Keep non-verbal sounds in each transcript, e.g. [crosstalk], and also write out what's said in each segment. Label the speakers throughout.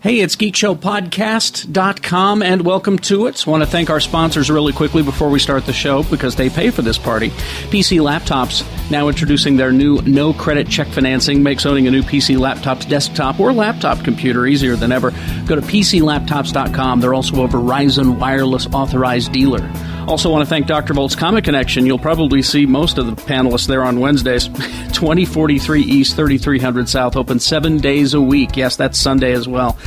Speaker 1: Hey, it's geekshowpodcast.com and welcome to it. Want to thank our sponsors really quickly before we start the show because they pay for this party. PC Laptops now introducing their new no credit check financing makes owning a new PC laptop's desktop or laptop computer easier than ever. Go to PCLaptops.com. They're also a Verizon wireless authorized dealer. Also, want to thank Dr. Volt's Comic Connection. You'll probably see most of the panelists there on Wednesdays. [laughs] 2043 East, 3300 South, open seven days a week. Yes, that's Sunday as well.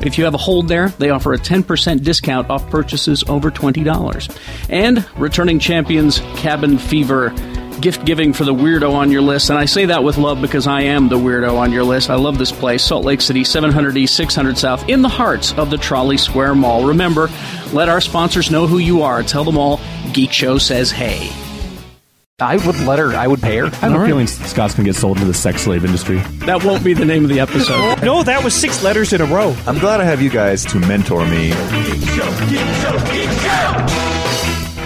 Speaker 1: If you have a hold there, they offer a 10% discount off purchases over $20. And returning champions Cabin Fever. Gift giving for the weirdo on your list, and I say that with love because I am the weirdo on your list. I love this place, Salt Lake City, 700 East, 600 South, in the hearts of the Trolley Square Mall. Remember, let our sponsors know who you are. Tell them all Geek Show says hey.
Speaker 2: I would let her. I would pay her. I
Speaker 3: have a feeling Scott's gonna get sold into the sex slave industry.
Speaker 1: That won't be the name of the episode.
Speaker 4: No, that was six letters in a row.
Speaker 5: I'm glad I have you guys to mentor me.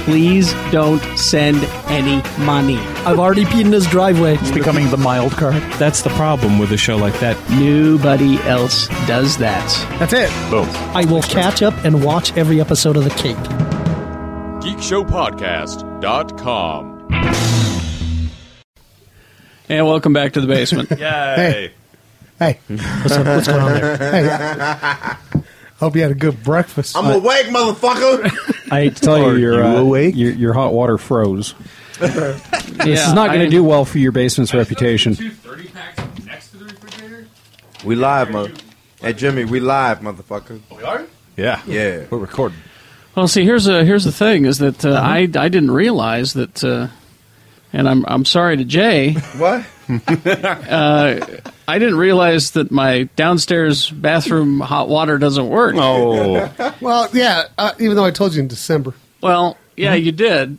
Speaker 1: Please don't send any money.
Speaker 6: I've already peed in his driveway.
Speaker 2: It's becoming the mild card.
Speaker 3: That's the problem with a show like that.
Speaker 1: Nobody else does that.
Speaker 4: That's it.
Speaker 5: Boom.
Speaker 6: I will catch up and watch every episode of The Cake.
Speaker 7: geekshowpodcast.com.
Speaker 1: And welcome back to the basement. [laughs]
Speaker 5: Yay.
Speaker 8: Hey, what's, up, what's going on there? Hey, I- hope you had a good breakfast.
Speaker 9: I'm awake, motherfucker.
Speaker 2: I
Speaker 5: [laughs]
Speaker 2: hate to tell
Speaker 5: Are
Speaker 2: you, your,
Speaker 5: you
Speaker 2: uh,
Speaker 5: awake?
Speaker 2: Your, your hot water froze. This
Speaker 1: Yeah,
Speaker 2: is not going
Speaker 1: I-
Speaker 2: to do well for your basement's reputation.
Speaker 9: We live, mother. Hey, Jimmy, we live, motherfucker.
Speaker 5: Yeah.
Speaker 9: Yeah.
Speaker 5: We're recording.
Speaker 1: Well, see, here's a, here's the thing is that uh, I I didn't realize that, uh, and I'm I'm sorry to
Speaker 7: [laughs]
Speaker 1: Jay, Uh,
Speaker 9: What?
Speaker 1: I didn't realize that my downstairs bathroom hot water doesn't work.
Speaker 3: Oh,
Speaker 8: Well, yeah, uh, even though I told you in December.
Speaker 1: Well, yeah, you did,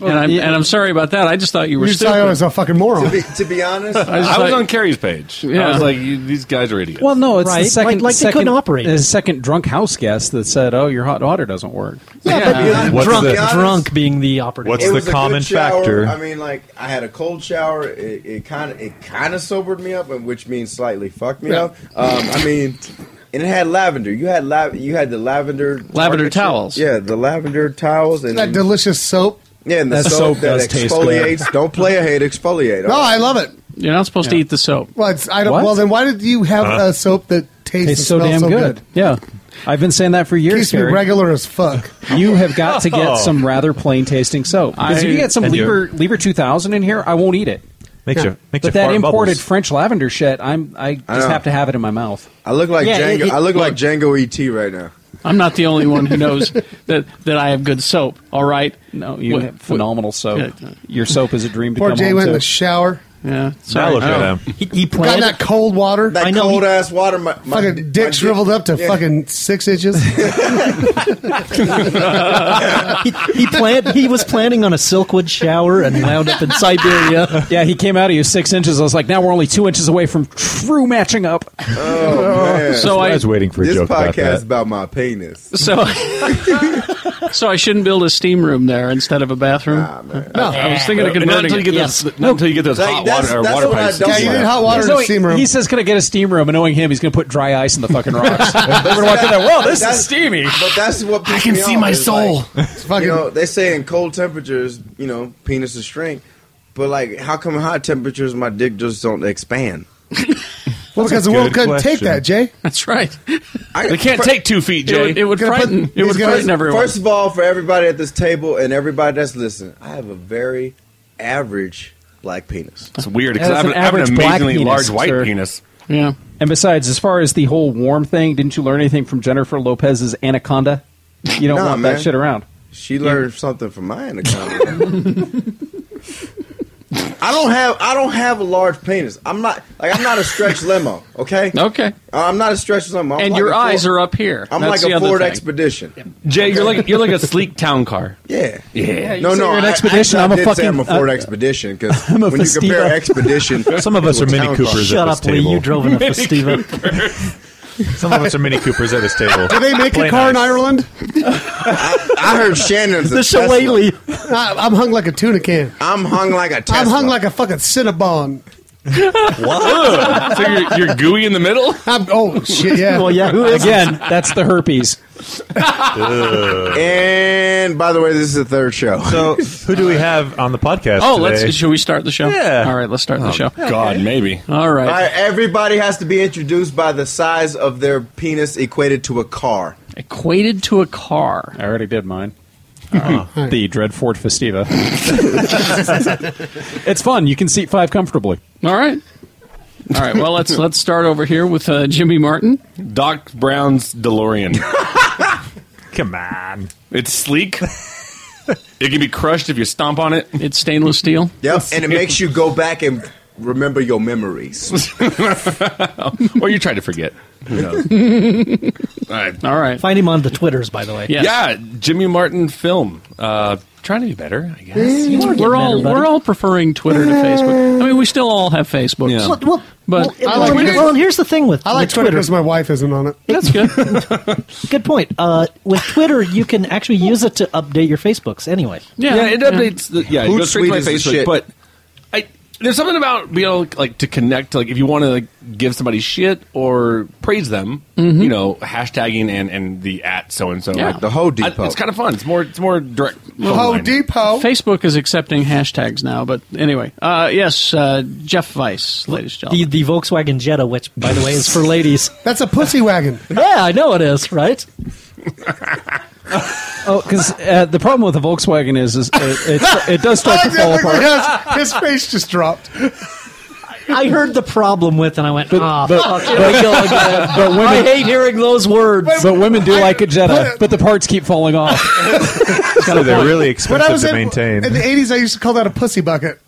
Speaker 1: and I'm and I'm sorry about that. I just thought you were
Speaker 8: You thought I
Speaker 1: stupid.
Speaker 8: was a fucking moron.
Speaker 9: to, [laughs] be, to be honest,
Speaker 1: just
Speaker 7: I was
Speaker 1: thought-
Speaker 7: on Carrie's page.
Speaker 1: Yeah.
Speaker 7: I was like, you, these guys are idiots.
Speaker 2: Well, no, it's
Speaker 6: Right.
Speaker 2: the second
Speaker 6: Like- like they
Speaker 2: second,
Speaker 6: couldn't operate.
Speaker 2: The second drunk house guest that said, "Oh, your hot water doesn't work."
Speaker 9: to be honest-
Speaker 5: What's
Speaker 9: to
Speaker 6: drunk,
Speaker 9: be honest,
Speaker 6: drunk being the operative.
Speaker 5: What's
Speaker 9: it
Speaker 5: the
Speaker 9: was a good
Speaker 5: common
Speaker 9: shower.
Speaker 5: factor?
Speaker 9: I mean, like I had a cold shower. It, it kind of it kind of sobered me up, and which means slightly fucked me up. Um, I mean, and it had lavender. You had lav- You had the lavender
Speaker 1: Lavender
Speaker 9: carpet-
Speaker 1: towels.
Speaker 9: Yeah, the lavender towels and
Speaker 8: that delicious soap.
Speaker 9: yeah, and the
Speaker 2: That
Speaker 9: soap,
Speaker 2: soap
Speaker 9: that
Speaker 2: does taste good.
Speaker 9: exfoliates. Don't play a hate exfoliate.
Speaker 8: No, I love it.
Speaker 1: You're not supposed to eat the soap.
Speaker 8: Well, it's, I don't,
Speaker 2: What?
Speaker 8: well, then why did you have a soap that tastes,
Speaker 2: Tastes so
Speaker 8: and
Speaker 2: damn
Speaker 8: smells so
Speaker 2: good. Yeah, I've been saying that for years.
Speaker 8: Keeps me
Speaker 2: Gary.
Speaker 8: regular as fuck.
Speaker 2: You have got to
Speaker 5: [laughs]
Speaker 2: get some rather plain tasting soap. Because if you get some
Speaker 5: And you-
Speaker 2: Lieber Lieber 2000 in here, I won't eat it.
Speaker 5: Makes you makes you
Speaker 2: But that
Speaker 5: fart
Speaker 2: imported
Speaker 5: bubbles.
Speaker 2: French lavender shit, I'm I just
Speaker 9: know.
Speaker 2: have to have it in my mouth.
Speaker 9: I look like
Speaker 6: Yeah,
Speaker 9: Django.
Speaker 6: it- it-
Speaker 9: I look like Django ET right now.
Speaker 1: I'm not the only one who knows [laughs] that that I have good soap. All right,
Speaker 2: No, you
Speaker 1: What-
Speaker 2: have phenomenal soap.
Speaker 1: Yeah.
Speaker 2: Your soap is a dream to
Speaker 8: Poor
Speaker 2: come
Speaker 8: Jay
Speaker 2: home
Speaker 8: went in
Speaker 2: to.
Speaker 8: the shower,
Speaker 1: yeah.
Speaker 5: Now
Speaker 1: Sorry. Oh.
Speaker 5: look
Speaker 1: I
Speaker 5: at
Speaker 1: don't-
Speaker 5: him.
Speaker 6: He, he
Speaker 8: got in
Speaker 6: planned.
Speaker 8: that cold water.
Speaker 9: That
Speaker 6: I know,
Speaker 9: cold
Speaker 6: he-
Speaker 9: ass water. My, my
Speaker 8: fucking
Speaker 9: di-
Speaker 8: dick,
Speaker 9: my
Speaker 8: shriveled up to
Speaker 9: yeah.
Speaker 8: fucking six inches.
Speaker 6: he, he planned. He was planning on a Silkwood shower and wound up in Siberia.
Speaker 2: Yeah, he came out of you six inches. I was like, now we're only two inches away from true matching up.
Speaker 9: Man,
Speaker 1: So
Speaker 5: I
Speaker 1: I
Speaker 5: was waiting for a
Speaker 9: this
Speaker 5: joke about
Speaker 9: podcast is
Speaker 5: that.
Speaker 9: about my penis.
Speaker 1: so [laughs] so I shouldn't build a steam room there instead of a bathroom.
Speaker 9: Nah, man.
Speaker 1: No, I was thinking of
Speaker 7: And not
Speaker 1: converting.
Speaker 7: until you
Speaker 1: it.
Speaker 7: get
Speaker 6: Yes.
Speaker 7: those, not until you get those
Speaker 9: Like,
Speaker 7: hot
Speaker 9: that's-
Speaker 7: water or
Speaker 9: that's
Speaker 7: water
Speaker 9: what I
Speaker 7: pipes.
Speaker 9: don't
Speaker 8: yeah, you
Speaker 9: like.
Speaker 8: need hot water in
Speaker 2: So
Speaker 8: the
Speaker 2: he,
Speaker 8: steam room.
Speaker 2: he says, "Gonna get a steam room," and knowing him, he's gonna put dry ice in the fucking rocks. We're gonna walk in there. Whoa, this is
Speaker 9: That's-
Speaker 2: steamy.
Speaker 9: But that's what
Speaker 8: I can
Speaker 9: pissed me
Speaker 8: see
Speaker 9: off,
Speaker 8: my
Speaker 9: is,
Speaker 8: soul.
Speaker 9: like,
Speaker 8: It's fucking,
Speaker 9: you know, they say in cold temperatures, you know, penises shrink. But like, how come in hot temperatures my dick just don't expand?
Speaker 8: well, because the world
Speaker 5: good
Speaker 8: couldn't take
Speaker 5: question.
Speaker 8: that, Jay.
Speaker 1: That's right.
Speaker 9: I,
Speaker 7: They can't
Speaker 9: fir-
Speaker 7: take two feet,
Speaker 1: It
Speaker 7: Jay.
Speaker 1: would, it would
Speaker 8: Gonna put
Speaker 1: frighten. It
Speaker 8: these
Speaker 1: would
Speaker 8: guys-
Speaker 1: frighten everyone.
Speaker 9: First of all, for everybody at this table and everybody that's listening, I have a very average black penis.
Speaker 7: it's weird
Speaker 2: Yeah,
Speaker 7: because I
Speaker 2: that's
Speaker 7: have an,
Speaker 2: an
Speaker 7: I have an
Speaker 2: average black
Speaker 7: amazingly
Speaker 2: penis,
Speaker 7: large white
Speaker 2: sir.
Speaker 7: penis.
Speaker 1: yeah.
Speaker 2: And besides, as far as the whole warm thing, didn't you learn anything from Jennifer Lopez's Anaconda? You don't
Speaker 9: Nah,
Speaker 2: want
Speaker 9: man.
Speaker 2: that shit around.
Speaker 9: She learned something from my anaconda. I don't have I don't have a large penis. I'm not like I'm not a stretch limo. Okay.
Speaker 1: Okay.
Speaker 9: I'm not a stretch limo. I'm
Speaker 1: and
Speaker 9: like
Speaker 1: your
Speaker 9: a Ford-
Speaker 1: eyes are up here.
Speaker 9: I'm
Speaker 1: That's
Speaker 9: like
Speaker 1: the
Speaker 9: a
Speaker 1: other
Speaker 9: Ford
Speaker 1: thing.
Speaker 9: Expedition.
Speaker 10: Jay, you're like you're like a sleek town car.
Speaker 9: Yeah.
Speaker 10: Yeah.
Speaker 9: No, no, I- actually, I did say I'm a Ford Expedition because
Speaker 10: I'm a
Speaker 9: when you compare
Speaker 10: Festiva.
Speaker 9: Expedition,
Speaker 5: Some of us
Speaker 9: to a
Speaker 5: are Mini
Speaker 9: town
Speaker 5: Coopers
Speaker 9: car-
Speaker 5: at Shut this up, Lee, table. you
Speaker 2: [laughs]
Speaker 5: drove in a
Speaker 9: Mini
Speaker 5: Festiva.
Speaker 9: Cooper.
Speaker 5: Some of us are Mini Coopers at this table.
Speaker 8: Do they make a
Speaker 5: Play
Speaker 8: car in
Speaker 5: nice.
Speaker 8: Ireland?
Speaker 9: I
Speaker 2: [laughs]
Speaker 9: heard Shannon's a
Speaker 8: The
Speaker 9: Tesla.
Speaker 8: shillelagh. I- I'm hung like a tuna can.
Speaker 9: I'm hung like a Tesla.
Speaker 8: I'm hung like a fucking Cinnabon.
Speaker 7: What? So you're- you're gooey in the middle?
Speaker 8: I'm, oh shit! Yeah.
Speaker 2: Well, yeah. Who is again? That's the herpes.
Speaker 9: and by the way, this is the third show.
Speaker 5: So who do we have on the podcast?
Speaker 1: Oh,
Speaker 5: today?
Speaker 1: let's. Should we start the show?
Speaker 5: Yeah.
Speaker 1: All right, let's start the
Speaker 5: Oh,
Speaker 1: show.
Speaker 7: God, maybe.
Speaker 1: All right.
Speaker 9: All right, everybody has to be introduced by the size of their penis equated to a car.
Speaker 1: Equated to a car.
Speaker 2: I already did mine. Oh. the Dreadfort Festiva. [laughs] it's fun. You can seat five comfortably.
Speaker 1: All right. All right. Well, let's let's start over here with uh, Jimmy Martin.
Speaker 7: Doc Brown's DeLorean.
Speaker 5: [laughs] Come on.
Speaker 7: It's sleek. it can be crushed if you stomp on it.
Speaker 1: It's stainless steel.
Speaker 9: Yep, and it makes you go back and remember your memories.
Speaker 7: or you try to forget. Who knows? All right.
Speaker 1: All right.
Speaker 6: Find him on the Twitters, by the way.
Speaker 7: Yeah, Jimmy Martin film. Uh, trying to be better, I guess.
Speaker 1: We're all
Speaker 6: better, buddy.
Speaker 1: we're all preferring Twitter to Facebook. I mean, we still all have Facebook.
Speaker 7: Yeah.
Speaker 6: Well, well,
Speaker 1: But-
Speaker 6: well,
Speaker 8: I like
Speaker 6: well,
Speaker 8: Twitter.
Speaker 6: well, here's the thing with
Speaker 8: I like
Speaker 6: with
Speaker 8: Twitter because my wife isn't on it.
Speaker 1: That's good.
Speaker 6: Good point. Uh, with Twitter, you can actually use it to update your Facebooks anyway.
Speaker 1: Yeah.
Speaker 7: it updates. The, yeah, it goes straight to my
Speaker 9: Hootsuite is the
Speaker 7: Facebook.
Speaker 9: shit.
Speaker 7: But I, there's something about being able like to connect. Like if you want to like, give somebody shit or praise them, you know, hashtagging and and the at so and so.
Speaker 1: Yeah.
Speaker 9: Mm-hmm. The Ho Depot.
Speaker 7: It's kind of fun. It's more. It's more direct.
Speaker 8: Oh,
Speaker 7: online.
Speaker 8: Depot.
Speaker 1: Facebook is accepting hashtags now, but anyway, uh, yes, uh, Jeff Weiss, ladies and
Speaker 6: The
Speaker 1: gentlemen.
Speaker 6: the Volkswagen Jetta, which by the way is for ladies.
Speaker 8: That's a pussy wagon.
Speaker 6: Yeah, I know it is, right?
Speaker 2: Oh, because uh, the problem with the Volkswagen is, is it, it, it does [laughs] start to
Speaker 8: [laughs]
Speaker 2: fall apart.
Speaker 8: Yes, his face just dropped.
Speaker 6: I heard the problem with, and I went, ah,
Speaker 2: but-
Speaker 6: fuck, here we go again.
Speaker 2: But women,
Speaker 6: I hate hearing those words.
Speaker 2: but women do like a Jetta, but the parts keep falling [laughs] off.
Speaker 5: So they're really
Speaker 8: When I
Speaker 5: expensive
Speaker 8: was
Speaker 5: to
Speaker 8: in,
Speaker 5: maintain.
Speaker 8: in the '80s, I used to call that a pussy bucket.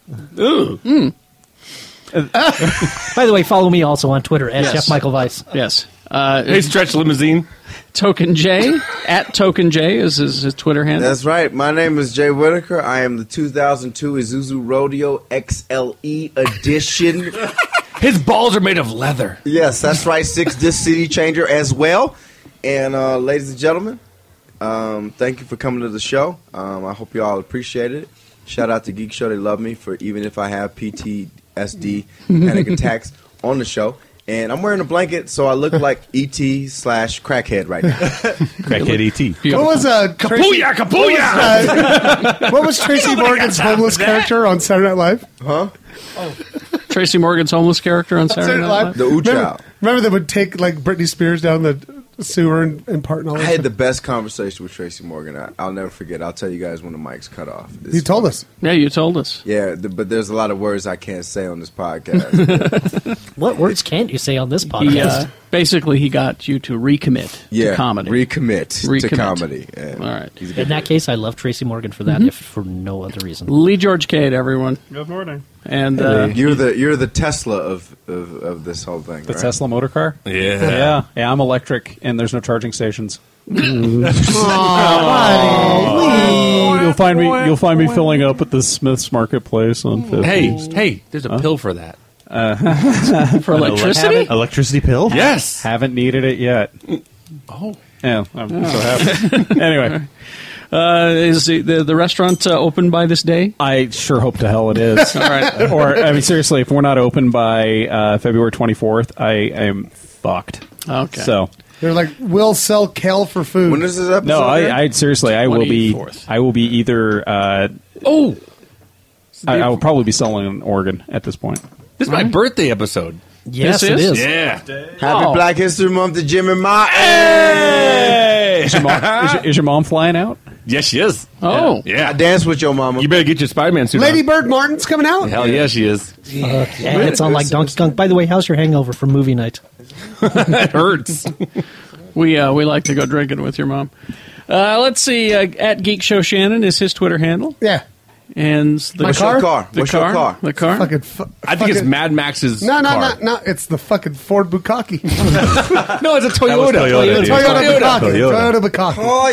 Speaker 6: By the way, follow me also on Twitter at
Speaker 1: Yes.
Speaker 6: Jeff Michael Weiss.
Speaker 1: Yes. Uh,
Speaker 7: Hey, stretch limousine.
Speaker 1: Token
Speaker 9: [laughs]
Speaker 1: J at Token J is his, his Twitter handle.
Speaker 9: That's right. My name is Jay Whitaker. I am the 2002 Isuzu Rodeo XLE edition. [laughs]
Speaker 7: His balls are made of leather.
Speaker 9: yes, that's right. Six disc CD changer as well. And uh, ladies and gentlemen, um, thank you for coming to the show. Um, I hope you all appreciate it. Shout out to Geek Show. They love me for even if I have PTSD panic
Speaker 8: [laughs]
Speaker 9: attacks on the show. And I'm wearing a blanket, so I look like ET slash crackhead right now.
Speaker 5: Crackhead E ET.
Speaker 8: What was uh, Tracy,
Speaker 7: Booyah, kabooyah!
Speaker 8: uh, [laughs] what was Tracy Morgan's homeless character on Saturday Night Live?
Speaker 1: Tracy Morgan's homeless character on Saturday Night Live.
Speaker 9: The Ooh
Speaker 8: Remember,
Speaker 9: Child.
Speaker 8: remember they would take like Britney Spears down the sewer and, and part and all
Speaker 9: I
Speaker 8: that.
Speaker 9: had
Speaker 8: stuff?
Speaker 9: the best conversation with Tracy Morgan. I, I'll never forget. I'll tell you guys when the mic's cut off. It's-
Speaker 8: You told us.
Speaker 1: Yeah, you told us.
Speaker 9: Yeah, th- but there's a lot of words I can't say on this
Speaker 8: [laughs]
Speaker 9: podcast.
Speaker 6: What words can't you say on this podcast?
Speaker 1: He, uh, basically, he got you to recommit
Speaker 9: yeah,
Speaker 1: to comedy.
Speaker 9: Recommit,
Speaker 1: Recommit.
Speaker 9: to comedy. Yeah.
Speaker 1: All right.
Speaker 9: He's a
Speaker 6: In
Speaker 9: good-
Speaker 6: that case, I love Tracy Morgan for that, if for no other reason.
Speaker 1: Lee George Cade, everyone.
Speaker 4: Good morning.
Speaker 1: And uh,
Speaker 9: you're the you're the Tesla of of, of this whole thing.
Speaker 2: The
Speaker 9: right?
Speaker 2: Tesla motor car.
Speaker 7: Yeah.
Speaker 2: yeah, yeah. I'm electric, and there's no charging stations. You'll find me. You'll find me filling up at the Smiths Marketplace on Fifth.
Speaker 7: Hey, hey, there's a pill for that.
Speaker 1: for electricity?
Speaker 5: Electricity pill?
Speaker 7: Yes.
Speaker 2: haven't needed it yet.
Speaker 7: Oh.
Speaker 2: Yeah, I'm so happy. anyway,
Speaker 1: Uh, is the, the, the restaurant uh, open by this day?
Speaker 2: I sure hope to hell it is.
Speaker 1: All right.
Speaker 2: [laughs] or I mean, seriously, if we're not open by uh, February 24th, I am fucked.
Speaker 1: Okay.
Speaker 2: So
Speaker 8: They're like, we'll sell kale for food.
Speaker 9: When is this episode?
Speaker 2: no,
Speaker 9: air?
Speaker 2: I, I seriously, I will be.
Speaker 1: 24th.
Speaker 2: I will be either. Uh,
Speaker 7: Oh,
Speaker 2: I, I will probably be selling an organ at this point.
Speaker 7: this is my birthday episode.
Speaker 6: Yes,
Speaker 1: This
Speaker 6: it
Speaker 1: is?
Speaker 6: is.
Speaker 7: Yeah.
Speaker 9: Happy
Speaker 1: Oh.
Speaker 9: Black History Month to Jimmy Martin.
Speaker 2: Is your [laughs] mom, is your, is your mom flying out?
Speaker 7: Yes, she is.
Speaker 1: Oh.
Speaker 9: I
Speaker 7: Yeah.
Speaker 9: danced with your mama.
Speaker 7: You better get your Spider Man suit.
Speaker 8: Lady
Speaker 7: on.
Speaker 8: Bird Martin's coming out.
Speaker 7: Hell yeah, she is.
Speaker 6: Yeah, it's on like Donkey Kong. By the way, how's your hangover from movie night?
Speaker 7: It [laughs] hurts.
Speaker 1: We uh, we like to go drinking with your mom. Uh, let's see. Uh, at Geek Show Shannon is his Twitter handle.
Speaker 8: Yeah.
Speaker 1: and the
Speaker 9: What's
Speaker 1: car.
Speaker 9: your car?
Speaker 1: The
Speaker 9: What's your
Speaker 1: car?
Speaker 9: car?
Speaker 1: The car.
Speaker 8: Fucking fu-
Speaker 7: I think it's
Speaker 8: fucking-
Speaker 7: Mad Max's.
Speaker 8: No, no,
Speaker 7: car.
Speaker 8: no, no. It's the fucking Ford Bukaki.
Speaker 7: no, it's a
Speaker 8: That was
Speaker 7: Toyota.
Speaker 8: Toyota, dude. Toyota Bukaki.
Speaker 9: Toyota. Oh.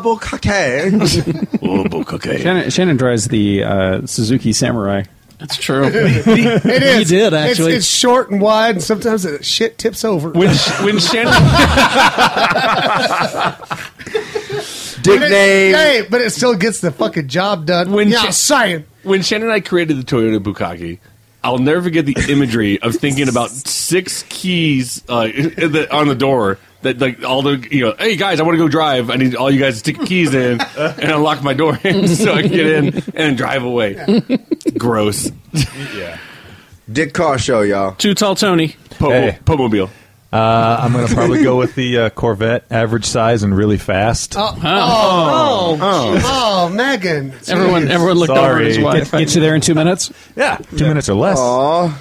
Speaker 8: Toyota Bukaki.
Speaker 9: Toyota Bukaki.
Speaker 2: Shannon, Shannon drives the uh, Suzuki Samurai.
Speaker 1: That's true.
Speaker 8: it
Speaker 2: You
Speaker 8: is.
Speaker 2: did,
Speaker 8: It's-
Speaker 2: actually.
Speaker 8: It's, short and wide, and sometimes the shit tips over. [laughs]
Speaker 7: When, [laughs] when Shannon.
Speaker 8: Dick Hey, but it still gets the fucking job done.
Speaker 7: When
Speaker 8: yeah,
Speaker 7: Sha-
Speaker 8: science.
Speaker 7: when Shannon and I created the Toyota Bukaki, I'll never forget the imagery of thinking about six keys uh, [laughs] in the, on the door. That like all the you know, hey guys, I want to go drive. I need all you guys to stick your keys in and unlock my door [laughs] so I can get in and then drive away. Gross.
Speaker 9: yeah. Dick Car Show, y'all.
Speaker 1: Too tall, Tony.
Speaker 7: Po- Pomobile.
Speaker 5: Uh, I'm going to probably go with the uh, Corvette, average size and really fast.
Speaker 8: Oh, oh, oh, Megan. Jeez.
Speaker 5: Sorry.
Speaker 2: Get, get you there in two minutes.
Speaker 5: Yeah, two minutes or less.
Speaker 9: Aw.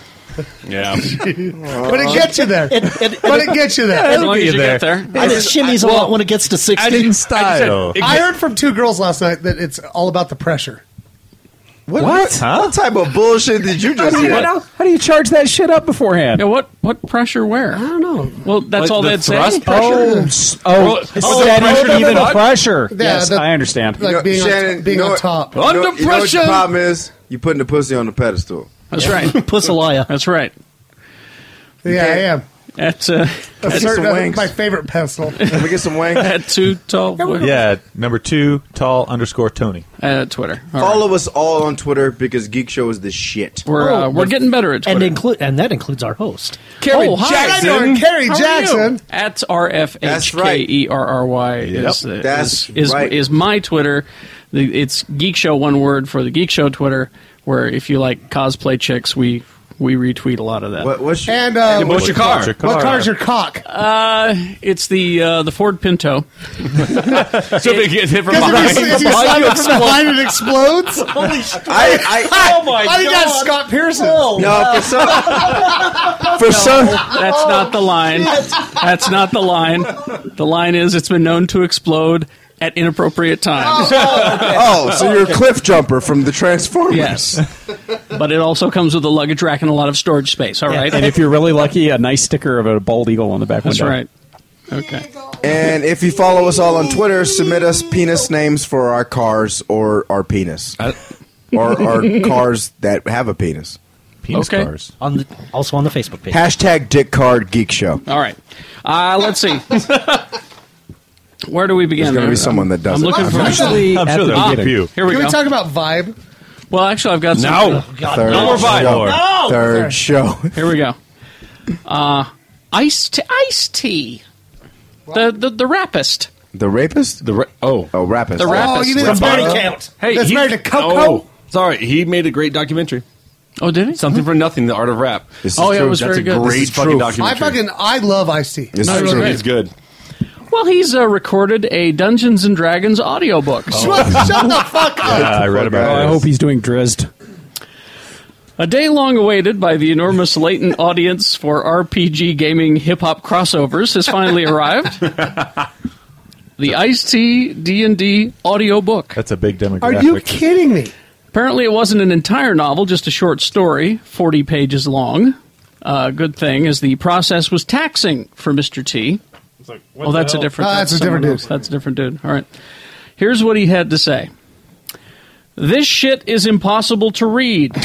Speaker 7: Yeah. [laughs]
Speaker 8: But it gets
Speaker 6: [laughs]
Speaker 8: you there. but it gets you there.
Speaker 5: Yeah, it'll As long get as you you there. get there.
Speaker 8: I
Speaker 6: And it
Speaker 8: just-
Speaker 6: shimmies
Speaker 8: I-
Speaker 6: a lot when it gets to 60.
Speaker 8: I heard from two girls last night that it's all about the pressure.
Speaker 9: What? What type of bullshit did you just
Speaker 2: How do you,
Speaker 9: hear?
Speaker 2: how, do you charge that shit up beforehand?
Speaker 1: Yeah, what what pressure where? I don't
Speaker 8: know.
Speaker 1: Well, that's
Speaker 2: Like
Speaker 1: all
Speaker 2: the
Speaker 1: that
Speaker 2: thrust
Speaker 1: said.
Speaker 2: pressure? Oh, s- oh, Well, it's oh, steady pressure even the- pressure. Yeah, Yes, the- I understand.
Speaker 8: like being on- being on top.
Speaker 9: you know-
Speaker 8: Under
Speaker 9: You know what your
Speaker 8: pressure.
Speaker 9: problem is? You putting the pussy on the pedestal.
Speaker 1: That's right. [laughs]
Speaker 6: Pussalaya.
Speaker 1: That's right.
Speaker 8: Yeah, I am.
Speaker 1: That's uh,
Speaker 8: That's
Speaker 5: some
Speaker 8: certain-
Speaker 5: wanks.
Speaker 8: my favorite pencil.
Speaker 9: Can we get
Speaker 1: [laughs]
Speaker 9: some wanks?
Speaker 1: At two tall.
Speaker 5: Yeah, number two, tall underscore Tony.
Speaker 1: Uh, Twitter.
Speaker 9: Follow us all on Twitter because Geek Show is the shit.
Speaker 1: We're, uh, we're getting better at Twitter.
Speaker 6: And, inclu- and that includes our host.
Speaker 1: Carrie
Speaker 6: Oh, hi.
Speaker 1: Jackson.
Speaker 6: How you doing, Carrie
Speaker 1: How are
Speaker 6: Jackson?
Speaker 1: you? At E R-F-H-K-E-R-R-Y is,
Speaker 6: Yep.
Speaker 1: uh,
Speaker 6: That's
Speaker 1: is, is,
Speaker 6: right.
Speaker 1: is my Twitter. The- It's Geek Show, one word for the Geek Show Twitter, where if you like cosplay chicks, we, we retweet a lot of that.
Speaker 9: what's
Speaker 8: your, and, uh,
Speaker 1: And what's your car?
Speaker 8: What car's your cock?
Speaker 1: Uh, it's the uh, the Ford Pinto. so if it gets hit from
Speaker 8: Because
Speaker 1: behind,
Speaker 8: if you, if you slide it from behind, it explodes. Holy shit!
Speaker 9: [laughs] I,
Speaker 8: oh my I think that's Scott Pearson.
Speaker 9: No, for some,
Speaker 1: No, that's not the line.
Speaker 6: Oh,
Speaker 1: That's not the line. The line is it's been known to explode at inappropriate times.
Speaker 9: oh, so you're a cliff jumper from the Transformers.
Speaker 1: Yes.
Speaker 6: Oh.
Speaker 1: but it also comes with a luggage rack and a lot of storage space. All right,
Speaker 2: And if you're really lucky, a nice sticker of a bald eagle on the back
Speaker 1: That's
Speaker 2: window.
Speaker 1: right. Okay.
Speaker 9: And if you follow us all on Twitter, submit us penis names for our cars or our penis. [laughs] or our cars that have a penis.
Speaker 6: Penis Okay. cars. On the, also on the Facebook page.
Speaker 9: Hashtag Dick Card Geek Show.
Speaker 1: All right. Uh, let's [laughs] see. Where do we begin?
Speaker 9: There's gonna be
Speaker 1: I'm-
Speaker 9: someone that does
Speaker 1: I'm
Speaker 9: it.
Speaker 1: looking
Speaker 9: I'm
Speaker 1: for Ah,
Speaker 9: sure- Actually, I'm sure at the there'll be a beginning. few.
Speaker 1: Here we
Speaker 8: Can
Speaker 1: go.
Speaker 8: we talk about vibe?
Speaker 1: well, actually, I've got some. Oh,
Speaker 8: No.
Speaker 1: God,
Speaker 9: Third
Speaker 1: no more
Speaker 9: show.
Speaker 1: vibe.
Speaker 9: No! Third show.
Speaker 1: Here we go. Uh, iced t- iced tea. The, the the rapist.
Speaker 9: The rapist?
Speaker 7: The ra- oh
Speaker 9: oh rapist.
Speaker 1: The rapist.
Speaker 7: Hey,
Speaker 1: That's
Speaker 7: he-
Speaker 1: married to
Speaker 7: Oh, sorry, he made a great documentary.
Speaker 1: Oh, did he?
Speaker 7: Something from nothing, the art of rap.
Speaker 9: This
Speaker 1: Oh, is yeah, it true. was
Speaker 7: That's
Speaker 1: very
Speaker 7: a
Speaker 1: good. This
Speaker 7: Great
Speaker 1: is
Speaker 7: fucking
Speaker 1: true.
Speaker 8: I
Speaker 7: documentary.
Speaker 8: fucking I love Ice Tea.
Speaker 7: This is true. It's good.
Speaker 1: Well, he's uh, recorded a Dungeons and Dragons audiobook.
Speaker 8: Shut, shut the fuck up.
Speaker 5: Uh, I read
Speaker 8: Oh,
Speaker 5: about
Speaker 2: I hope he's doing Drizzt.
Speaker 1: A day long awaited by the enormous latent audience for RPG gaming hip hop crossovers has finally
Speaker 9: [laughs]
Speaker 1: arrived. the Ice T D and D audiobook.
Speaker 5: That's a big demographic.
Speaker 8: Are you kidding me?
Speaker 1: Apparently, it wasn't an entire novel, just a short story, 40 pages long. Uh, good thing, as the process was taxing for Mr. T.
Speaker 8: the
Speaker 1: oh, that's
Speaker 8: hell?
Speaker 1: a different.
Speaker 8: Ah, that's a
Speaker 1: someone
Speaker 8: different
Speaker 1: else. That's a different dude. All right. Here's what he had to say. This shit is impossible to read. [laughs]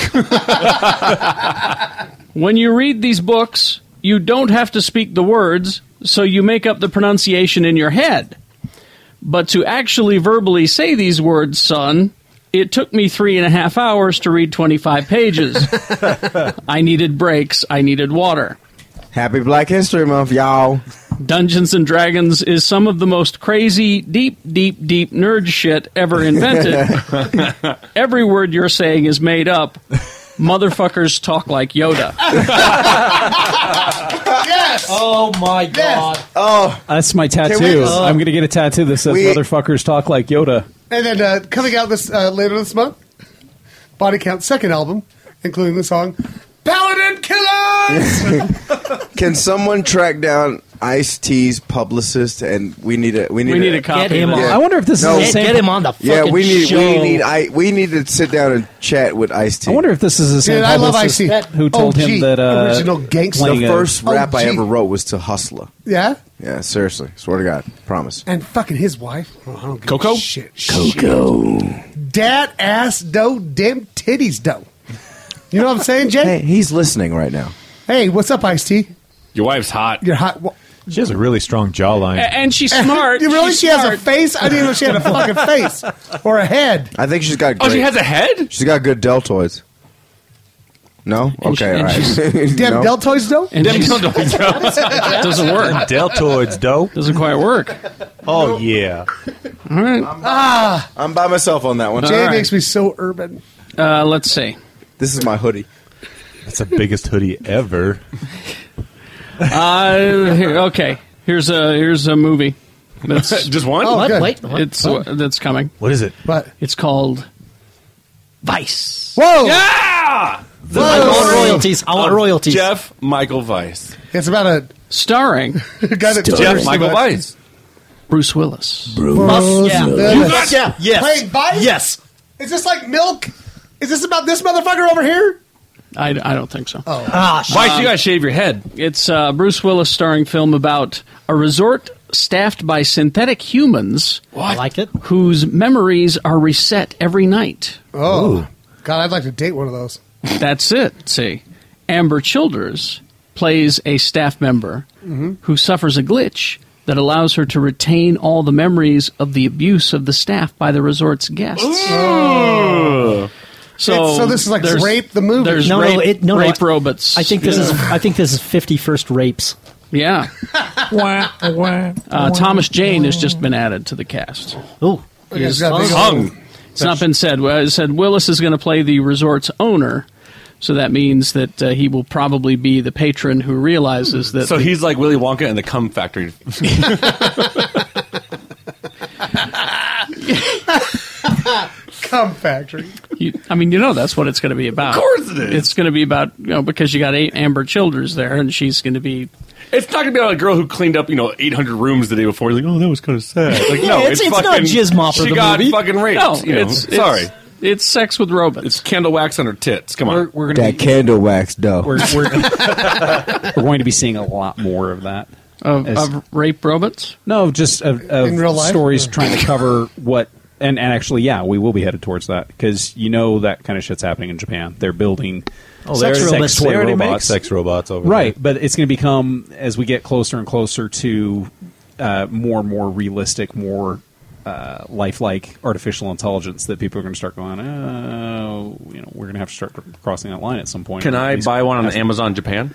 Speaker 1: when you read these books, you don't have to speak the words, so you make up the pronunciation in your head. But to actually verbally say these words, son, it took me three and a half hours to read 25 pages. I needed breaks. I needed water.
Speaker 9: Happy Black History Month, y'all.
Speaker 1: Dungeons and Dragons is some of the most crazy, deep, deep, deep nerd shit ever invented. Every word you're saying is made up. Motherfuckers talk like Yoda.
Speaker 8: yes.
Speaker 6: Oh my god.
Speaker 9: Oh,
Speaker 2: that's my
Speaker 8: Can we
Speaker 2: tattoo.
Speaker 8: just-
Speaker 2: I'm gonna get a tattoo that says
Speaker 8: We-
Speaker 2: "Motherfuckers talk like Yoda."
Speaker 8: And then uh, coming out this uh, later this month, Body Count's second album, including the song "Paladin Killers."
Speaker 9: Can someone track down Ice T's publicist, and we need a we need
Speaker 1: We need
Speaker 9: a,
Speaker 1: a copy Get him of on. that.
Speaker 9: Yeah.
Speaker 1: I wonder if this is the Get- same- get him on the
Speaker 9: yeah.
Speaker 1: fucking
Speaker 9: We need we
Speaker 1: show.
Speaker 9: need I we need to sit down and chat with Ice T.
Speaker 2: I wonder if this is the same
Speaker 8: Dude, I love
Speaker 2: publicist
Speaker 8: Ice T.
Speaker 2: who told
Speaker 8: OG,
Speaker 2: him that uh,
Speaker 8: original gangster.
Speaker 9: The
Speaker 2: playing a-
Speaker 9: first rap I
Speaker 8: OG.
Speaker 9: ever wrote was to Hustler.
Speaker 8: Yeah?
Speaker 9: Yeah, seriously, swear to God, promise.
Speaker 8: And fucking his wife. Oh, I don't give a
Speaker 9: Coco?
Speaker 8: Shit.
Speaker 9: Coco.
Speaker 8: Dad ass dough, damn titties dough. You know what I'm saying, Jay?
Speaker 9: Hey, he's listening right now.
Speaker 8: what's up, Ice T?
Speaker 7: Your wife's hot.
Speaker 8: You're hot. Wha-
Speaker 5: She has a really strong jawline.
Speaker 1: and she's smart.
Speaker 8: [laughs] You really?
Speaker 1: She's
Speaker 8: she
Speaker 1: smart.
Speaker 8: has a face? I didn't know she had
Speaker 1: [laughs]
Speaker 8: a fucking face or a head.
Speaker 9: I think she's got.
Speaker 8: Oh, she
Speaker 9: great-
Speaker 8: has a head?
Speaker 9: She's got good deltoids. No, okay,
Speaker 8: she-
Speaker 9: all
Speaker 8: and
Speaker 9: right. [laughs]
Speaker 8: she's- Damn deltoids, though? And
Speaker 9: Damn
Speaker 1: [laughs]
Speaker 8: she's-
Speaker 9: deltoids,
Speaker 1: That doesn't work.
Speaker 5: Deltoids, though.
Speaker 1: Doesn't quite work.
Speaker 5: Oh, yeah.
Speaker 1: All right.
Speaker 8: Ah,
Speaker 9: I'm by myself on that one.
Speaker 8: Jay makes me so urban.
Speaker 1: Uh, let's see.
Speaker 9: This is my hoodie.
Speaker 5: That's the biggest hoodie ever.
Speaker 1: Uh, here, okay. Here's a here's a movie. That's
Speaker 7: [laughs] [laughs] Just one? Oh, What? good. Wait, what?
Speaker 1: It's uh, that's coming.
Speaker 5: What is it?
Speaker 8: What?
Speaker 1: It's called Vice.
Speaker 8: Whoa!
Speaker 7: Yeah!
Speaker 8: The- I want royalties. I want
Speaker 7: Of
Speaker 8: royalties.
Speaker 7: Jeff Michael Weiss.
Speaker 8: It's about a
Speaker 1: starring
Speaker 8: guy that
Speaker 7: Jeff Michael Weiss.
Speaker 1: Bruce Willis. Bruce,
Speaker 8: yeah.
Speaker 1: You got-
Speaker 8: yeah. Yes. Playing Vice?
Speaker 1: Yes.
Speaker 8: Is this like milk? Is this about this motherfucker over here?
Speaker 1: I, I don't think so.
Speaker 8: Oh.
Speaker 6: Ah,
Speaker 7: Vice, you gotta shave your head.
Speaker 1: It's uh, Bruce Willis starring film about a resort staffed by synthetic humans.
Speaker 8: What? I like
Speaker 1: it. Whose memories are reset every night.
Speaker 8: Oh. God, I'd like to date one of those.
Speaker 1: That's it. See, Amber Childers plays a staff member
Speaker 8: Mhm.
Speaker 1: who suffers a glitch that allows her to retain all the memories of the abuse of the staff by the resort's guests. So,
Speaker 8: It's- so this is like
Speaker 1: there's-
Speaker 8: rape the movie.
Speaker 1: There's
Speaker 6: No,
Speaker 1: rape,
Speaker 6: no, it, no, no,
Speaker 1: rape
Speaker 6: I-
Speaker 1: robots.
Speaker 6: I think this is. I think this is fifty first rapes.
Speaker 1: Yeah.
Speaker 6: [laughs]
Speaker 1: Uh, Thomas Jane has just been added to the cast.
Speaker 6: Oh,
Speaker 1: he's
Speaker 6: Okay, it's got a big
Speaker 1: hung. It's not been said. Well, It said Willis is going to play the resort's owner, so that means that uh, he will probably be the patron who realizes that.
Speaker 7: So
Speaker 1: the-
Speaker 7: he's like Willy Wonka and the cum factory.
Speaker 8: Come factory.
Speaker 1: you, I mean, you know that's what it's going to be about. Of course, it is. It's going to be about you know because you got A- Amber Childers there, and she's going to be.
Speaker 7: It's not gonna be about a girl who cleaned up, you know, 800 rooms the day before. Like, oh, that was kind of [laughs] sad. Like,
Speaker 1: Yeah,
Speaker 7: no,
Speaker 1: it's- it's not
Speaker 7: fucking,
Speaker 1: Jizz Mopper,
Speaker 7: She
Speaker 1: the
Speaker 7: got
Speaker 1: movie.
Speaker 7: fucking raped.
Speaker 1: No,
Speaker 7: you know.
Speaker 1: it's- it's-
Speaker 7: sorry.
Speaker 1: It's sex with robots. It's
Speaker 7: candle wax on her tits. Come on. We're,
Speaker 1: we're
Speaker 9: That candle wax dough.
Speaker 2: We're,
Speaker 7: [laughs]
Speaker 2: we're, we're going to be seeing a lot more of that.
Speaker 1: Of,
Speaker 2: As-
Speaker 1: of rape robots?
Speaker 2: No, just of,
Speaker 1: In real
Speaker 2: of
Speaker 1: life? [laughs]
Speaker 2: stories trying to cover what. And, and actually, yeah, we will be headed towards that because you know that kind of shit's happening in Japan. They're building
Speaker 5: Oh, they already- they
Speaker 2: toy
Speaker 5: already make
Speaker 2: robots.
Speaker 5: sex robots over
Speaker 2: right, but it's going to become as we get closer and closer to uh, more and more realistic, more uh, lifelike artificial intelligence that people are going to start going, oh, you know, we're going to have to start crossing that line at some point.
Speaker 7: Can
Speaker 2: Or at
Speaker 7: I
Speaker 2: least-
Speaker 7: buy one on Amazon Japan?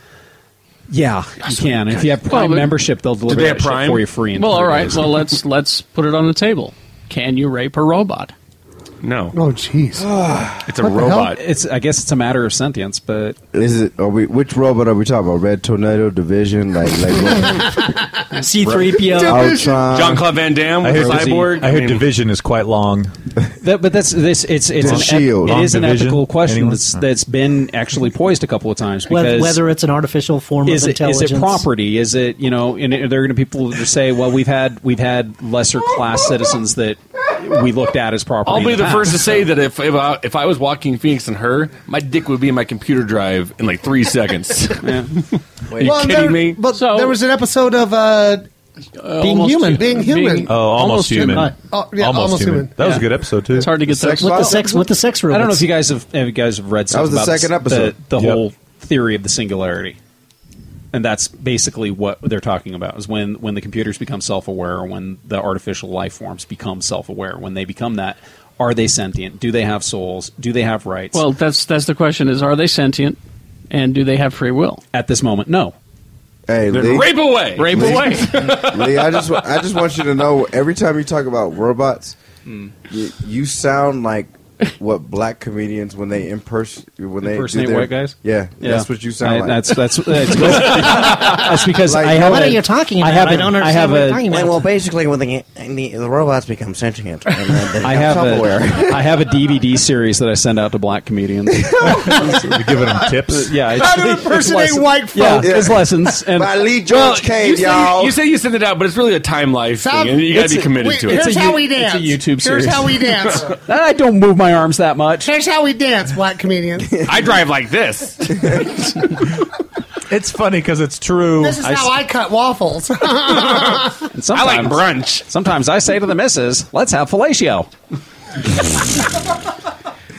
Speaker 2: Yeah, you can. If you have Prime
Speaker 1: Well, but-
Speaker 2: membership, they'll deliver that shit for you free. In
Speaker 1: Well,
Speaker 2: three
Speaker 1: all right.
Speaker 2: days.
Speaker 1: Well, let's let's put it on the table. Can you rape a robot?
Speaker 7: No.
Speaker 8: Oh, jeez.
Speaker 7: It's a What the hell? robot.
Speaker 2: It's I guess it's a matter of sentience, but
Speaker 9: Is it? Are we? Which robot are we talking about? Red Tornado Division, like [laughs] like
Speaker 6: C-3PO.
Speaker 9: Ultron.
Speaker 7: John Claude Van Damme
Speaker 5: Uh, I
Speaker 7: with
Speaker 5: heard,
Speaker 7: Cyborg.
Speaker 5: I heard
Speaker 7: mean,
Speaker 5: division is quite long.
Speaker 2: that, but that's this. It's it's
Speaker 5: Long
Speaker 2: an eth-
Speaker 5: shield.
Speaker 2: it
Speaker 5: Long
Speaker 2: is an
Speaker 5: division?
Speaker 2: ethical question
Speaker 5: Anyone?
Speaker 2: that's, that's been actually poised a couple of times
Speaker 6: Whether,
Speaker 2: because
Speaker 6: whether it's an artificial form
Speaker 2: is it,
Speaker 6: of intelligence,
Speaker 2: is it property? Is it you know? And there are going to be people that say, well, we've had we've had lesser class citizens that we looked at as property.
Speaker 7: I'll
Speaker 2: in
Speaker 7: be the
Speaker 2: past.
Speaker 7: first to say that if if I, if I was walking Phoenix and her, my dick would be in my computer drive in like three seconds. Are you kidding
Speaker 8: there,
Speaker 7: me?
Speaker 8: But there was an episode of uh,
Speaker 1: Being Almost Human. Human.
Speaker 8: Being human.
Speaker 1: Being-
Speaker 5: Oh, almost,
Speaker 1: Almost
Speaker 5: human.
Speaker 1: Human.
Speaker 8: Oh, yeah, Almost Almost Human. Human.
Speaker 5: That was
Speaker 8: Yeah.
Speaker 5: a good episode too.
Speaker 1: It's hard to get
Speaker 6: Sex With the sex- with the sex
Speaker 2: I don't know
Speaker 6: robots.
Speaker 2: if you guys have, have you guys have read.
Speaker 6: That
Speaker 2: something
Speaker 6: was the
Speaker 2: about
Speaker 6: second
Speaker 2: s-
Speaker 6: episode.
Speaker 2: The, the
Speaker 6: Yep.
Speaker 2: whole theory of the singularity, and that's basically what they're talking about is when when the computers become self aware, when the artificial life forms become self aware, when they become that. Are they sentient? Do they have souls? Do they have rights?
Speaker 1: Well, that's that's the question: is are they sentient, and do they have free will?
Speaker 2: At this moment, no.
Speaker 9: Hey,
Speaker 7: Then
Speaker 9: Lee.
Speaker 7: rape away. Rape away.
Speaker 9: [laughs] Lee, I just wa-
Speaker 7: Hmm.
Speaker 9: I just want you to know. Every time you talk about robots, you, you sound like what black comedians when they imperson when they do
Speaker 2: Impersonate
Speaker 9: their-
Speaker 2: white guys?
Speaker 9: Yeah,
Speaker 2: Yeah.
Speaker 9: that's what you sound
Speaker 2: I-
Speaker 9: like.
Speaker 2: that's- that's- that's- that's because Like, I have what a- are you talking I about? have I a- don't understand I have what you're a- talking about.
Speaker 11: Well, basically, when the, the, the robots become sentient, and then they
Speaker 2: I have
Speaker 11: become self-aware.
Speaker 2: a, I have a DVD series that I send out to black comedians. giving them
Speaker 5: [laughs]
Speaker 2: tips. Yeah, it's,
Speaker 11: How to impersonate white
Speaker 2: Yeah,
Speaker 11: folk.
Speaker 2: it's lessons. And
Speaker 11: By Lee George
Speaker 7: you say, You say you send it out, but it's really a time life
Speaker 2: Some-
Speaker 7: thing, and you got
Speaker 2: It's a-
Speaker 7: to be committed
Speaker 2: wait,
Speaker 7: to it.
Speaker 2: it's
Speaker 8: Here's
Speaker 2: a
Speaker 8: how
Speaker 2: you-
Speaker 8: we
Speaker 2: it's a
Speaker 8: dance.
Speaker 2: YouTube
Speaker 8: Here's
Speaker 2: series.
Speaker 8: how
Speaker 2: [laughs]
Speaker 8: we dance.
Speaker 2: I don't move my arms that much.
Speaker 8: Here's how we dance, black
Speaker 2: [laughs]
Speaker 8: comedians.
Speaker 7: I drive like this.
Speaker 5: it's funny because it's true.
Speaker 8: This is how I
Speaker 2: [laughs]
Speaker 8: cut waffles.
Speaker 2: I like brunch. Sometimes I say to the missus, "Let's have fellatio."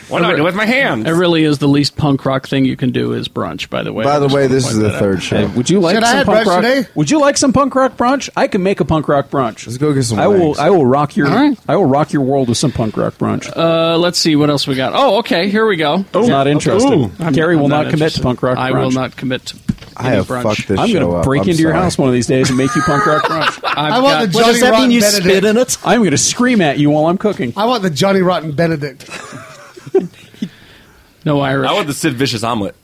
Speaker 7: What do I do with my hands?
Speaker 1: It really is the least punk rock thing you can do is brunch. By the way.
Speaker 9: By
Speaker 1: I
Speaker 9: the
Speaker 1: just
Speaker 9: way,
Speaker 1: wanna
Speaker 9: this
Speaker 1: point
Speaker 9: is the
Speaker 1: that out.
Speaker 9: third show.
Speaker 2: Hey, would you like
Speaker 8: Should I
Speaker 2: some
Speaker 8: have
Speaker 2: punk
Speaker 8: brunch
Speaker 2: rock?
Speaker 8: today?
Speaker 2: Would you like some punk rock brunch? I can make a punk rock brunch. Let's
Speaker 9: go get some.
Speaker 2: I will.
Speaker 1: wings.
Speaker 2: I will rock your.
Speaker 1: All right.
Speaker 2: I will rock your world with some punk rock brunch.
Speaker 1: Uh, let's see what else we got. Oh, okay, here we go.
Speaker 2: It's not interested.
Speaker 1: I'm-
Speaker 2: Carrie will
Speaker 1: I'm
Speaker 2: not, commit to
Speaker 1: interested.
Speaker 2: punk rock.
Speaker 1: I
Speaker 2: brunch.
Speaker 1: will not commit to
Speaker 9: I
Speaker 1: any
Speaker 9: have
Speaker 1: brunch.
Speaker 9: fucked this
Speaker 2: I'm gonna
Speaker 9: show up.
Speaker 2: break
Speaker 9: I'm
Speaker 2: into your
Speaker 9: sorry.
Speaker 2: house one of these days and make you punk rock [laughs] brunch.
Speaker 1: I've
Speaker 8: I want the
Speaker 1: got-
Speaker 8: Johnny
Speaker 2: does that
Speaker 8: Rotten
Speaker 2: mean you
Speaker 8: Benedict.
Speaker 2: spit in it? I'm going to scream at you while I'm cooking.
Speaker 8: I want the Johnny Rotten Benedict.
Speaker 1: no Irish.
Speaker 7: I want the Sid Vicious omelet.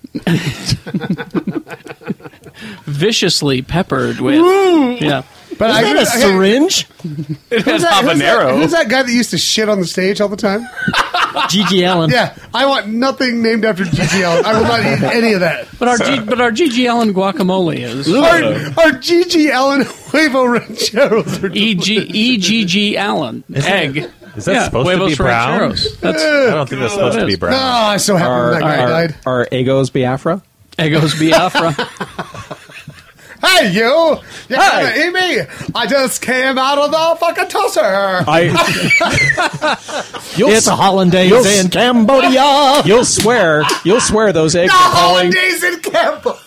Speaker 1: Viciously peppered with.
Speaker 8: Ooh.
Speaker 1: Yeah.
Speaker 8: But I
Speaker 6: that a
Speaker 8: hey,
Speaker 6: syringe?
Speaker 7: It
Speaker 8: Who's
Speaker 7: has
Speaker 8: that, who's, that,
Speaker 7: habanero.
Speaker 8: who's that guy that used to shit on the stage all the time?
Speaker 6: Gigi Allen.
Speaker 8: Yeah, I want nothing named after Gigi Allen. I will not eat any of
Speaker 2: [laughs]
Speaker 8: that.
Speaker 1: But our G, but our GG Allen guacamole is
Speaker 8: Our, our Gigi Allen huevo rancheros. Are [laughs]
Speaker 1: E G E G G Allen egg.
Speaker 5: Is that supposed to
Speaker 1: huevos
Speaker 5: be brown?
Speaker 1: rancheros. That's
Speaker 5: I don't think that's supposed to be
Speaker 8: No,
Speaker 5: brown.
Speaker 8: Oh, I'm so happy when
Speaker 2: Our,
Speaker 8: that guy
Speaker 2: our,
Speaker 8: died.
Speaker 2: our egos Biafra.
Speaker 1: Egos
Speaker 2: [laughs]
Speaker 1: Biafra.
Speaker 8: Hey, you!
Speaker 2: Hey.
Speaker 8: You gotta eat me! I just came out of the fucking
Speaker 2: Oh.
Speaker 1: [laughs]
Speaker 8: tosser!
Speaker 2: I, you'll,
Speaker 6: It's a hollandaise in Cambodia.
Speaker 2: you'll swear. You'll swear those eggs
Speaker 8: the
Speaker 2: are calling.
Speaker 8: holidays in Campbell!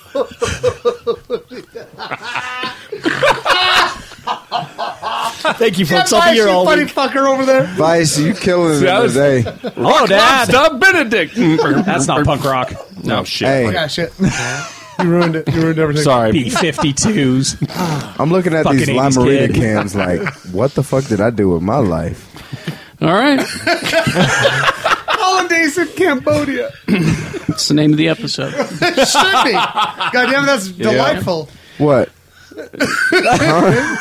Speaker 6: Thank you,
Speaker 8: That
Speaker 6: folks. I'll
Speaker 8: Vice,
Speaker 6: be here
Speaker 8: you
Speaker 6: all
Speaker 8: funny
Speaker 6: week.
Speaker 8: fucker over there!
Speaker 9: Vice, you killing
Speaker 7: See, I
Speaker 9: it
Speaker 7: was-
Speaker 9: today.
Speaker 7: [laughs]
Speaker 2: Oh, Dad,
Speaker 7: Stop Benedict.
Speaker 2: [laughs] that's not punk rock.
Speaker 7: No shit.
Speaker 9: Hey,
Speaker 8: Yeah, Ah, shit. [laughs] You ruined it. You ruined everything.
Speaker 7: Sorry.
Speaker 2: B52s.
Speaker 9: I'm looking at these
Speaker 2: Fucking 80s
Speaker 9: Limerita
Speaker 2: kid.
Speaker 9: cans like, what the fuck did I do with my life?
Speaker 1: All right.
Speaker 8: Holidays in Cambodia!
Speaker 1: That's the name of the episode.
Speaker 8: [laughs] It should be! God damn it, that's delightful.
Speaker 9: What?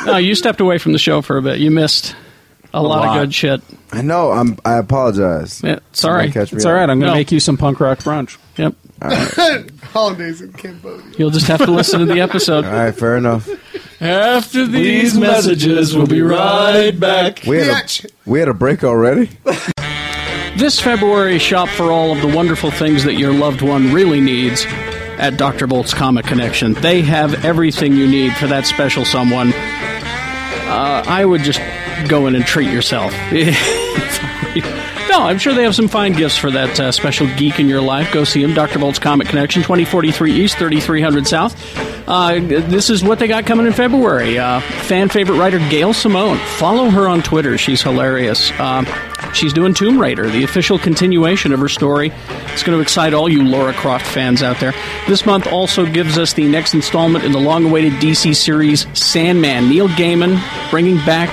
Speaker 1: No, you stepped away from the show for a bit. You missed a, lot,
Speaker 7: lot.
Speaker 1: of good shit.
Speaker 9: I know. I'm. I apologize.
Speaker 1: Yeah, sorry.
Speaker 9: Somebody catch me
Speaker 2: It's all right.
Speaker 9: up.
Speaker 2: I'm going to
Speaker 1: No.
Speaker 2: make you some punk rock brunch.
Speaker 1: Yep.
Speaker 8: Holidays in Cambodia.
Speaker 1: You'll just have to listen to the episode.
Speaker 9: All right. Fair enough.
Speaker 1: [laughs] After these messages, we'll be right back.
Speaker 9: We had a,
Speaker 8: Bitch.
Speaker 9: we had a break already.
Speaker 1: This February, shop for all of the wonderful things that your loved one really needs at Dr. Bolt's Comic Connection. They have everything you need for that special someone. Uh, I would just go in and treat yourself. [laughs] no, I'm sure they have some fine gifts for that uh, special geek in your life. Go see them. Dr. Bolt's Comic Connection, 2043 East, 3300 South. Uh, this is what they got coming in February. Uh, fan favorite writer Gail Simone. Follow her on Twitter. She's hilarious. Uh, She's doing Tomb Raider, the official continuation of her story. It's going to excite all you Laura Croft fans out there. This month also gives us the next installment in the long awaited DC series Sandman. Neil Gaiman bringing back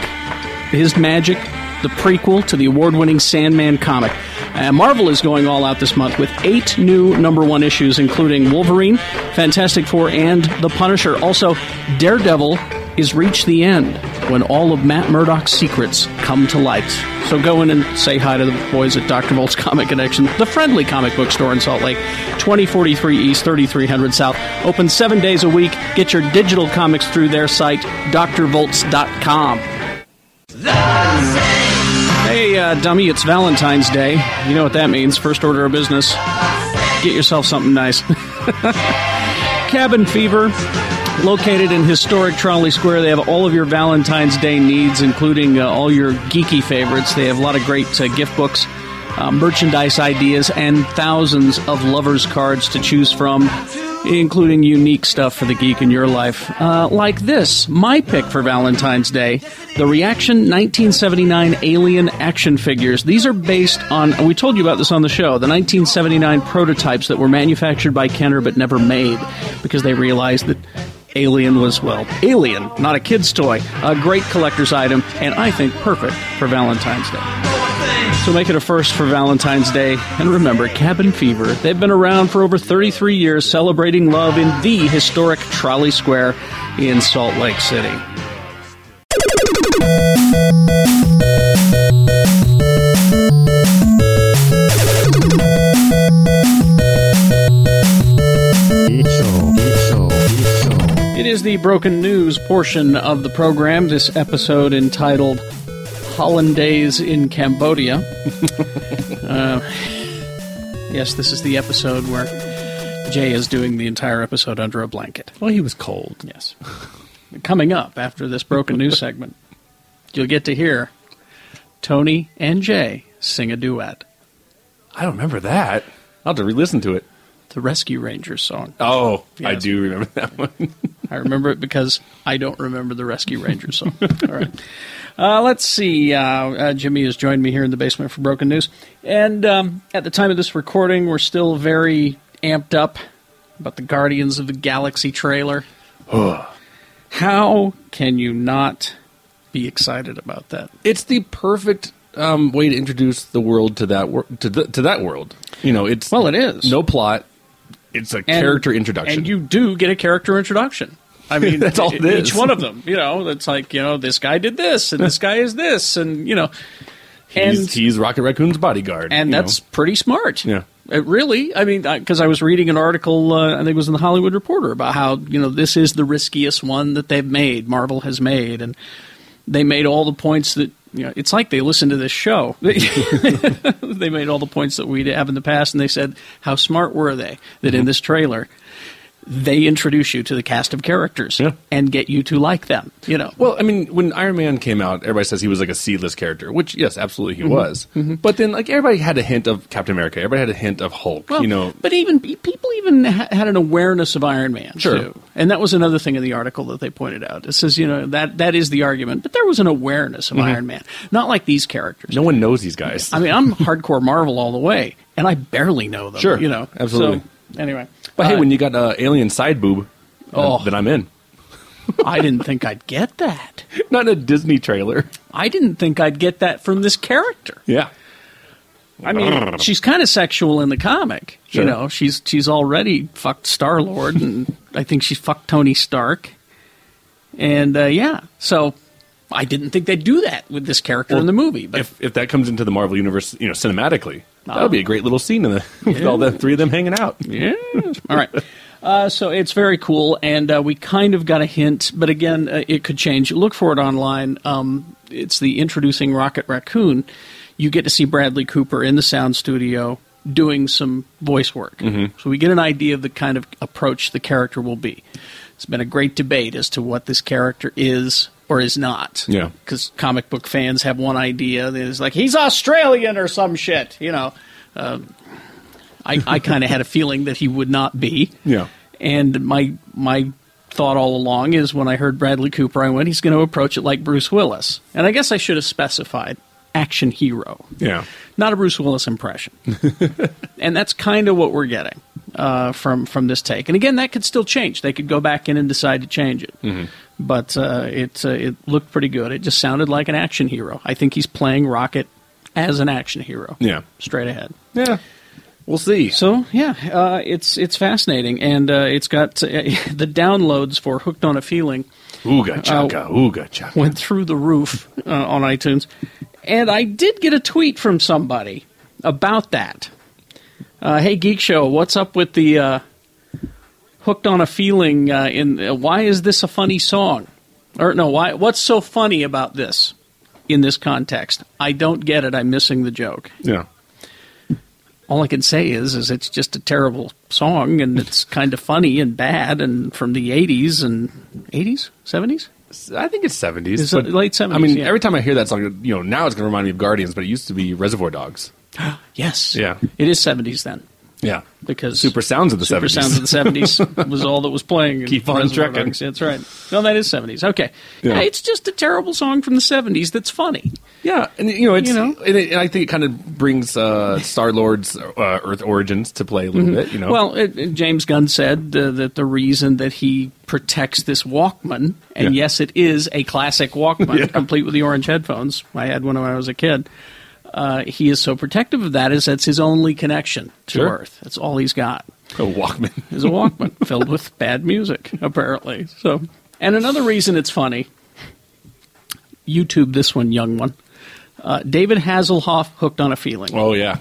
Speaker 1: his magic, the prequel to the award winning Sandman comic. Uh, Marvel is going all out this month with eight new number one issues, including Wolverine, Fantastic Four, and The Punisher. Also, Daredevil is reached the end when all of Matt Murdock's secrets come to light. So go in and say hi to the boys at Dr. Volt's [laughs] Comic Connection, the friendly comic book store in Salt Lake, 2043 East, 3300 South. Open seven days a week. Get your digital comics through their site, drvolts.com. Hey, uh, dummy, it's Valentine's Day. You know what that means. First order of business. Get yourself something nice. Cabin Fever, located in historic Trolley Square. They have all of your Valentine's Day needs, including uh, all your geeky favorites. They have a lot of great uh, gift books, uh, merchandise ideas, and thousands of lovers' cards to choose from, including unique stuff for the geek in your life. Uh, like this, my pick for Valentine's Day the Reaction 1979 Alien action figures. These are based on, we told you about this on the show, the 1979 prototypes that were manufactured by Kenner but never made because they realized that Alien was, well, Alien, not a kid's toy. A great collector's item, and I think perfect for Valentine's Day. So make it a first for Valentine's Day. And remember, Cabin Fever, they've been around for over 33 years celebrating love in the historic Trolley Square in Salt Lake City. It is the broken news portion of the program. This episode entitled Hollandaise in Cambodia. uh, yes, this is the episode where Jay is doing the entire episode under a blanket. Well, he was cold. Yes. Coming up after this broken news segment, you'll get to hear Tony and Jay sing a duet. I don't remember that. I'll have to re listen to it. The Rescue Rangers song.
Speaker 7: Oh, I
Speaker 1: Yes.
Speaker 7: do remember that one.
Speaker 1: I remember
Speaker 7: [laughs]
Speaker 1: it because I don't remember the Rescue Rangers song. All right. Uh, let's see. Uh, uh, Jimmy has joined me here in the basement for Broken News. And um, at the time of this recording, we're still very amped up about the Guardians of the Galaxy
Speaker 7: [sighs]
Speaker 1: trailer. How can you not be excited about that?
Speaker 7: it's the perfect um, way to introduce the world to that wor- to, the, to that world. You know, it's well,
Speaker 1: it is
Speaker 7: no plot. It's a
Speaker 1: And-
Speaker 7: character introduction.
Speaker 1: And you do get a character introduction.
Speaker 7: [laughs]
Speaker 1: I mean,
Speaker 7: That's all it is.
Speaker 1: Each one of them, you know, it's like, you know, this guy did this,
Speaker 7: [laughs]
Speaker 1: and this guy is this, and, you know. And
Speaker 7: he's, he's Rocket Raccoon's bodyguard,
Speaker 1: and
Speaker 7: you
Speaker 1: that's
Speaker 7: know.
Speaker 1: pretty smart.
Speaker 7: Yeah.
Speaker 1: It really, I mean, because I was reading an article, uh, I think it was in the Hollywood Reporter, about how you know this is the riskiest one that they've made, Marvel has made, and they made all the points that you know. It's like they listened to this show. [laughs] they made all the points that we have in the past, and they said how smart were they that
Speaker 7: Mm-hmm.
Speaker 1: in this trailer they introduce you to the cast of characters and get you to like them. You know,
Speaker 7: Well, I mean, when Iron Man came out, everybody says he was like a C-list character, which yes, absolutely he
Speaker 1: Mhm.
Speaker 7: was. But then, like everybody had a hint of Captain America, everybody had a hint of Hulk.
Speaker 1: Well,
Speaker 7: you know,
Speaker 1: but even pe- people even ha- had an awareness of Iron Man.
Speaker 7: Sure.
Speaker 1: too. and that was another thing in the article that they pointed out. It says you know that that is the argument, but there was an awareness of
Speaker 7: Mhm.
Speaker 1: Iron Man, not like these characters.
Speaker 7: no one knows these guys.
Speaker 1: [laughs] I mean, I'm hardcore Marvel all the way, and I barely know them.
Speaker 7: Sure.
Speaker 1: you know,
Speaker 7: Absolutely.
Speaker 1: So, anyway,
Speaker 7: but hey,
Speaker 1: uh,
Speaker 7: when you got uh, alien side boob, uh,
Speaker 1: Oh.
Speaker 7: then I'm in.
Speaker 1: I didn't think I'd get that.
Speaker 7: Not in a Disney trailer.
Speaker 1: I didn't think I'd get that from this character.
Speaker 7: Yeah.
Speaker 1: I mean, she's kind of sexual in the comic.
Speaker 7: Sure.
Speaker 1: You know, she's she's already fucked Star Lord, and [laughs] I think she fucked Tony Stark. And uh, yeah, so I didn't think they'd do that with this character in the movie. But
Speaker 7: if if that comes into the Marvel universe, you know, cinematically, that would be a great little scene in the, [laughs] with
Speaker 1: Ah. Yeah.
Speaker 7: all the three of them hanging out.
Speaker 1: Yeah. all right. Uh, so it's very cool, and uh, we kind of got a hint, but again, uh, it could change. Look for it online. Um, it's the introducing Rocket Raccoon. You get to see Bradley Cooper in the sound studio doing some voice work.
Speaker 7: Mhm.
Speaker 1: So we get an idea of the kind of approach the character will be. It's been a great debate as to what this character is or is not.
Speaker 7: Yeah.
Speaker 1: Because comic book fans have one idea that is like, he's Australian or some shit, you know. Um, I, I kind of had a feeling that he would not be.
Speaker 7: Yeah.
Speaker 1: And my my thought all along is when I heard Bradley Cooper, I went, he's going to approach it like Bruce Willis. And I guess I should have specified action hero,
Speaker 7: Yeah.
Speaker 1: not a Bruce Willis impression. and that's kind of what we're getting uh, from from this take. And again, that could still change. They could go back in and decide to change it. But uh, it uh, it looked pretty good. It just sounded like an action hero. I think he's playing Rocket as an action hero.
Speaker 7: Yeah.
Speaker 1: straight ahead.
Speaker 7: Yeah. We'll see.
Speaker 1: So yeah, uh, it's it's fascinating, and uh, it's got uh, [laughs] the downloads for "Hooked on a Feeling."
Speaker 7: Ooga
Speaker 1: Uh,
Speaker 7: chaka, ooga chaka.
Speaker 1: Went through the roof uh, on iTunes, and I did get a tweet from somebody about that. Uh, hey, Geek Show, what's up with the uh, "Hooked on a Feeling"? Uh, in uh, why is this a funny song? Or no, why? What's so funny about this in this context? I don't get it. I'm missing the joke
Speaker 7: Yeah.
Speaker 1: all I can say is is it's just a terrible song
Speaker 7: [laughs]
Speaker 1: and it's kind of funny and bad and from the 80s and 80s 70s
Speaker 7: I think it's 70s.
Speaker 1: It's the late 70s,
Speaker 7: I mean,
Speaker 1: yeah.
Speaker 7: every time I hear that song, you know, now it's going to remind me of Guardians, but it used to be Reservoir Dogs.
Speaker 1: yes
Speaker 7: Yeah.
Speaker 1: it is 70s then
Speaker 7: Yeah.
Speaker 1: because
Speaker 7: Super Sounds of the
Speaker 1: Super
Speaker 7: 70s.
Speaker 1: Sounds of the
Speaker 7: [laughs]
Speaker 1: 70s was all that was playing in
Speaker 7: Keep on
Speaker 1: Reservoir
Speaker 7: trucking.
Speaker 1: Dogs. that's right no that is 70s okay
Speaker 7: Yeah.
Speaker 1: yeah. it's just a terrible song from the 70s that's funny
Speaker 7: Yeah, and you know, it's,
Speaker 1: You know?
Speaker 7: And, it, and I think it kind of brings uh, Star Lord's uh, Earth origins to play a little
Speaker 1: Mhm.
Speaker 7: bit. You know,
Speaker 1: Well, it, it- James Gunn said uh, that the reason that he protects this Walkman, and
Speaker 7: Yeah.
Speaker 1: yes, it is a classic Walkman,
Speaker 7: [laughs] Yeah.
Speaker 1: complete with the orange headphones. I had one when I was a kid. uh, he is so protective of that is that's his only connection to
Speaker 7: Sure.
Speaker 1: Earth. That's all he's got.
Speaker 7: A Oh, Walkman.
Speaker 1: is a
Speaker 7: [laughs]
Speaker 1: Walkman filled with bad music, apparently. So, and another reason it's funny. YouTube this one, young one. Uh, David Hasselhoff hooked on a feeling.
Speaker 7: Oh yeah.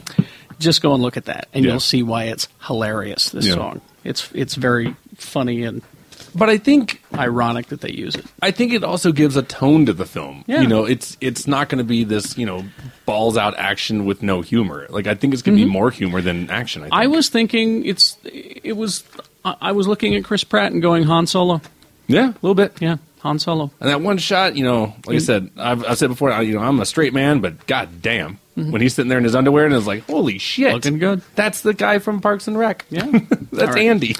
Speaker 1: Just go and look at that, and
Speaker 7: Yeah.
Speaker 1: you'll see why it's hilarious. This
Speaker 7: Yeah.
Speaker 1: song. It's it's very funny and.
Speaker 7: But I think
Speaker 1: ironic that they use it.
Speaker 7: I think it also gives a tone to the film.
Speaker 1: Yeah.
Speaker 7: You know, it's it's not going to be this you know balls out action with no humor. Like I think it's going to
Speaker 1: Mhm.
Speaker 7: be more humor than action. I think.
Speaker 1: I was thinking it's it was I I was looking at Chris Pratt and going Han Solo.
Speaker 7: Yeah, a little bit.
Speaker 1: Yeah, Han Solo.
Speaker 7: and that one shot, you know, like I
Speaker 1: Mm.
Speaker 7: said, I've, I've said before, I, you know, I'm a straight man, but god damn,
Speaker 1: Mhm.
Speaker 7: when he's sitting there in his underwear and it's like, holy shit, looking
Speaker 1: good.
Speaker 7: That's the guy from Parks and Rec.
Speaker 1: Yeah,
Speaker 7: that's
Speaker 1: All right.
Speaker 7: Andy.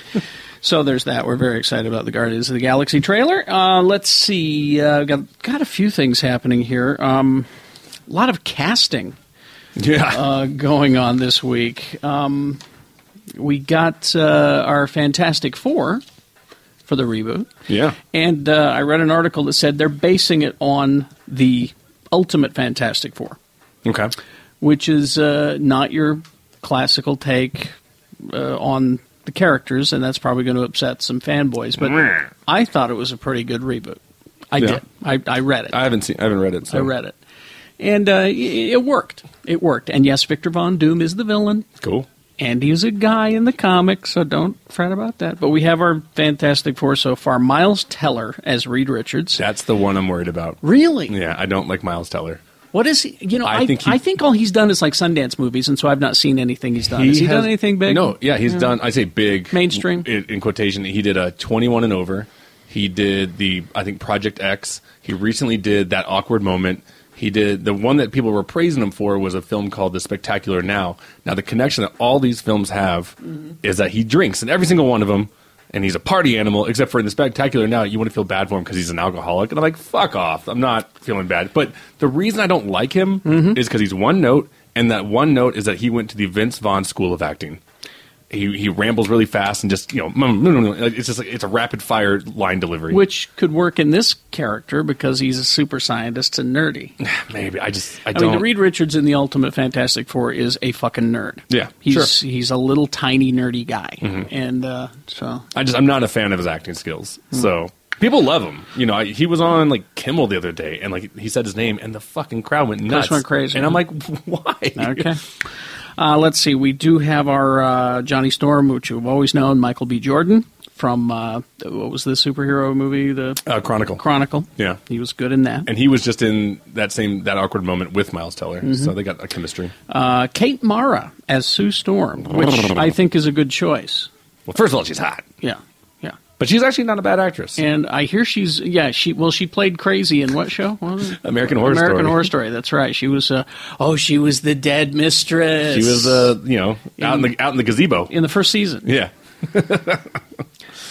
Speaker 1: So there's that. We're very excited about the Guardians of the Galaxy trailer. Uh, let's see. Uh, we've got got a few things happening here. Um, a lot of casting.
Speaker 7: Yeah.
Speaker 1: Uh, going on this week. Um, we got uh, our Fantastic Four for the reboot.
Speaker 7: Yeah.
Speaker 1: And uh, I read an article that said they're basing it on the Ultimate Fantastic Four,
Speaker 7: Okay.
Speaker 1: which is uh, not your classical take uh, on the characters, and that's probably going to upset some fanboys.
Speaker 7: Meh.
Speaker 1: But I thought it was a pretty good reboot. I
Speaker 7: Yeah.
Speaker 1: did. I, I read it.
Speaker 7: I haven't seen. I haven't read it. So.
Speaker 1: I read it, and uh, it, it worked. It worked. And yes, Victor Von Doom is the villain.
Speaker 7: Cool.
Speaker 1: And he's a guy in the comics, so don't fret about that. But we have our Fantastic Four so far. Miles Teller as Reed Richards.
Speaker 7: That's the one I'm worried about.
Speaker 1: Really?
Speaker 7: Yeah, I don't like Miles Teller.
Speaker 1: What is he? You know,
Speaker 7: I
Speaker 1: I,
Speaker 7: think he-
Speaker 1: I think all he's done is like Sundance movies, and so I've not seen anything he's done. has he
Speaker 7: has-
Speaker 1: done anything big?
Speaker 7: No, yeah, he's done. I say big
Speaker 1: Mainstream?
Speaker 7: in, in quotation. He did a 21 and over. He did the I think Project X. He recently did that awkward moment. He did the one that people were praising him for was a film called The Spectacular Now. Now the connection that all these films have is that he drinks in every single one of them. And he's a party animal, except for in the spectacular now, you want to feel bad for him because he's an alcoholic. And I'm like, fuck off. I'm not feeling bad. But the reason I don't like him is because he's one note, and that one note is that he went to the Vince Vaughn School of Acting he he rambles really fast and just you know mm, mm, mm, like, it's just like it's a rapid fire line delivery.
Speaker 1: Which could work in this character because he's a super scientist and nerdy.
Speaker 7: maybe [laughs] I just I,
Speaker 1: I,
Speaker 7: don't
Speaker 1: mean, Reed Richards in the Ultimate Fantastic Four is a fucking nerd.
Speaker 7: yeah sure.
Speaker 1: He's he's a little tiny nerdy guy,
Speaker 7: Mhm.
Speaker 1: and uh,
Speaker 7: [laughs]
Speaker 1: so
Speaker 7: I just I'm not a fan of his acting skills.
Speaker 1: Hmm.
Speaker 7: So people love him. You know I, he was on like Kimmel the other day and like he said his name and the fucking crowd went nuts.
Speaker 1: Chris went crazy.
Speaker 7: And I'm like [laughs] why?
Speaker 1: Okay. Uh, let's see. We do have our uh, Johnny Storm, which you've always known, Michael B. Jordan from uh, what was the superhero movie? The
Speaker 7: uh, Chronicle.
Speaker 1: Chronicle.
Speaker 7: yeah.
Speaker 1: He was good in that.
Speaker 7: And he was just in that same that awkward moment with Miles Teller.
Speaker 1: Mhm.
Speaker 7: So they got a chemistry.
Speaker 1: Uh, Kate Mara as Sue Storm, which
Speaker 7: Oh.
Speaker 1: I think is a good choice.
Speaker 7: Well, first of all, she's hot.
Speaker 1: Yeah, yeah.
Speaker 7: But she's actually not a bad actress.
Speaker 1: And I hear she's yeah she well she played crazy in what show? What was it?
Speaker 7: American Horror Story.
Speaker 1: American Horror Story. That's right. She was uh, oh she was the dead mistress.
Speaker 7: She was uh you know out in,
Speaker 1: In-
Speaker 7: the out in the gazebo
Speaker 1: in the first season.
Speaker 7: Yeah. [laughs]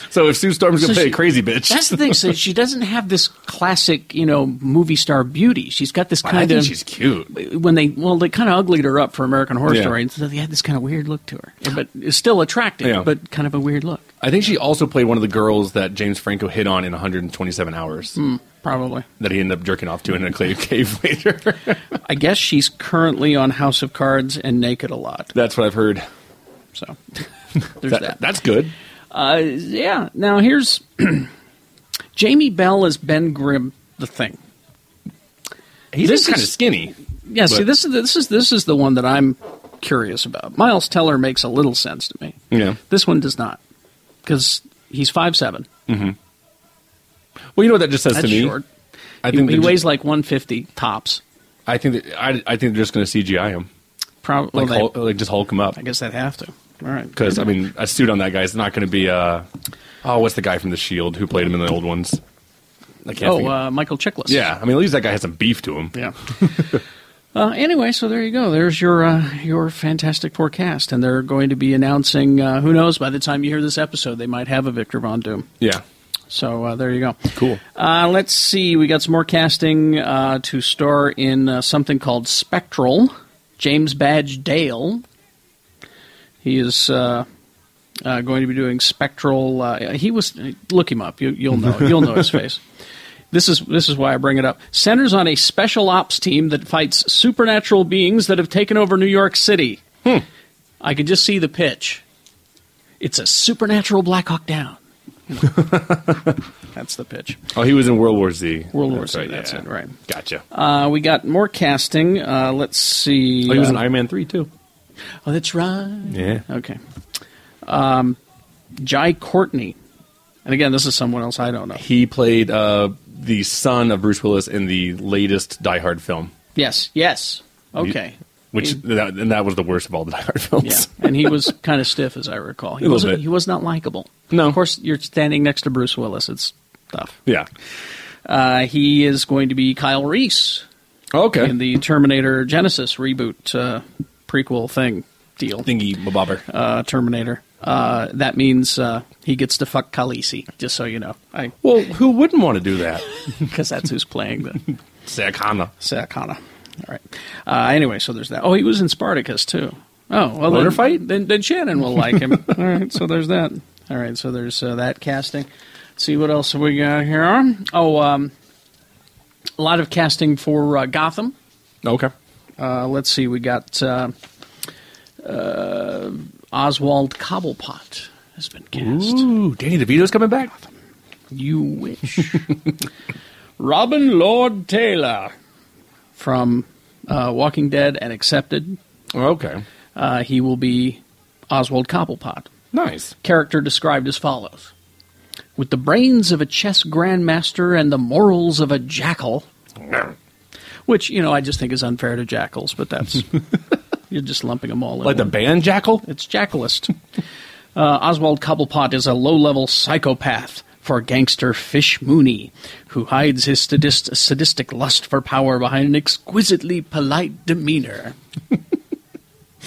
Speaker 7: so if Sue Storm's
Speaker 1: So
Speaker 7: gonna play
Speaker 1: she-
Speaker 7: a crazy bitch,
Speaker 1: That's the thing. So she doesn't have this classic, you know, movie star beauty. She's got this
Speaker 7: I
Speaker 1: kind
Speaker 7: think
Speaker 1: of.
Speaker 7: she's cute.
Speaker 1: When they well, they kind of uglied her up for American Horror
Speaker 7: Yeah.
Speaker 1: Story, and so they had this kind of weird look to her, but it's still attractive,
Speaker 7: Yeah.
Speaker 1: but kind of a weird look.
Speaker 7: I think she also played one of the girls that James Franco hit on in 127 hours
Speaker 1: Hmm, probably.
Speaker 7: that he ended up jerking off to in a clay cave [laughs] later.
Speaker 1: I guess she's currently on House of Cards and Naked a lot.
Speaker 7: That's what I've heard.
Speaker 1: So [laughs] there's that.
Speaker 7: [laughs] That's good.
Speaker 1: Uh, yeah. Now here's [clears throat] Jamie Bell as Ben Grimm, the thing.
Speaker 7: He's
Speaker 1: This
Speaker 7: kind of
Speaker 1: is-
Speaker 7: skinny.
Speaker 1: Yeah, see,
Speaker 7: But-
Speaker 1: this is this is this is the one that I'm curious about. Miles Teller makes a little sense to me.
Speaker 7: Yeah.
Speaker 1: This one does not because he's five seven.
Speaker 7: hmm Well, you know what that just says
Speaker 1: That's
Speaker 7: to me.
Speaker 1: short.
Speaker 7: I
Speaker 1: He-
Speaker 7: think
Speaker 1: he,
Speaker 7: they're
Speaker 1: weighs
Speaker 7: just-
Speaker 1: like one fifty tops.
Speaker 7: I think that, I, I think they're just going to CGI him.
Speaker 1: Probably
Speaker 7: like, Hulk, like just Hulk him up.
Speaker 1: I guess they'd have to. All right,
Speaker 7: Because I mean, a suit on that guy is not going to be. Uh, oh, what's the guy from the Shield who played him in the old ones? I can't.
Speaker 1: oh,
Speaker 7: think-
Speaker 1: uh, Michael Chiklis.
Speaker 7: yeah. I mean, at least that guy has some beef to him.
Speaker 1: Yeah. [laughs] Uh, anyway, so there you go. There's your uh, your fantastic forecast, and they're going to be announcing. Uh, who knows? By the time you hear this episode, they might have a Victor Von Doom.
Speaker 7: Yeah.
Speaker 1: So uh, there you go.
Speaker 7: Cool.
Speaker 1: Uh, let's see. We got some more casting uh, to star in uh, something called Spectral. James Badge Dale. He is uh, uh, going to be doing Spectral. Uh, he was look him up. You, you'll know. You'll know his face. This is this is why I bring it up. Centers on a special ops team that fights supernatural beings that have taken over New York City. I could just see the pitch. It's a supernatural Black Hawk Down. You know. that's the pitch.
Speaker 7: Oh, he was in World War Z.
Speaker 1: World War
Speaker 7: That's
Speaker 1: Z,
Speaker 7: right,
Speaker 1: that's it, right.
Speaker 7: Gotcha.
Speaker 1: Uh, we got more casting. Uh, let's see.
Speaker 7: Oh, he was in
Speaker 1: Uh,
Speaker 7: Iron Man 3, too.
Speaker 1: Oh, that's right.
Speaker 7: Yeah.
Speaker 1: Okay. Um, Jai Courtney. And again, this is someone else I don't know.
Speaker 7: He played uh, the son of Bruce Willis in the latest Die Hard film.
Speaker 1: Yes. Yes. Okay.
Speaker 7: Which,
Speaker 1: He-
Speaker 7: that, and that was the worst of all the [laughs] Die Hard films.
Speaker 1: Yeah, and he was kind of stiff, as I recall. He
Speaker 7: A little
Speaker 1: wasn't.
Speaker 7: bit.
Speaker 1: He was not likable. No, of course you're standing next to Bruce Willis. It's tough.
Speaker 7: [laughs] Yeah.
Speaker 1: Uh, he is going to be Kyle Reese.
Speaker 7: Okay.
Speaker 1: In the Terminator Genesis reboot uh, prequel thing deal.
Speaker 7: Thingy bobber.
Speaker 1: Uh, Terminator. Uh, that means uh, he gets to fuck Khaleesi. Just so you know. I [laughs]
Speaker 7: Well, who wouldn't want to do that?
Speaker 1: because that's who's playing the
Speaker 7: Sakana.
Speaker 1: Sakana. All right. Uh, anyway, so there's that. Oh, he was in Spartacus too. Oh, well, then,
Speaker 7: Motor
Speaker 1: fight. Then, then Shannon will like him. All right. So there's that. All right. So there's uh, that casting. See what else we got here. Oh, um, a lot of casting for uh, Gotham.
Speaker 7: Okay.
Speaker 1: Uh, let's see. We got uh, uh, Oswald Cobblepot has been cast.
Speaker 7: Ooh, Danny DeVito's coming back.
Speaker 1: You wish. [laughs] Robin Lord Taylor from uh, Walking Dead and Accepted.
Speaker 7: Okay.
Speaker 1: Uh, he will be Oswald Cobblepot.
Speaker 7: Nice.
Speaker 1: Character described as follows With the brains of a chess grandmaster and the morals of a
Speaker 7: [laughs]
Speaker 1: jackal, which, you know, I just think is unfair to jackals, but
Speaker 7: [laughs]
Speaker 1: that's. you're just lumping them all in.
Speaker 7: Like the
Speaker 1: one.
Speaker 7: band Jackal?
Speaker 1: It's Jackalist. [laughs] uh, Oswald Cobblepot is a low level psychopath for gangster Fish Mooney, who hides his sadist- sadistic lust for power behind an exquisitely polite demeanor. [laughs]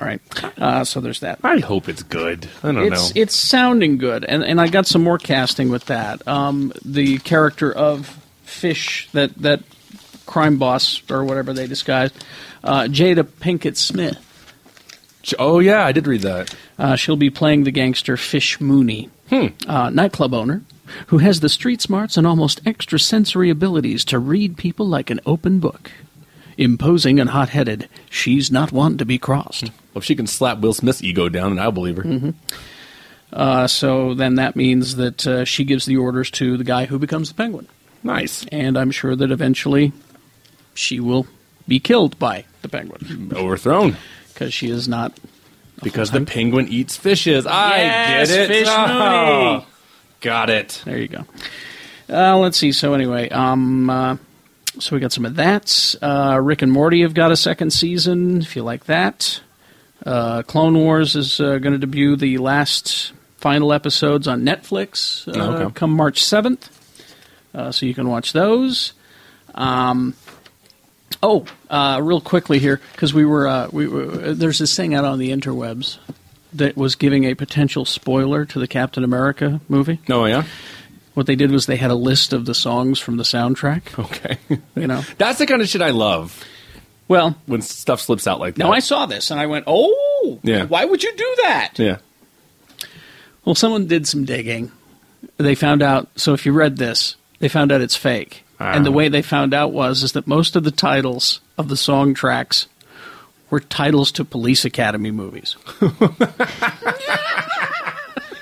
Speaker 1: All right. Uh, so there's that.
Speaker 7: I hope it's good. I don't
Speaker 1: it's,
Speaker 7: know.
Speaker 1: It's sounding good, and, and I got some more casting with that. Um, the character of Fish, that, that crime boss or whatever they disguised, uh, Jada Pinkett Smith.
Speaker 7: Oh yeah, I did read that.
Speaker 1: Uh, she'll be playing the gangster Fish Mooney,
Speaker 7: Hmm.
Speaker 1: uh, nightclub owner, who has the street smarts and almost extrasensory abilities to read people like an open book. Imposing and hot-headed, she's not one to be crossed.
Speaker 7: Well, if she can slap Will Smith's ego down, then I'll believe her.
Speaker 1: Mhm. Uh, so then that means that uh, she gives the orders to the guy who becomes the penguin.
Speaker 7: Nice.
Speaker 1: And I'm sure that eventually she will be killed by the penguin.
Speaker 7: Overthrown.
Speaker 1: Because she is not.
Speaker 7: Because the penguin eats fishes. I
Speaker 1: Yes,
Speaker 7: get it. [laughs]
Speaker 1: Fish
Speaker 7: Oh,
Speaker 1: Mooney.
Speaker 7: Got it.
Speaker 1: There you go. Uh, let's see. So anyway, um, uh, so we got some of that. Uh, Rick and Morty have got a second season. If you like that, uh, Clone Wars is uh, going to debut the last final episodes on Netflix uh,
Speaker 7: Oh, okay.
Speaker 1: come March seventh. Uh, so you can watch those. Um, oh, uh, real quickly here because we were uh, we were, there's this thing out on the interwebs that was giving a potential spoiler to the Captain America movie.
Speaker 7: Oh yeah.
Speaker 1: What they did was they had a list of the songs from the soundtrack.
Speaker 7: Okay.
Speaker 1: You know.
Speaker 7: That's the kind of shit I love.
Speaker 1: Well,
Speaker 7: when stuff slips out like that.
Speaker 1: Now I saw this and I went, "Oh,
Speaker 7: Yeah.
Speaker 1: why would you do that?"
Speaker 7: Yeah. [laughs]
Speaker 1: Well, someone did some digging. They found out. So if you read this, they found out it's fake.
Speaker 7: Ah.
Speaker 1: And the way they found out was is that most of the titles of the song tracks were titles to police academy movies.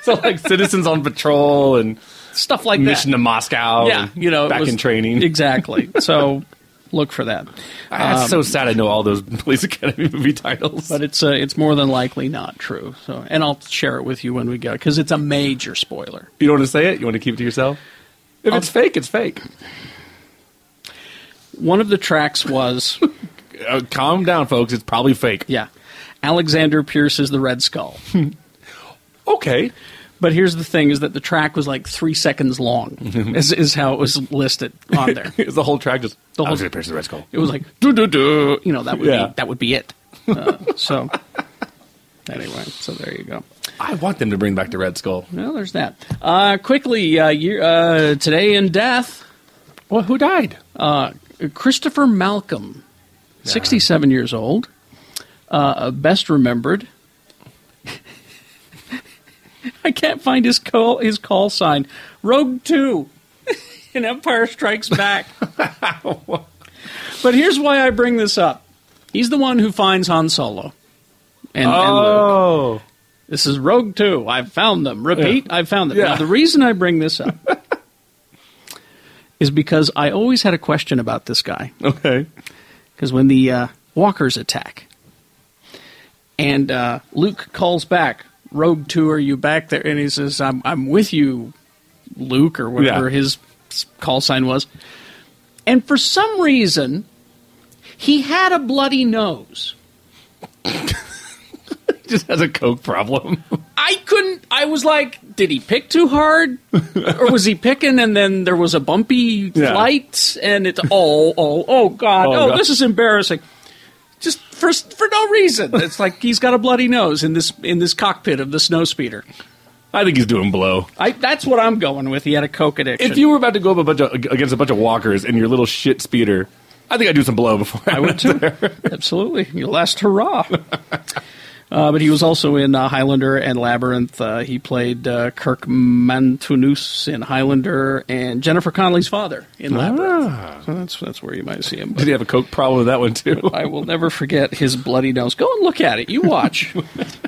Speaker 7: So like citizens on patrol and
Speaker 1: stuff like
Speaker 7: mission
Speaker 1: that.
Speaker 7: to Moscow.
Speaker 1: yeah,
Speaker 7: and
Speaker 1: you know, it
Speaker 7: back
Speaker 1: was-
Speaker 7: in training.
Speaker 1: exactly.
Speaker 7: [laughs]
Speaker 1: So look for that.
Speaker 7: That's
Speaker 1: Um,
Speaker 7: ah, so sad. I know all those [laughs] police academy movie titles.
Speaker 1: But it's uh, it's more than likely not true. So, and I'll share it with you when we go because it's a major spoiler.
Speaker 7: you don't want to say it. You want to keep it to yourself. If it's fake, it's fake.
Speaker 1: One of the tracks was.
Speaker 7: Uh, calm down, folks. It's probably fake.
Speaker 1: Yeah. Alexander Pierce is the Red Skull.
Speaker 7: okay.
Speaker 1: But here's the thing: is that the track was like three seconds long. is, is how it was listed on there.
Speaker 7: Is the whole track just
Speaker 1: The whole-
Speaker 7: Alexander Pierce and the Red Skull?
Speaker 1: It was like do do do. You know that would
Speaker 7: Yeah.
Speaker 1: be that would be it. Uh, so anyway, so there you go.
Speaker 7: I want them to bring back the Red Skull.
Speaker 1: Well, there's that. Uh, quickly, uh, year, uh, today in death.
Speaker 7: Well, who died?
Speaker 1: Uh, Christopher Malcolm, 67 years old, uh, best remembered. [laughs] I can't find his call his call sign. Rogue Two. [laughs] in Empire Strikes Back. but here's why I bring this up. He's the one who finds Han Solo. And, oh. and Luke. This is Rogue 2. I found them. Repeat, I found them.
Speaker 10: Yeah.
Speaker 1: Now, the reason I bring this up is because I always had a question about this guy.
Speaker 7: Okay.
Speaker 1: Because when the uh, walkers attack, and uh, Luke calls back, Rogue Two, are you back there? And he says, I'm, I'm with you, Luke, or whatever
Speaker 10: Yeah.
Speaker 1: his s- call sign was. And for some reason, he had a bloody nose.
Speaker 7: just has a coke problem. [laughs]
Speaker 1: I couldn't. I was like, did he pick
Speaker 10: [laughs]
Speaker 1: too hard, or was he picking and then there was a bumpy
Speaker 10: Yeah.
Speaker 1: flight and it's oh oh oh god
Speaker 10: Oh,
Speaker 1: oh,
Speaker 10: God.
Speaker 1: this is embarrassing. Just for for no reason. It's like he's got a bloody nose in this in this cockpit of the snowspeeder.
Speaker 7: I think he's doing blow.
Speaker 1: I that's what I'm going with. He had a coke addiction.
Speaker 7: If you were about to go up a bunch of, against a bunch of walkers in your little shit speeder, I think I'd do some blow before I, went to
Speaker 1: Absolutely. Your last
Speaker 10: [laughs]
Speaker 1: hurrah. Uh, but he was also in uh, Highlander and Labyrinth. Uh, he played uh, Kirk Mantunus in Highlander and Jennifer Connelly's father
Speaker 10: Ah.
Speaker 1: in Labyrinth. So that's that's where you might see
Speaker 10: [laughs]
Speaker 1: him.
Speaker 7: Did he have a coke problem with that one too?
Speaker 1: I will never forget his bloody nose. Go and look at it. You
Speaker 10: [laughs]
Speaker 1: watch.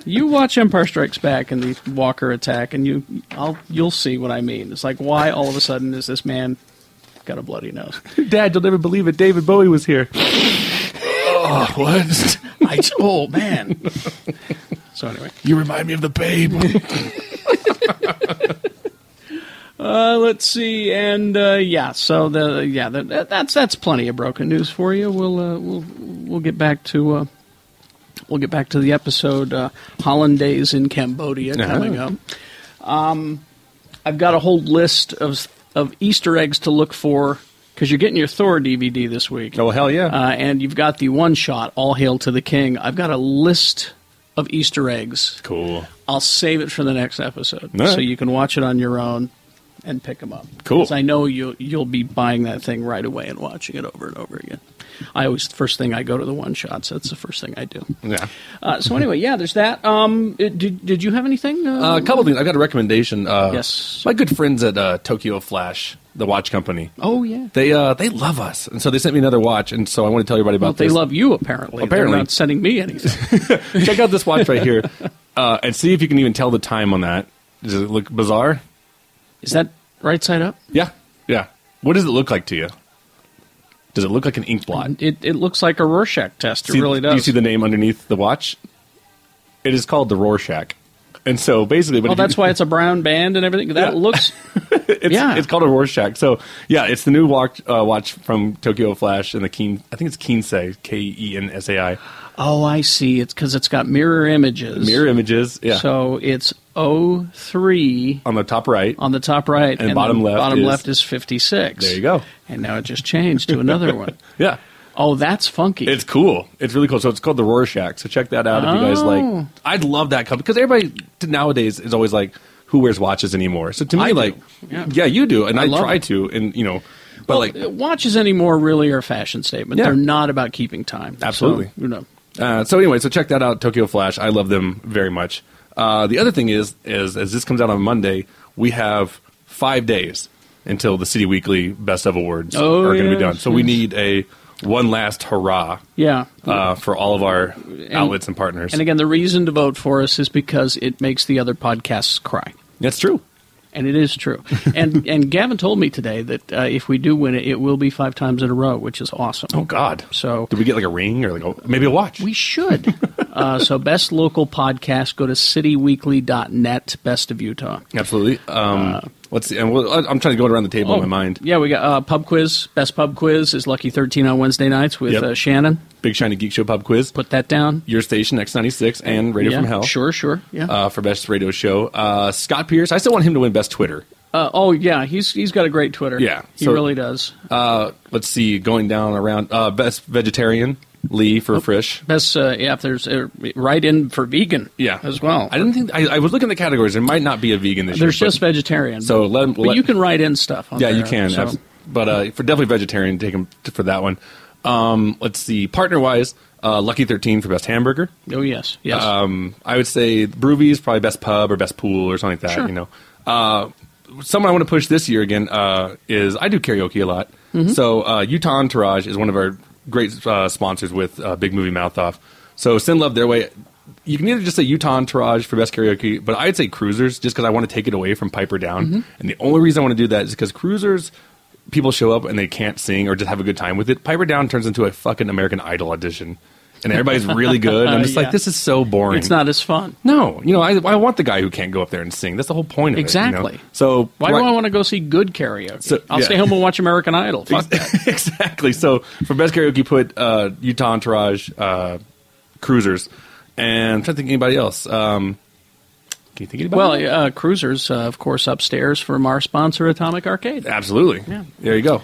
Speaker 1: you watch Empire Strikes Back and the Walker attack, and you I'll you'll see what I mean. It's like why all of a sudden is this man got a bloody nose?
Speaker 10: [laughs] Dad, you'll never believe it. David Bowie was here.
Speaker 1: [laughs] oh, what? I, oh
Speaker 10: [laughs]
Speaker 1: man. So anyway,
Speaker 7: you remind me of the babe.
Speaker 1: Uh, let's see, and uh, yeah, so the yeah, the, that's that's plenty of broken news for you. We'll uh, we'll we'll get back to uh, we'll get back to the episode uh, Hollandaise in Cambodia
Speaker 10: Uh-huh.
Speaker 1: coming up. Um, I've got a whole list of of Easter eggs to look for because you're getting your Thor DVD this week.
Speaker 5: Oh, hell yeah.
Speaker 1: Uh, and you've got the one shot All Hail to the King. I've got a list of Easter eggs.
Speaker 7: Cool.
Speaker 1: I'll save it for the next episode
Speaker 10: All right.
Speaker 1: so you can watch it on your own and pick them up.
Speaker 10: Cool.
Speaker 1: 'Cause I know you you'll be buying that thing right away and watching it over and over again. I always first thing I go to the one shots. That's the first thing I do.
Speaker 7: Yeah.
Speaker 1: Uh, so anyway, yeah, there's that. Um, it- did did you have anything?
Speaker 7: Uh, a couple things. I've got a recommendation. Uh,
Speaker 1: Yes.
Speaker 7: My good friends at uh, Tokyo Flash, the watch company,
Speaker 1: Oh yeah.
Speaker 7: they uh, they love us. And so they sent me another watch. And so I want to tell everybody about
Speaker 1: Well, they
Speaker 7: this.
Speaker 1: love you apparently. They're
Speaker 7: Apparently.
Speaker 1: not sending me
Speaker 7: [laughs]
Speaker 1: anything.
Speaker 7: Check out this watch right here
Speaker 1: [laughs]
Speaker 7: uh, and see if you can even tell the time on that. Does it look bizarre?
Speaker 1: Is that right side up?
Speaker 7: Yeah. Yeah. What does it look like to you? Does it look like an ink blot?
Speaker 1: It it looks like a Rorschach test. It
Speaker 7: See-
Speaker 1: really does.
Speaker 7: Do you see the name underneath the watch? It is called the Rorschach. And so basically, but
Speaker 1: well,
Speaker 7: if you-
Speaker 1: that's why it's a brown band and everything. That
Speaker 7: [laughs]
Speaker 1: looks
Speaker 7: it's, it's called a Rorschach. So yeah, it's the new watch uh, watch from Tokyo Flash and the Keen. I think it's Keensai, K E N S A I.
Speaker 1: Oh, I see. It's because it's got mirror images.
Speaker 7: Mirror images. Yeah.
Speaker 1: So it's 03
Speaker 7: on the top right.
Speaker 1: On the top right.
Speaker 7: And bottom
Speaker 1: the
Speaker 7: left
Speaker 1: Bottom
Speaker 7: is-
Speaker 1: left is 56.
Speaker 7: There you go.
Speaker 1: And now it just changed to
Speaker 7: [laughs]
Speaker 1: another one.
Speaker 7: yeah.
Speaker 1: Oh, that's funky.
Speaker 7: It's cool. It's really cool. So it's called the Rorschach. So check that out if you guys
Speaker 1: Oh.
Speaker 7: like. I'd love that company because everybody t- nowadays is always like, who wears watches anymore? So to me,
Speaker 1: I do.
Speaker 7: like,
Speaker 1: Yeah.
Speaker 7: yeah. you do, and
Speaker 1: I
Speaker 7: I,
Speaker 1: love
Speaker 7: try
Speaker 1: it.
Speaker 7: to, and you know, but like,
Speaker 1: Watches anymore really are a fashion statement.
Speaker 7: Yeah.
Speaker 1: They're not about keeping time.
Speaker 7: Absolutely.
Speaker 1: So, you know.
Speaker 7: Uh, so anyway, so check that out, Tokyo Flash. I love them very much. Uh, the other thing is, is as this comes out on Monday, we have five days until the City Weekly Best of Awards
Speaker 1: Oh,
Speaker 7: are going to
Speaker 1: yes,
Speaker 7: be done. So we
Speaker 1: yes.
Speaker 7: need a one last hurrah
Speaker 1: Yeah.
Speaker 7: uh, for all of our outlets and partners.
Speaker 1: And again, the reason to vote for us is because it makes the other podcasts cry.
Speaker 7: That's true.
Speaker 1: And it is
Speaker 7: [laughs]
Speaker 1: true. and and Gavin told me today that uh, if we do win it, it will be five times in a row, which is awesome.
Speaker 7: Oh God!
Speaker 1: So
Speaker 7: did we get like a ring or like a, maybe a watch?
Speaker 1: We should. uh, so best local podcast. Go to cityweekly.net. Best of Utah.
Speaker 7: Absolutely.
Speaker 1: Uh,
Speaker 7: Um, let's see. And we'll, I- I'm trying to go around the table in my mind.
Speaker 1: Yeah, we got uh, pub quiz. Best pub quiz is Lucky Thirteen on Wednesday nights with
Speaker 7: Yep.
Speaker 1: uh, Shannon.
Speaker 7: Big Shiny Geek Show Pub Quiz.
Speaker 1: Put that down.
Speaker 7: Your station X96 and Radio
Speaker 1: Yeah,
Speaker 7: from Hell.
Speaker 1: Sure, sure. Yeah.
Speaker 7: uh, for best radio show. Uh, Scott Pierce, I still want him to win best Twitter.
Speaker 1: Uh, oh yeah, he's he's got a great Twitter.
Speaker 7: Yeah,
Speaker 1: he
Speaker 7: so-
Speaker 1: really does.
Speaker 7: Uh, let's see, going down around uh, best vegetarian Lee
Speaker 1: Oh.
Speaker 7: for Frisch.
Speaker 1: Best uh, yeah, if there's uh, right in for vegan.
Speaker 7: Yeah,
Speaker 1: as well.
Speaker 7: I didn't think I, I was looking at the categories. There might not be a vegan this year.
Speaker 1: There's just
Speaker 7: but,
Speaker 1: vegetarian.
Speaker 7: so let him.
Speaker 1: but you can write in stuff. On
Speaker 7: yeah, you
Speaker 1: there,
Speaker 7: can.
Speaker 1: so-
Speaker 7: abs- But uh, for definitely vegetarian, take him t- for that one. Um, let's see, partner wise, uh, Lucky Thirteen for best hamburger.
Speaker 1: Oh yes, yes.
Speaker 7: Uh, Um, I would say Broovies probably best pub or best pool or something like that.
Speaker 1: Sure.
Speaker 7: You know, uh, someone I want to push this year again uh, is I do karaoke a lot.
Speaker 1: Mm-hmm.
Speaker 12: Mhm.
Speaker 7: So uh, Utah Entourage is one of our great uh, sponsors with uh, Big Movie Mouth Off. So send love their way. You can either just say Utah Entourage for best karaoke, but I'd say Cruisers just because I want to take it away from Piper Down.
Speaker 1: Mm-hmm.
Speaker 12: Mhm.
Speaker 7: And the only reason I want to do that is because Cruisers people show up and they can't sing or just have a good time with it. Piper Down turns into a fucking American Idol audition. And everybody's
Speaker 1: [laughs]
Speaker 7: really good. And I'm just
Speaker 1: Yeah.
Speaker 7: like, this is so boring.
Speaker 1: It's not as fun.
Speaker 7: No, you know, I, I want the guy who can't go up there and sing. That's the whole point of it.
Speaker 1: Exactly.
Speaker 7: you know? So
Speaker 1: Why
Speaker 7: right-
Speaker 1: do I want to go see good karaoke?
Speaker 7: So-
Speaker 1: I'll
Speaker 7: yeah.
Speaker 1: stay home and watch American Idol.
Speaker 7: [laughs]
Speaker 1: Fuck that.
Speaker 7: exactly. So for best karaoke, put uh, Utah Entourage, uh, Cruisers, and I'm trying to think of anybody else. Um, can you think of anybody?
Speaker 1: Well, uh, Cruisers, uh, of course, upstairs from our sponsor, Atomic Arcade.
Speaker 7: absolutely.
Speaker 1: Yeah.
Speaker 7: There you go.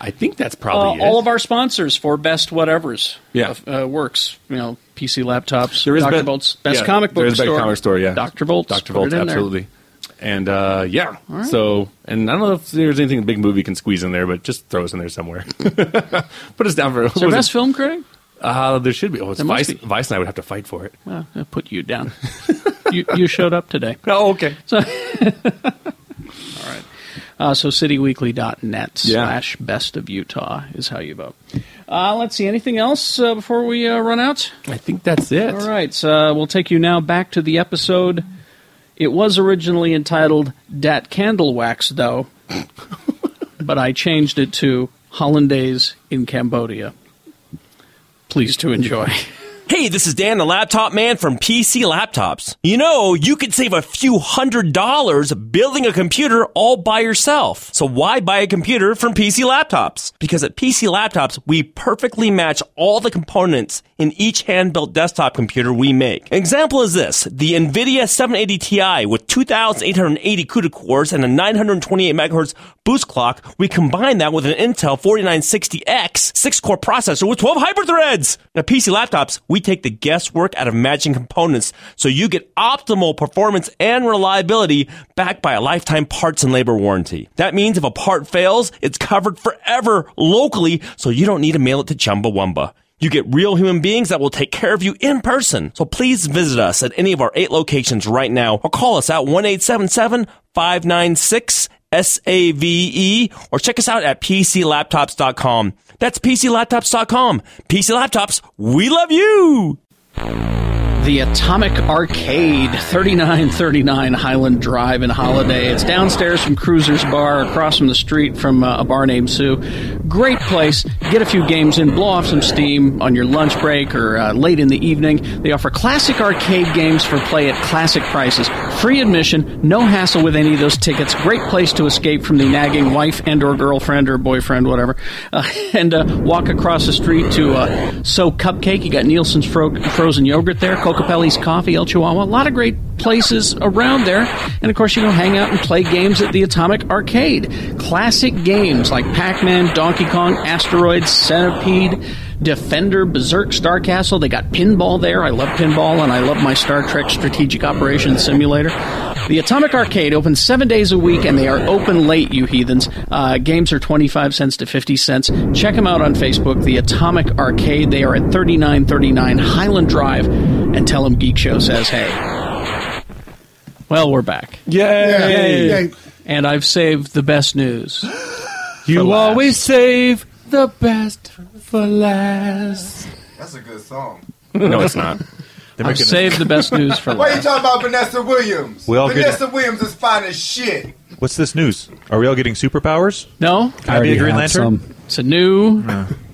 Speaker 7: I think that's probably
Speaker 1: Uh,
Speaker 7: it.
Speaker 1: all of our sponsors for best whatever's
Speaker 7: Yeah.
Speaker 1: uh, works. You know, PC laptops.
Speaker 7: There is
Speaker 1: Dr.
Speaker 7: be-
Speaker 1: Bolt's best
Speaker 7: yeah,
Speaker 1: comic book
Speaker 7: there is best
Speaker 1: store.
Speaker 7: comic store, yeah.
Speaker 1: Dr. Bolt's. Put
Speaker 7: Dr.
Speaker 1: it
Speaker 7: Volt,
Speaker 1: in there.
Speaker 7: absolutely. And uh, yeah,
Speaker 1: All right.
Speaker 7: so and I don't know if there's anything a big movie can squeeze in there, but just throw us in there somewhere. [laughs] Put us down for
Speaker 1: Is there best film critic?
Speaker 7: Uh, there should be. Oh, it's
Speaker 1: There must
Speaker 7: Vice, Vice and I would have to fight for it.
Speaker 1: Well, I put you
Speaker 7: [laughs]
Speaker 1: down. you, you showed up today.
Speaker 7: Oh, okay.
Speaker 1: So, all right. Uh, so cityweekly.net
Speaker 7: Yeah.
Speaker 1: slash best of Utah is how you vote. Uh, let's see. Anything else uh, before we uh, run out?
Speaker 7: I think that's it.
Speaker 1: All right. So uh, we'll take you now back to the episode. It was originally entitled Dat Candle Wax, though, but I changed it to Hollandaise in Cambodia. Please to enjoy.
Speaker 13: Hey, this is Dan, the laptop man from PC Laptops. You know, you could save a few hundred dollars building a computer all by yourself. So why buy a computer from PC Laptops? Because at PC Laptops, we perfectly match all the components in each hand-built desktop computer we make. An example is this, the NVIDIA 780 Ti with 2,880 CUDA cores and a 928 megahertz boost clock. We combine that with an Intel 4960X 6-core processor with 12 hyperthreads. Now, PC laptops, we take the guesswork out of matching components so you get optimal performance and reliability backed by a lifetime parts and labor warranty. That means if a part fails, it's covered forever locally so you don't need to mail it to Chumbawamba. You get real human beings that will take care of you in person. So please visit us at any of our eight locations right now or call us at 1 877 596 SAVE E, or check us out at PCLaptops.com. That's PCLaptops.com. PC Laptops, we love you!
Speaker 1: The Atomic Arcade, 3939 Highland Drive in Holiday. It's downstairs from Cruiser's Bar, across from the street from uh, a bar named Sue. Great place. Get a few games in, blow off some steam on your lunch break or uh, late in the evening. They offer classic arcade games for play at classic prices. Free admission, no hassle with any of those tickets. Great place to escape from the nagging wife and or girlfriend or boyfriend, whatever, [laughs] uh, and uh, walk across the street to uh, So Cupcake. You got Nielsen's fro- frozen yogurt there, Cocopelli's coffee, El Chihuahua. A lot of great places around there, and of course you can hang out and play games at the Atomic Arcade. Classic games like Pac-Man, Donkey Kong, Asteroids, Centipede. Defender, Berserk, Star Castle. They got pinball there. I love pinball, and I love my Star Trek Strategic Operations Simulator. The Atomic Arcade opens seven days a week, and they are open late, you heathens. Uh, games are 25 cents to 50 cents. Check them out on Facebook, The Atomic Arcade. They are at 3939 Highland Drive, and tell them Geek Show says hey. Well, we're back.
Speaker 8: Yay! Yay.
Speaker 1: And I've saved the best news.
Speaker 10: You always
Speaker 1: save
Speaker 10: the best for last.
Speaker 9: That's a good song.
Speaker 7: No, it's not.
Speaker 1: I've saved the best news for
Speaker 9: Why are you
Speaker 1: last.
Speaker 9: talking about Vanessa Williams?
Speaker 5: We all get
Speaker 9: Vanessa Williams is fine as shit.
Speaker 5: What's this news? Are we all getting superpowers?
Speaker 1: No.
Speaker 5: Can I, be a Green Lantern?
Speaker 1: It's a new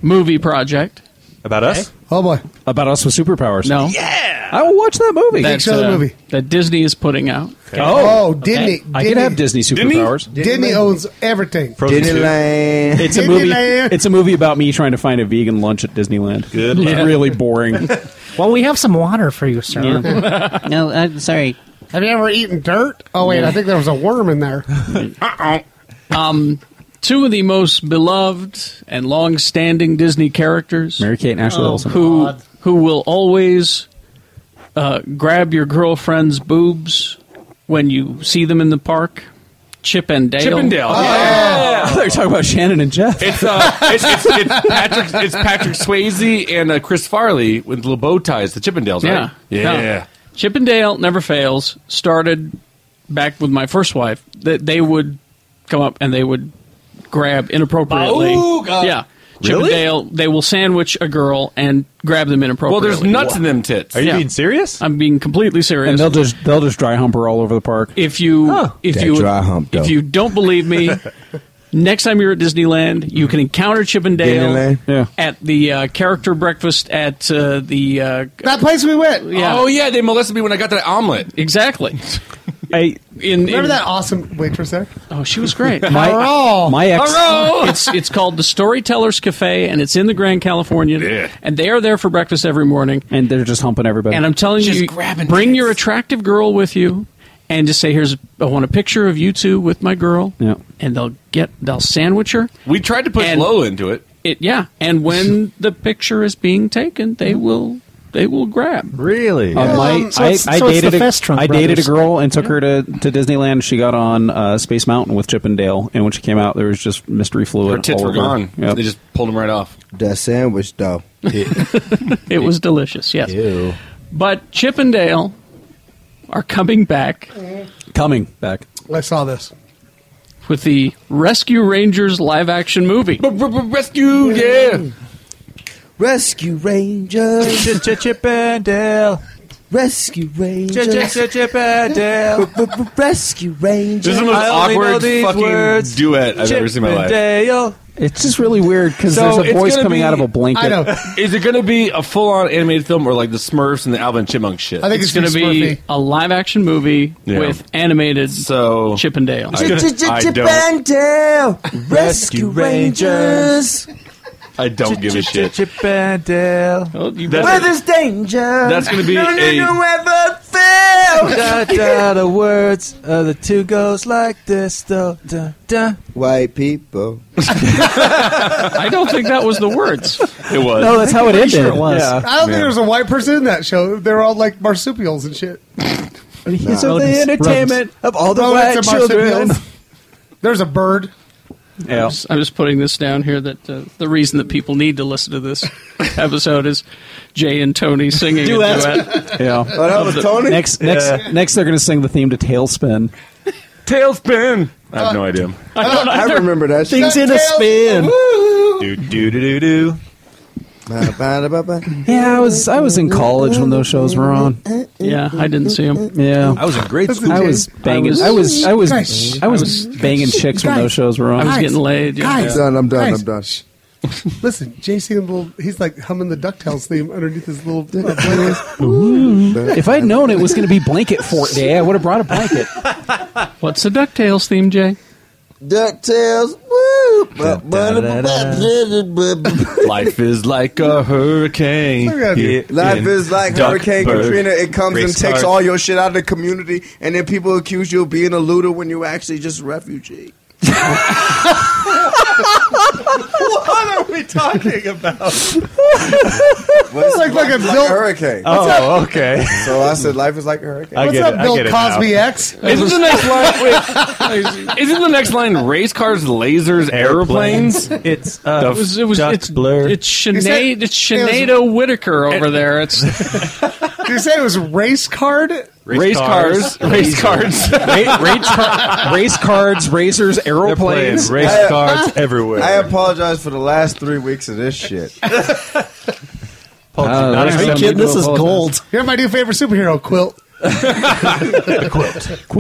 Speaker 1: movie project.
Speaker 5: About us?
Speaker 8: Oh boy!
Speaker 2: About us with superpowers?
Speaker 1: No.
Speaker 5: Yeah.
Speaker 2: I will watch that movie.
Speaker 1: That's, uh, that Disney is putting out.
Speaker 8: Oh, Disney!
Speaker 2: I could have Disney superpowers.
Speaker 8: Disney, owns everything.
Speaker 2: Disneyland. It's a movie.
Speaker 8: Disneyland.
Speaker 2: It's a movie about me trying to find a vegan lunch at Disneyland. Good. It's
Speaker 14: luck.
Speaker 2: really boring.
Speaker 14: Well, we have some water for you, sir.
Speaker 6: [laughs]
Speaker 8: no, I'm sorry. Have you ever eaten dirt? Oh wait, I think there was a worm in there.
Speaker 1: Um, two of the most beloved and long-standing Disney characters, Mary
Speaker 2: Kate and Ashley Olsen.
Speaker 1: [laughs] who who will always uh, grab your girlfriend's boobs when you see them in the park. Chip and Dale.
Speaker 7: Chip and Dale.
Speaker 2: I thought you were talking about Shannon and Jeff.
Speaker 7: It's uh, it's, it's, it's Patrick, it's Patrick Swayze and uh, Chris Farley with little bow ties, the Chippendales, right?
Speaker 1: Yeah.
Speaker 7: yeah.
Speaker 1: No. Chip and Dale never fails. Started back with my first wife, that they would come up and they would grab inappropriately.
Speaker 7: Bauga!
Speaker 1: Yeah. Chip
Speaker 7: Really?
Speaker 1: and Dale, they will sandwich a girl and grab them
Speaker 7: Well,
Speaker 1: inappropriately.
Speaker 7: there's nuts in them tits.
Speaker 1: serious? I'm being completely serious.
Speaker 2: And they'll just they'll just dry hump her all over the park.
Speaker 1: If you if
Speaker 2: That
Speaker 1: you
Speaker 2: dry hump,
Speaker 1: if
Speaker 2: though.
Speaker 1: you don't believe
Speaker 2: [laughs]
Speaker 1: me, next time you're at Disneyland, you can encounter Chip and Dale
Speaker 2: Disneyland? Yeah.
Speaker 1: at the uh, character breakfast at uh, the uh,
Speaker 7: That place we went.
Speaker 1: Yeah.
Speaker 7: Oh yeah, they molested me when I got that omelet.
Speaker 1: Exactly.
Speaker 2: I
Speaker 1: in,
Speaker 8: Remember
Speaker 1: in-
Speaker 8: that awesome waitress there?
Speaker 1: Oh, she was great.
Speaker 8: My, Hurrah!
Speaker 2: my ex-
Speaker 8: Hurrah!
Speaker 1: it's it's called the Storytellers Cafe, and it's in the Grand Californian. And they are there for breakfast every morning.
Speaker 2: And they're just humping everybody.
Speaker 1: And I'm telling
Speaker 2: Just
Speaker 1: you,
Speaker 2: grabbing
Speaker 1: bring your attractive girl with you, and just say, "Here's I want a picture of you two with my girl."
Speaker 2: Yeah.
Speaker 1: And they'll get they'll sandwich her.
Speaker 7: We tried to put
Speaker 1: And-
Speaker 7: low into it.
Speaker 1: It yeah. And when the picture is being taken, they will they will grab.
Speaker 2: Really?
Speaker 1: Yeah.
Speaker 2: Uh, my,
Speaker 1: Um, so
Speaker 2: I,
Speaker 1: it's-
Speaker 2: I
Speaker 1: so it's
Speaker 2: dated
Speaker 1: the
Speaker 2: a,
Speaker 1: Fest Trunk
Speaker 2: I dated a
Speaker 1: Brothers.
Speaker 2: girl and took her to, to Disneyland. She got on uh, Space Mountain with Chip and Dale, and when she came out, there was just mystery fluid.
Speaker 7: Her tits
Speaker 2: all
Speaker 7: were
Speaker 2: over.
Speaker 7: gone. They just pulled them right off.
Speaker 9: That sandwich, though. [laughs]
Speaker 1: It was delicious. Yes. But Chip and Dale are coming back
Speaker 2: coming back
Speaker 8: I saw this.
Speaker 1: with the Rescue Rangers live action movie.
Speaker 7: Rescue, yeah.
Speaker 11: Rescue Rangers.
Speaker 5: Chip and Dale.
Speaker 11: Rescue Rangers.
Speaker 5: Chip
Speaker 9: [laughs]
Speaker 5: and Dale.
Speaker 11: Rescue Rangers.
Speaker 5: This is the most I only know awkward these fucking words.
Speaker 7: duet I've ever seen in my life.
Speaker 2: It's just really weird because
Speaker 7: So
Speaker 2: there's a
Speaker 7: it's
Speaker 2: voice
Speaker 7: gonna
Speaker 2: coming
Speaker 7: be-
Speaker 2: out of a blanket.
Speaker 7: Is it going to be a full-on animated film or like the Smurfs and the Alvin Chipmunk shit?
Speaker 1: it's, going to be a live action movie
Speaker 7: Yeah.
Speaker 1: with animated so, Chip and Dale.
Speaker 7: I- I don't,
Speaker 11: Dale. Rescue
Speaker 7: Rangers.
Speaker 11: Rangers.
Speaker 7: I don't give a shit.
Speaker 5: Chip and Dale.
Speaker 1: Oh,
Speaker 11: Where
Speaker 9: [laughs]
Speaker 11: there's danger.
Speaker 7: that's gonna be
Speaker 11: no, no,
Speaker 7: a-
Speaker 11: no, ever fail.
Speaker 9: [laughs]
Speaker 11: [laughs]
Speaker 5: da, da, the words of the two goes like this, though. Da, da.
Speaker 9: White people.
Speaker 1: I don't think that was the words.
Speaker 7: It was.
Speaker 2: No, that's how it ended.
Speaker 8: I don't think there was a white person in that show. They were all like marsupials and shit.
Speaker 5: He's
Speaker 6: Oh,
Speaker 5: of the entertainment Um, of all the
Speaker 8: Rodents
Speaker 5: white
Speaker 8: and marsupials.
Speaker 5: children.
Speaker 8: There's a bird.
Speaker 1: I'm, just, I'm just putting this down here that uh, the reason that people need to listen to this episode is Jay and Tony singing a
Speaker 2: Duet.
Speaker 1: duet.
Speaker 2: Yeah.
Speaker 1: Oh, that was Tony?
Speaker 2: Next, next,
Speaker 1: Yeah.
Speaker 2: next, they're going to sing the theme to Tailspin.
Speaker 7: Tailspin. I have no idea.
Speaker 1: I, don't
Speaker 9: I
Speaker 1: either.
Speaker 9: remember that.
Speaker 2: Things
Speaker 9: shit.
Speaker 2: in a spin.
Speaker 5: [laughs]
Speaker 7: Do do do do do.
Speaker 2: Yeah, I was I was in college when those shows were on.
Speaker 1: Yeah, I didn't see them.
Speaker 2: Yeah,
Speaker 7: I was in grade
Speaker 2: I was banging. I was I was I was,
Speaker 8: Guys.
Speaker 2: banging chicks when those shows were on.
Speaker 1: I was
Speaker 8: Guys.
Speaker 1: getting laid. Yeah.
Speaker 9: I'm
Speaker 8: Guys.
Speaker 9: done. I'm done.
Speaker 8: Guys.
Speaker 9: I'm done.
Speaker 8: Listen, JC, little, he's like humming the DuckTales theme underneath his little. Uh, playlist.
Speaker 2: If I'd known it was going to be blanket fort day, I would have brought a blanket.
Speaker 1: What's the DuckTales theme, Jay?
Speaker 9: Ducktales. Woo!
Speaker 7: Life is like a hurricane. here
Speaker 9: Life
Speaker 7: in
Speaker 9: is like Hurricane
Speaker 7: Duckburg.
Speaker 9: Katrina. It comes and
Speaker 7: Race
Speaker 9: takes
Speaker 7: cars.
Speaker 9: all your shit out of the community, and then people accuse you of being a looter when you're actually just a refugee.
Speaker 5: What are we talking about?
Speaker 9: What's
Speaker 8: like
Speaker 9: life is
Speaker 8: fucking
Speaker 9: like
Speaker 8: Bill-
Speaker 9: a hurricane.
Speaker 5: Oh, okay.
Speaker 9: So I said, life is like a hurricane.
Speaker 5: I
Speaker 8: What's
Speaker 5: get
Speaker 8: up,
Speaker 5: it. I
Speaker 8: Bill
Speaker 5: get it now.
Speaker 8: Cosby X?
Speaker 7: Isn't the next line? [laughs] Wait, isn't the next line race cars, lasers, airplanes?
Speaker 5: It's uh,
Speaker 7: The
Speaker 1: It was, it was,
Speaker 5: Duck
Speaker 1: it's
Speaker 5: Blur.
Speaker 1: It's
Speaker 8: Is that-
Speaker 1: Sinead, it's
Speaker 8: it was-
Speaker 1: Sinead Whitaker over there. It's
Speaker 8: Did you say it was race card?
Speaker 7: Race, cars, race cars.
Speaker 2: Ra- race, car- race cards, razors, aeroplanes.
Speaker 5: race [laughs] cards everywhere.
Speaker 9: I apologize for the last three weeks of this shit.
Speaker 2: Uh,
Speaker 5: Not
Speaker 2: there's
Speaker 5: a-
Speaker 2: some
Speaker 6: Kid,
Speaker 2: people
Speaker 6: this is
Speaker 2: apologize.
Speaker 6: gold.
Speaker 8: You're my new favorite superhero, Quilt.
Speaker 7: I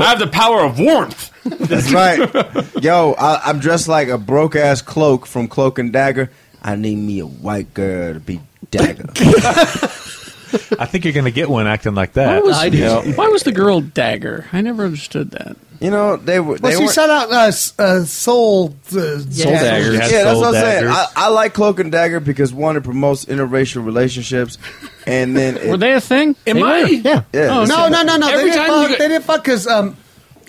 Speaker 7: have the power of warmth.
Speaker 9: That's right. Yo, I, I'm dressed like a broke ass cloak from Cloak and Dagger. I need me a white girl to be Dagger.
Speaker 5: I think you're going to get one acting like that.
Speaker 1: Why was- Why was the girl dagger? I never understood that.
Speaker 9: You know they were. They
Speaker 8: Well, she
Speaker 9: weren't-
Speaker 8: shot out uh, s- uh, Soul.
Speaker 5: Soul
Speaker 8: Uh,
Speaker 5: Dagger.
Speaker 9: Yeah,
Speaker 5: Had
Speaker 9: that's
Speaker 5: soul
Speaker 9: what I'm saying.
Speaker 5: daggers.
Speaker 9: I, I like Cloak and Dagger because one, it promotes interracial relationships, and then
Speaker 1: [laughs]
Speaker 9: it,
Speaker 1: Were they a thing?
Speaker 7: Am
Speaker 1: They
Speaker 7: I?
Speaker 1: were?
Speaker 8: Yeah.
Speaker 9: Yeah.
Speaker 8: Oh, no, no, no, no. they,
Speaker 7: Every
Speaker 8: didn't
Speaker 7: time you
Speaker 8: fuck,
Speaker 7: get-
Speaker 8: they didn't fuck because um,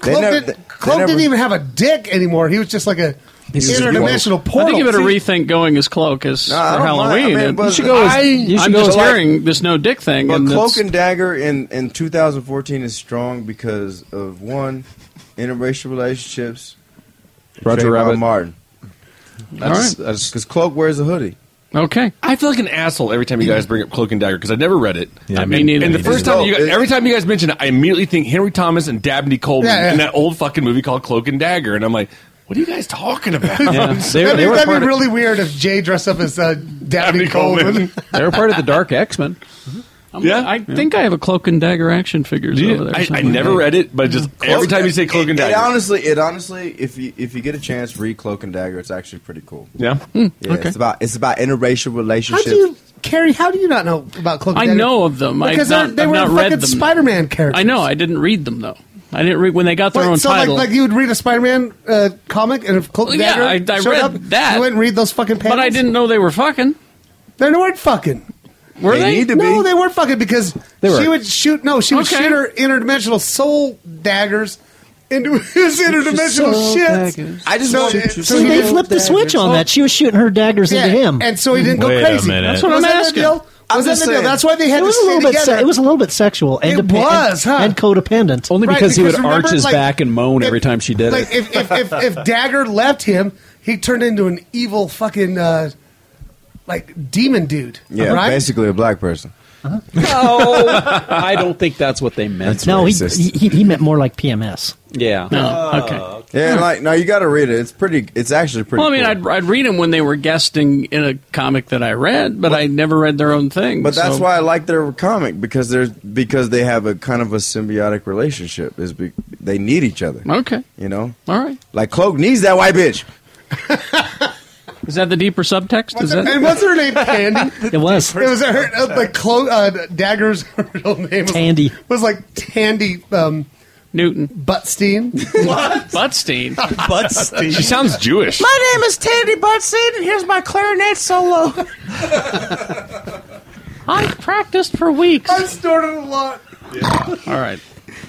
Speaker 9: They
Speaker 8: Cloak,
Speaker 9: never- they-
Speaker 8: didn't, Cloak
Speaker 9: they never-
Speaker 8: didn't even have a dick anymore. He was just like a interdimensional portal.
Speaker 1: I think you better
Speaker 8: See,
Speaker 1: rethink going as cloak as for
Speaker 9: I don't mind. I
Speaker 1: Halloween.
Speaker 9: mean,
Speaker 1: And
Speaker 9: but-
Speaker 1: you should go.
Speaker 9: I-
Speaker 1: As,
Speaker 9: you
Speaker 1: I'm
Speaker 9: should go
Speaker 1: just
Speaker 9: as-
Speaker 1: hearing this no dick thing.
Speaker 9: But
Speaker 1: and
Speaker 9: Cloak
Speaker 1: that's-
Speaker 9: and Dagger in, in 2014 is strong because of one, interracial relationships.
Speaker 2: Roger
Speaker 9: Trayvon
Speaker 2: Rabbit.
Speaker 9: Martin.
Speaker 1: All right.
Speaker 9: Because Cloak wears a hoodie.
Speaker 1: Okay.
Speaker 7: I feel like an asshole every time you guys bring up Cloak and Dagger because I never read it.
Speaker 1: Yeah,
Speaker 7: and,
Speaker 1: me neither.
Speaker 7: and the
Speaker 1: Me
Speaker 7: first
Speaker 1: neither.
Speaker 7: time you guys, every time you guys mention it, I immediately think Henry Thomas and Dabney Coleman
Speaker 8: Yeah, yeah.
Speaker 7: in that old fucking movie called Cloak and Dagger, and I'm like, what are you guys talking
Speaker 8: [laughs]
Speaker 7: about? [laughs]
Speaker 8: that'd be, that'd be really weird if Jay dressed up as uh, Dabney Coleman.
Speaker 1: they were part of the Dark X
Speaker 9: [laughs]
Speaker 1: Men. Yeah, I think I have a cloak and dagger action figures over there.
Speaker 7: I, I
Speaker 1: somewhere.
Speaker 7: never read it, but just every time you say Cloak and
Speaker 9: It
Speaker 7: Dagger,
Speaker 9: honestly, it honestly, if you if you get a chance, read Cloak and Dagger. It's actually pretty cool.
Speaker 7: Yeah,
Speaker 9: yeah.
Speaker 1: okay.
Speaker 9: It's about it's about interracial
Speaker 8: How
Speaker 9: relationships.
Speaker 8: do you, Carrie? How do you not know about Cloak? and
Speaker 1: I
Speaker 8: Dagger?
Speaker 1: know of them. I've
Speaker 8: because
Speaker 1: not-
Speaker 8: they're- they
Speaker 1: I've
Speaker 8: were
Speaker 1: not
Speaker 8: fucking
Speaker 1: read them.
Speaker 8: Spider-Man characters.
Speaker 1: I know. I didn't read them though. I didn't read when they got their
Speaker 8: Wait,
Speaker 1: own
Speaker 8: so
Speaker 1: title.
Speaker 8: like, like you would read a Spider-Man uh, comic, and if Cloak and
Speaker 1: Yeah,
Speaker 8: Dagger
Speaker 1: I- I
Speaker 8: showed
Speaker 1: read
Speaker 8: up,
Speaker 1: that.
Speaker 8: you wouldn't read those fucking panels.
Speaker 1: but I didn't know they were fucking.
Speaker 8: They weren't fucking.
Speaker 1: Were They they? need to
Speaker 8: no,
Speaker 1: be.
Speaker 8: they weren't fucking because
Speaker 1: They were.
Speaker 8: she would shoot. No, she would
Speaker 1: Okay.
Speaker 8: shoot her interdimensional soul daggers into [laughs] his interdimensional
Speaker 6: Soul
Speaker 8: shit.
Speaker 6: daggers. See, they flipped the switch on that. She was shooting her daggers
Speaker 8: Yeah,
Speaker 6: into him,
Speaker 8: and so he didn't go Wait a crazy. minute. That's what I'm
Speaker 6: Wasn't that the
Speaker 8: asking.
Speaker 6: deal?
Speaker 8: I'm
Speaker 6: Wasn't
Speaker 8: just
Speaker 6: that the deal?
Speaker 8: saying. That's why they had
Speaker 6: it
Speaker 8: to
Speaker 6: was a
Speaker 8: stay
Speaker 6: little bit.
Speaker 8: together.
Speaker 6: it was a little bit sexual and,
Speaker 8: It
Speaker 6: depen-
Speaker 8: was, huh?
Speaker 6: and codependent.
Speaker 2: Only
Speaker 8: Right,
Speaker 2: because,
Speaker 8: because
Speaker 2: he would
Speaker 8: remember,
Speaker 2: arch his
Speaker 8: like-
Speaker 2: back and moan every time she did
Speaker 8: Like
Speaker 2: it.
Speaker 8: if if,
Speaker 2: [laughs]
Speaker 8: if if Dagger left him, he turned into an evil fucking uh, like demon dude.
Speaker 9: yeah,
Speaker 8: right.
Speaker 9: basically a black person.
Speaker 2: no, I don't think that's what they meant.
Speaker 6: no, he, he he meant more like PMS.
Speaker 2: yeah.
Speaker 9: Yeah, like no, you got to read it. It's pretty. It's actually pretty.
Speaker 1: Well, I mean,
Speaker 9: cool.
Speaker 1: I'd, I'd read them when they were guesting in a comic that I read, but I never read their own thing.
Speaker 9: But that's
Speaker 1: so-
Speaker 9: why I like their comic because they're because they have a kind of a symbiotic relationship. Is be, they need each other.
Speaker 1: Okay.
Speaker 9: You know,
Speaker 1: All right.
Speaker 9: like Cloak needs that white bitch.
Speaker 1: Is that the deeper subtext? Is that
Speaker 8: And what's her
Speaker 2: [laughs]
Speaker 8: name? Tandy.
Speaker 6: It was.
Speaker 8: It was her uh, like Clo- uh, Dagger's [laughs] real name. Was,
Speaker 6: Tandy.
Speaker 8: was like Tandy um,
Speaker 1: Newton
Speaker 8: Buttstein.
Speaker 2: [laughs]
Speaker 1: what? Buttstein.
Speaker 8: Buttstein.
Speaker 7: She sounds Jewish.
Speaker 10: My name is Tandy Buttstein, and here's my clarinet solo.
Speaker 1: [laughs] I practiced for weeks. I
Speaker 8: snorted a lot.
Speaker 1: All right.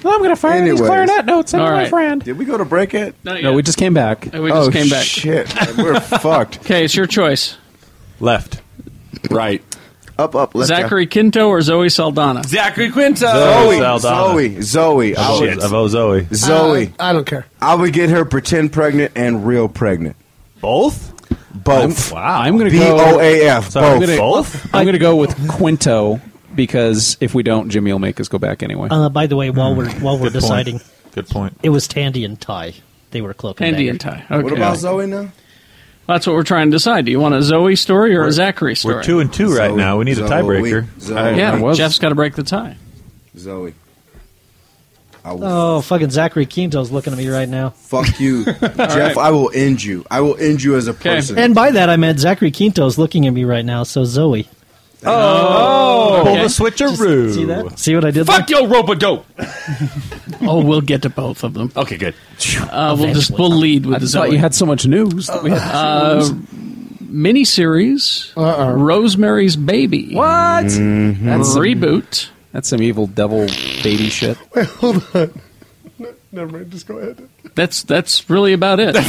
Speaker 10: Well, I'm going to fire
Speaker 9: Anyways.
Speaker 10: these clarinet notes into
Speaker 1: All
Speaker 10: my
Speaker 1: right.
Speaker 10: friend.
Speaker 9: Did we go to break it?
Speaker 2: No, we just came back.
Speaker 1: We just
Speaker 9: oh,
Speaker 1: came back.
Speaker 9: Shit, man,
Speaker 1: [laughs]
Speaker 9: we're fucked.
Speaker 1: Okay, it's your choice.
Speaker 5: Left.
Speaker 7: Right.
Speaker 9: Up, up, left.
Speaker 1: Zachary Quinto or Zoe Saldana?
Speaker 7: Zachary Quinto.
Speaker 9: Zoe,
Speaker 7: Saldana.
Speaker 9: Zoe, Zoe, I would-
Speaker 5: Avo Zoe.
Speaker 9: Zoe.
Speaker 8: Uh,
Speaker 1: Uh,
Speaker 8: I don't care.
Speaker 9: I would get her pretend pregnant and real pregnant.
Speaker 5: Both? Oh,
Speaker 9: Both.
Speaker 1: Oh,
Speaker 2: wow. Ah, I'm going to
Speaker 9: B
Speaker 2: go
Speaker 9: O A F.
Speaker 2: So I'm
Speaker 9: Both.
Speaker 2: gonna-
Speaker 9: Both?
Speaker 2: I'm going to go with Quinto because if we don't, Jimmy will make us go back anyway.
Speaker 6: Uh, by the way, while we're while we're
Speaker 2: Good point.
Speaker 6: deciding,
Speaker 5: Good point.
Speaker 6: It was Tandy and Ty. They were cloak and
Speaker 1: Tandy
Speaker 6: dagger.
Speaker 1: and Ty. Okay.
Speaker 9: What about Zoe now?
Speaker 1: That's what we're trying to decide. Do you want a Zoe story or a Zachary story?
Speaker 5: We're two and two right
Speaker 9: Zoe-
Speaker 5: now. We need a
Speaker 9: Zoe,
Speaker 5: tiebreaker.
Speaker 9: Zoe.
Speaker 1: yeah, Jeff's got to break the tie.
Speaker 9: Zoe. I will
Speaker 6: Oh, fucking Zachary Quinto's looking at me right now.
Speaker 9: fuck
Speaker 1: [laughs]
Speaker 9: you, Jeff. I will end you. I will end you as a person.
Speaker 6: And by that I meant Zachary Quinto's looking at me right now. So Zoe,
Speaker 5: Oh,
Speaker 1: okay.
Speaker 5: switcheroo.
Speaker 6: see that? See what I did?
Speaker 7: Fuck your robodope.
Speaker 1: oh, we'll get to both of them.
Speaker 7: Okay, good.
Speaker 1: Uh, we'll just we'll lead with
Speaker 2: I
Speaker 1: the
Speaker 2: just
Speaker 1: Zoe.
Speaker 2: thought you had so much news. That we had
Speaker 1: uh, miniseries Rosemary's Baby.
Speaker 2: What?
Speaker 1: That's a
Speaker 2: That's some-
Speaker 1: reboot.
Speaker 2: That's some evil devil baby shit.
Speaker 8: Wait, hold on. No, never mind. Just go ahead.
Speaker 1: That's that's really about it.
Speaker 5: All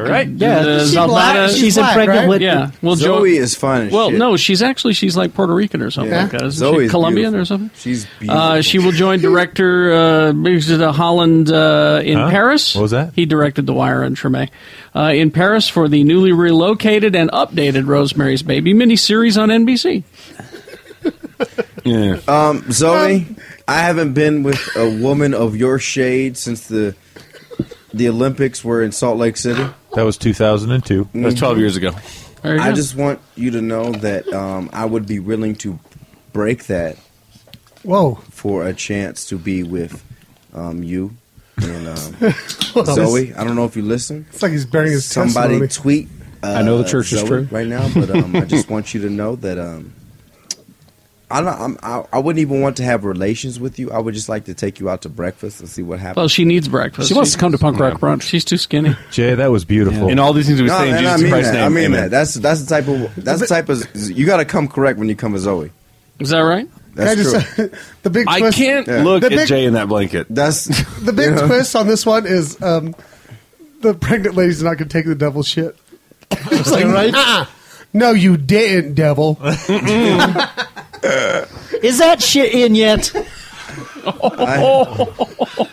Speaker 5: right.
Speaker 6: Yeah,
Speaker 1: The
Speaker 6: she's
Speaker 1: Zaldana-
Speaker 6: black. She's, she's impregnant with
Speaker 1: yeah. Well, Jo-
Speaker 9: Zoe is fine. As
Speaker 1: Well,
Speaker 9: shit.
Speaker 1: no, she's actually she's like Puerto Rican or something
Speaker 9: Yeah.
Speaker 1: like that. Isn't
Speaker 9: Zoe
Speaker 1: she
Speaker 9: is
Speaker 1: Colombian
Speaker 9: beautiful.
Speaker 1: or something?
Speaker 9: She's beautiful.
Speaker 1: Uh, she will join director uh, Mrs. Holland uh, in
Speaker 5: Huh?
Speaker 1: Paris.
Speaker 5: What was that?
Speaker 1: He directed The Wire and Treme uh, in Paris for the newly relocated and updated Rosemary's Baby miniseries on NBC.
Speaker 7: Yeah.
Speaker 5: Oh.
Speaker 9: Um, Zoe, I haven't been with a woman of your shade since the the Olympics were in Salt Lake City.
Speaker 5: That was 2002.
Speaker 7: That's 12 years ago.
Speaker 1: There you
Speaker 9: I
Speaker 1: go.
Speaker 9: just want you to know that um, I would be willing to break that
Speaker 8: Whoa. [laughs]
Speaker 9: for a chance to be with um, you and
Speaker 1: [laughs]
Speaker 9: um, Zoe. I don't know if you listen.
Speaker 8: It's like he's burying his
Speaker 9: Somebody
Speaker 8: testimony.
Speaker 9: tweet. Uh,
Speaker 2: I know the church is
Speaker 9: Zoe
Speaker 2: true.
Speaker 9: right now, but um, I just want you to know that um, I don't. I'm, I, I wouldn't even want to have relations with you. I would just like to take you out to breakfast and see what happens.
Speaker 1: Well, she needs breakfast.
Speaker 2: She wants to come to punk rock brunch.
Speaker 1: She's too skinny.
Speaker 5: Jay, that was beautiful.
Speaker 7: In all these things we
Speaker 9: No,
Speaker 7: say in
Speaker 9: and I
Speaker 7: Jesus
Speaker 9: mean
Speaker 7: Christ's
Speaker 9: that.
Speaker 7: name.
Speaker 9: I mean
Speaker 7: amen.
Speaker 9: that. That's that's the type of that's the type of you got to come correct when you come as Zoe.
Speaker 1: Is that right?
Speaker 8: Can I
Speaker 9: That's true.
Speaker 8: just- [laughs] the big
Speaker 7: I
Speaker 8: twist.
Speaker 7: can't
Speaker 9: Yeah.
Speaker 7: look
Speaker 8: The
Speaker 7: at
Speaker 8: big-
Speaker 7: Jay in that blanket.
Speaker 9: That's
Speaker 8: [laughs] The big
Speaker 9: you know?
Speaker 8: twist on this one is um, the pregnant lady's not going to take the devil shit. It's like, "Uh-uh. No, you didn't, devil.
Speaker 6: [laughs] Is that shit in yet?
Speaker 9: I love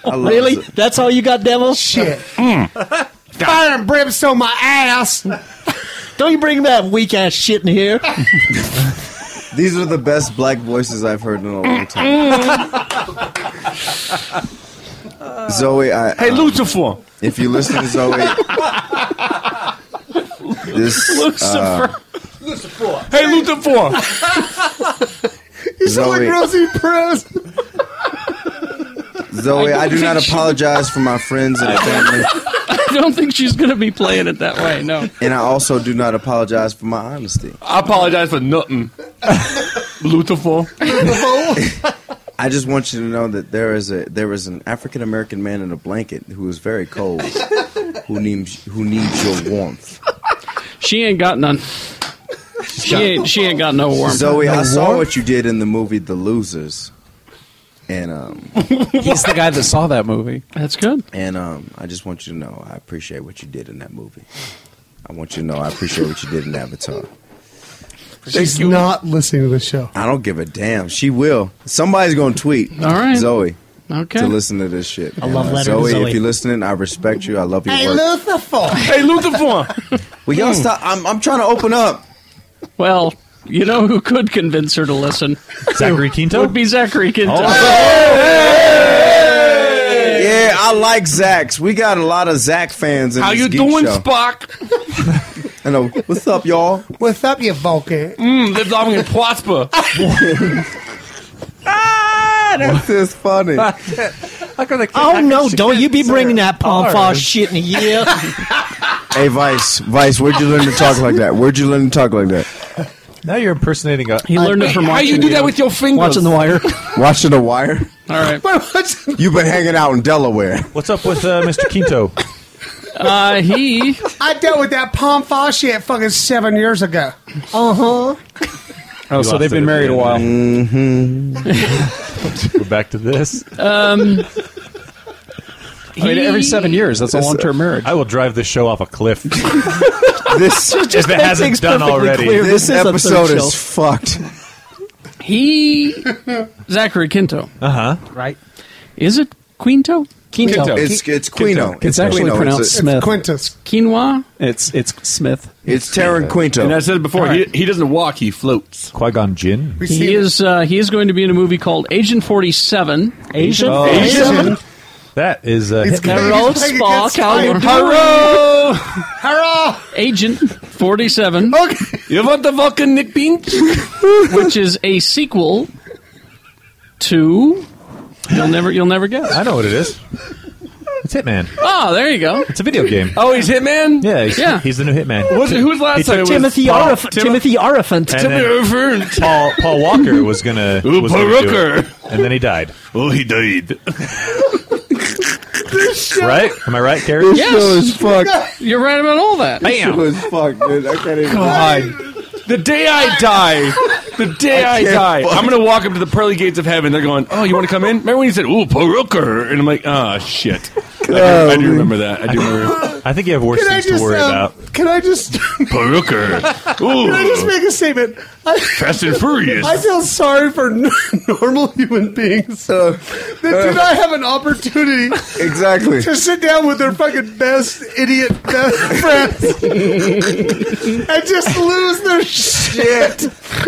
Speaker 6: Really?
Speaker 9: Zo-
Speaker 6: That's [laughs] all you got, devil?
Speaker 8: Shit. Fire and brimstone my ass.
Speaker 6: Don't you bring that weak ass shit in here.
Speaker 9: These are the best black voices I've heard in a long time.
Speaker 8: [laughs]
Speaker 9: Zoe, I.
Speaker 7: Hey, Lucifer!
Speaker 9: If you listen to Zoe, this. uh,
Speaker 10: Lucifer.
Speaker 7: Hey, Lucifer.
Speaker 8: you sound
Speaker 9: Zoe.
Speaker 8: like Rosie Perez.
Speaker 9: Zoe,
Speaker 1: I
Speaker 9: I, do
Speaker 1: don't
Speaker 9: not
Speaker 1: think she-
Speaker 9: apologize for my friends and family,
Speaker 1: I don't think she's going to be playing it that way. No.
Speaker 9: and I also do not apologize for my honesty.
Speaker 7: I apologize for [laughs] nothing. Lucifer.
Speaker 9: I just want you to know that there is a there is an African American man in a blanket who is very cold, who needs who needs your warmth.
Speaker 1: She ain't got none. She ain't, she ain't got no warmth.
Speaker 9: Zoe, I saw what you did in the movie The Losers, and um,
Speaker 2: He's the guy that saw that movie.
Speaker 1: That's good.
Speaker 9: and um, I just want you to know I appreciate what you did in that movie. I want you to know I appreciate what you did in Avatar.
Speaker 8: She's not listening to the show.
Speaker 9: I don't give a damn. She will. Somebody's gonna tweet. All
Speaker 8: right.
Speaker 9: Zoe.
Speaker 8: Okay.
Speaker 9: To listen to this shit.
Speaker 8: I love
Speaker 9: And, uh,
Speaker 8: letter to
Speaker 9: Zoe,
Speaker 8: Zoe.
Speaker 9: If you're listening, I respect you. I love your work.
Speaker 10: Lucifer.
Speaker 7: Hey, Lucifer.
Speaker 9: Will y'all stop? I'm, I'm trying to open up.
Speaker 1: Well, you know who could convince her to listen?
Speaker 9: Zachary Quinto?
Speaker 1: Would be Zachary Quinto.
Speaker 9: Yeah, I like Zach's. We got a lot of Zach fans in
Speaker 10: How
Speaker 9: this
Speaker 10: you
Speaker 9: geek
Speaker 10: doing,
Speaker 9: show.
Speaker 7: Spock?
Speaker 9: I know. What's up, y'all?
Speaker 8: What's up, you [laughs] Vulcan?
Speaker 7: Mm, live long and prosper.
Speaker 9: ah, that's just funny.
Speaker 6: oh no! Don't you be bringing that pompa shit in here.
Speaker 9: [laughs] Hey, Vice. Vice, where'd you learn to talk like that? Where'd you learn to talk like that?
Speaker 5: Now you're impersonating uh, a.
Speaker 1: He learned it
Speaker 6: [laughs]
Speaker 1: from
Speaker 7: How you
Speaker 1: watching
Speaker 7: do that
Speaker 1: you.
Speaker 7: with your fingers?
Speaker 1: Watching The
Speaker 9: Wire. Watching The Wire?
Speaker 1: All right.
Speaker 9: You've been hanging out in Delaware.
Speaker 5: What's up with uh, Mr. Quinto?
Speaker 1: Uh, he.
Speaker 8: I dealt with that palm fall shit fucking seven years ago. Uh huh.
Speaker 2: Oh, so they've been married a while.
Speaker 5: Mm-hmm. We're back to this.
Speaker 1: Um,
Speaker 2: I mean, every seven years, that's a long term marriage.
Speaker 5: I will drive this show off a cliff.
Speaker 9: this
Speaker 5: if it hasn't done already.
Speaker 9: This episode is fucked.
Speaker 1: He. Zachary Quinto.
Speaker 5: Uh huh.
Speaker 1: Right. Is it Quinto?
Speaker 2: Quinto. Quinto.
Speaker 9: It's- it's Quino.
Speaker 2: It's actually
Speaker 9: Quino.
Speaker 2: pronounced
Speaker 9: It's a-
Speaker 2: Smith.
Speaker 8: Quintus.
Speaker 1: Quinoa?
Speaker 2: It's it's Smith.
Speaker 9: It's Taryn Quinto.
Speaker 7: And I said it before,
Speaker 1: All right.
Speaker 7: he, he doesn't walk, he floats.
Speaker 5: Qui Gon Jinn?
Speaker 1: He is, uh, he is going to be in a movie called Agent 47.
Speaker 5: Agent Oh.
Speaker 2: [laughs]
Speaker 5: 47? That is. Uh,
Speaker 1: It's
Speaker 5: Hitman.
Speaker 1: Hello, Spock. How you doing?
Speaker 7: Hello!
Speaker 1: Agent 47.
Speaker 8: Okay.
Speaker 7: You want the Vulcan Nick Bean?
Speaker 1: which is a sequel to. You'll never, you'll never guess.
Speaker 5: I know what it is. It's Hitman.
Speaker 1: Oh, there you go.
Speaker 5: It's a video game.
Speaker 7: Oh, he's [laughs] Hitman.
Speaker 5: Yeah, he's,
Speaker 1: Yeah.
Speaker 5: he's the new Hitman.
Speaker 7: Was it- who's last
Speaker 5: He
Speaker 7: time
Speaker 5: took-
Speaker 7: it was
Speaker 6: Timothy
Speaker 5: Paul-
Speaker 6: Arif-
Speaker 5: Tim-
Speaker 6: Timothy Arifant.
Speaker 7: [laughs]
Speaker 5: And then Paul Paul Walker was gonna.
Speaker 7: Ooh,
Speaker 5: was gonna do
Speaker 7: Paul
Speaker 5: it. and then he died.
Speaker 7: Oh, he died.
Speaker 5: Right? Am I right, Carrie?
Speaker 1: Yes. You're right about all that.
Speaker 9: It was fucked, dude. I can't even.
Speaker 7: The day I die, the day I,
Speaker 9: I can't
Speaker 7: die,
Speaker 9: fuck.
Speaker 7: I'm gonna walk up to the pearly gates of heaven. They're going, "Oh, you want to come in?" Remember when you said, "Ooh, Peruker," and I'm like, "Ah, shit." I do, I do remember that. I do [laughs] remember.
Speaker 5: I think you have worse
Speaker 8: Can I
Speaker 5: things to
Speaker 8: just?
Speaker 5: worry
Speaker 8: Um,
Speaker 5: about.
Speaker 8: can I just? [laughs] can
Speaker 7: Peruker.
Speaker 8: I just
Speaker 7: Ooh,
Speaker 8: make a statement? I,
Speaker 7: Fast and Furious.
Speaker 8: I feel sorry for [laughs] n- normal human beings that do not have an opportunity
Speaker 9: Exactly.
Speaker 8: [laughs] to sit down with their fucking best idiot best friends and just lose their shit.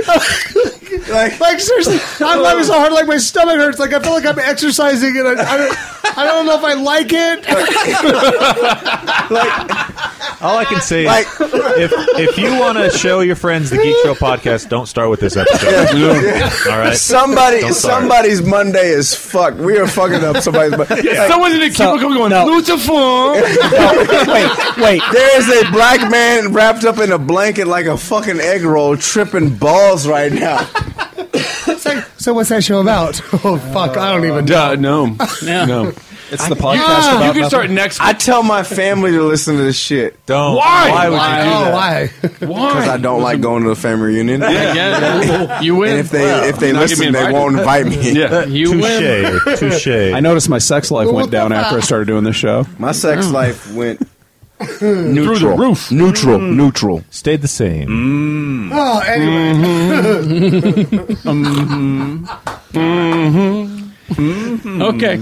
Speaker 9: [laughs] like, uh,
Speaker 8: seriously, I'm laughing so hard, like my stomach hurts. Like I feel like I'm exercising, and I, I, don't, I don't know if I like [laughs] it.
Speaker 5: All I can say is
Speaker 8: Like-
Speaker 5: if if you want to show your friends the Geek Show podcast, don't start with this episode. All right.
Speaker 9: Somebody,
Speaker 5: Don't start.
Speaker 9: somebody's Monday is fucked. We are fucking up somebody's [laughs] Monday.
Speaker 7: Yeah, someone's in a cubicle going, Lucifer.
Speaker 9: wait, wait. There is a black man wrapped up in a blanket like a fucking egg roll, tripping balls right now.
Speaker 8: It's like, so what's that show
Speaker 4: [laughs]
Speaker 8: about? Oh fuck, I don't even. know.
Speaker 7: [laughs] Duh, no,
Speaker 1: Yeah.
Speaker 7: no.
Speaker 5: It's the
Speaker 8: podcast Ah, about you can start nothing.
Speaker 9: [laughs]
Speaker 7: next.
Speaker 9: I tell my family to listen to this shit.
Speaker 5: Don't.
Speaker 7: Why?
Speaker 5: Why would you do
Speaker 8: Oh,
Speaker 5: that?
Speaker 8: why?
Speaker 9: Because I don't like going to the family reunion.
Speaker 7: Yeah, yeah. You win.
Speaker 9: And if they if they
Speaker 7: Not get me
Speaker 9: listen, they
Speaker 7: invited.
Speaker 9: won't invite me.
Speaker 7: [laughs] yeah,
Speaker 1: You win.
Speaker 5: Touche. Touche.
Speaker 2: I noticed my sex life went down after I started doing this show.
Speaker 9: My sex life went
Speaker 7: Mm. through
Speaker 9: neutral.
Speaker 7: the roof. Mm.
Speaker 9: Neutral. Neutral.
Speaker 5: Stayed the same.
Speaker 8: Oh, anyway.
Speaker 1: Okay.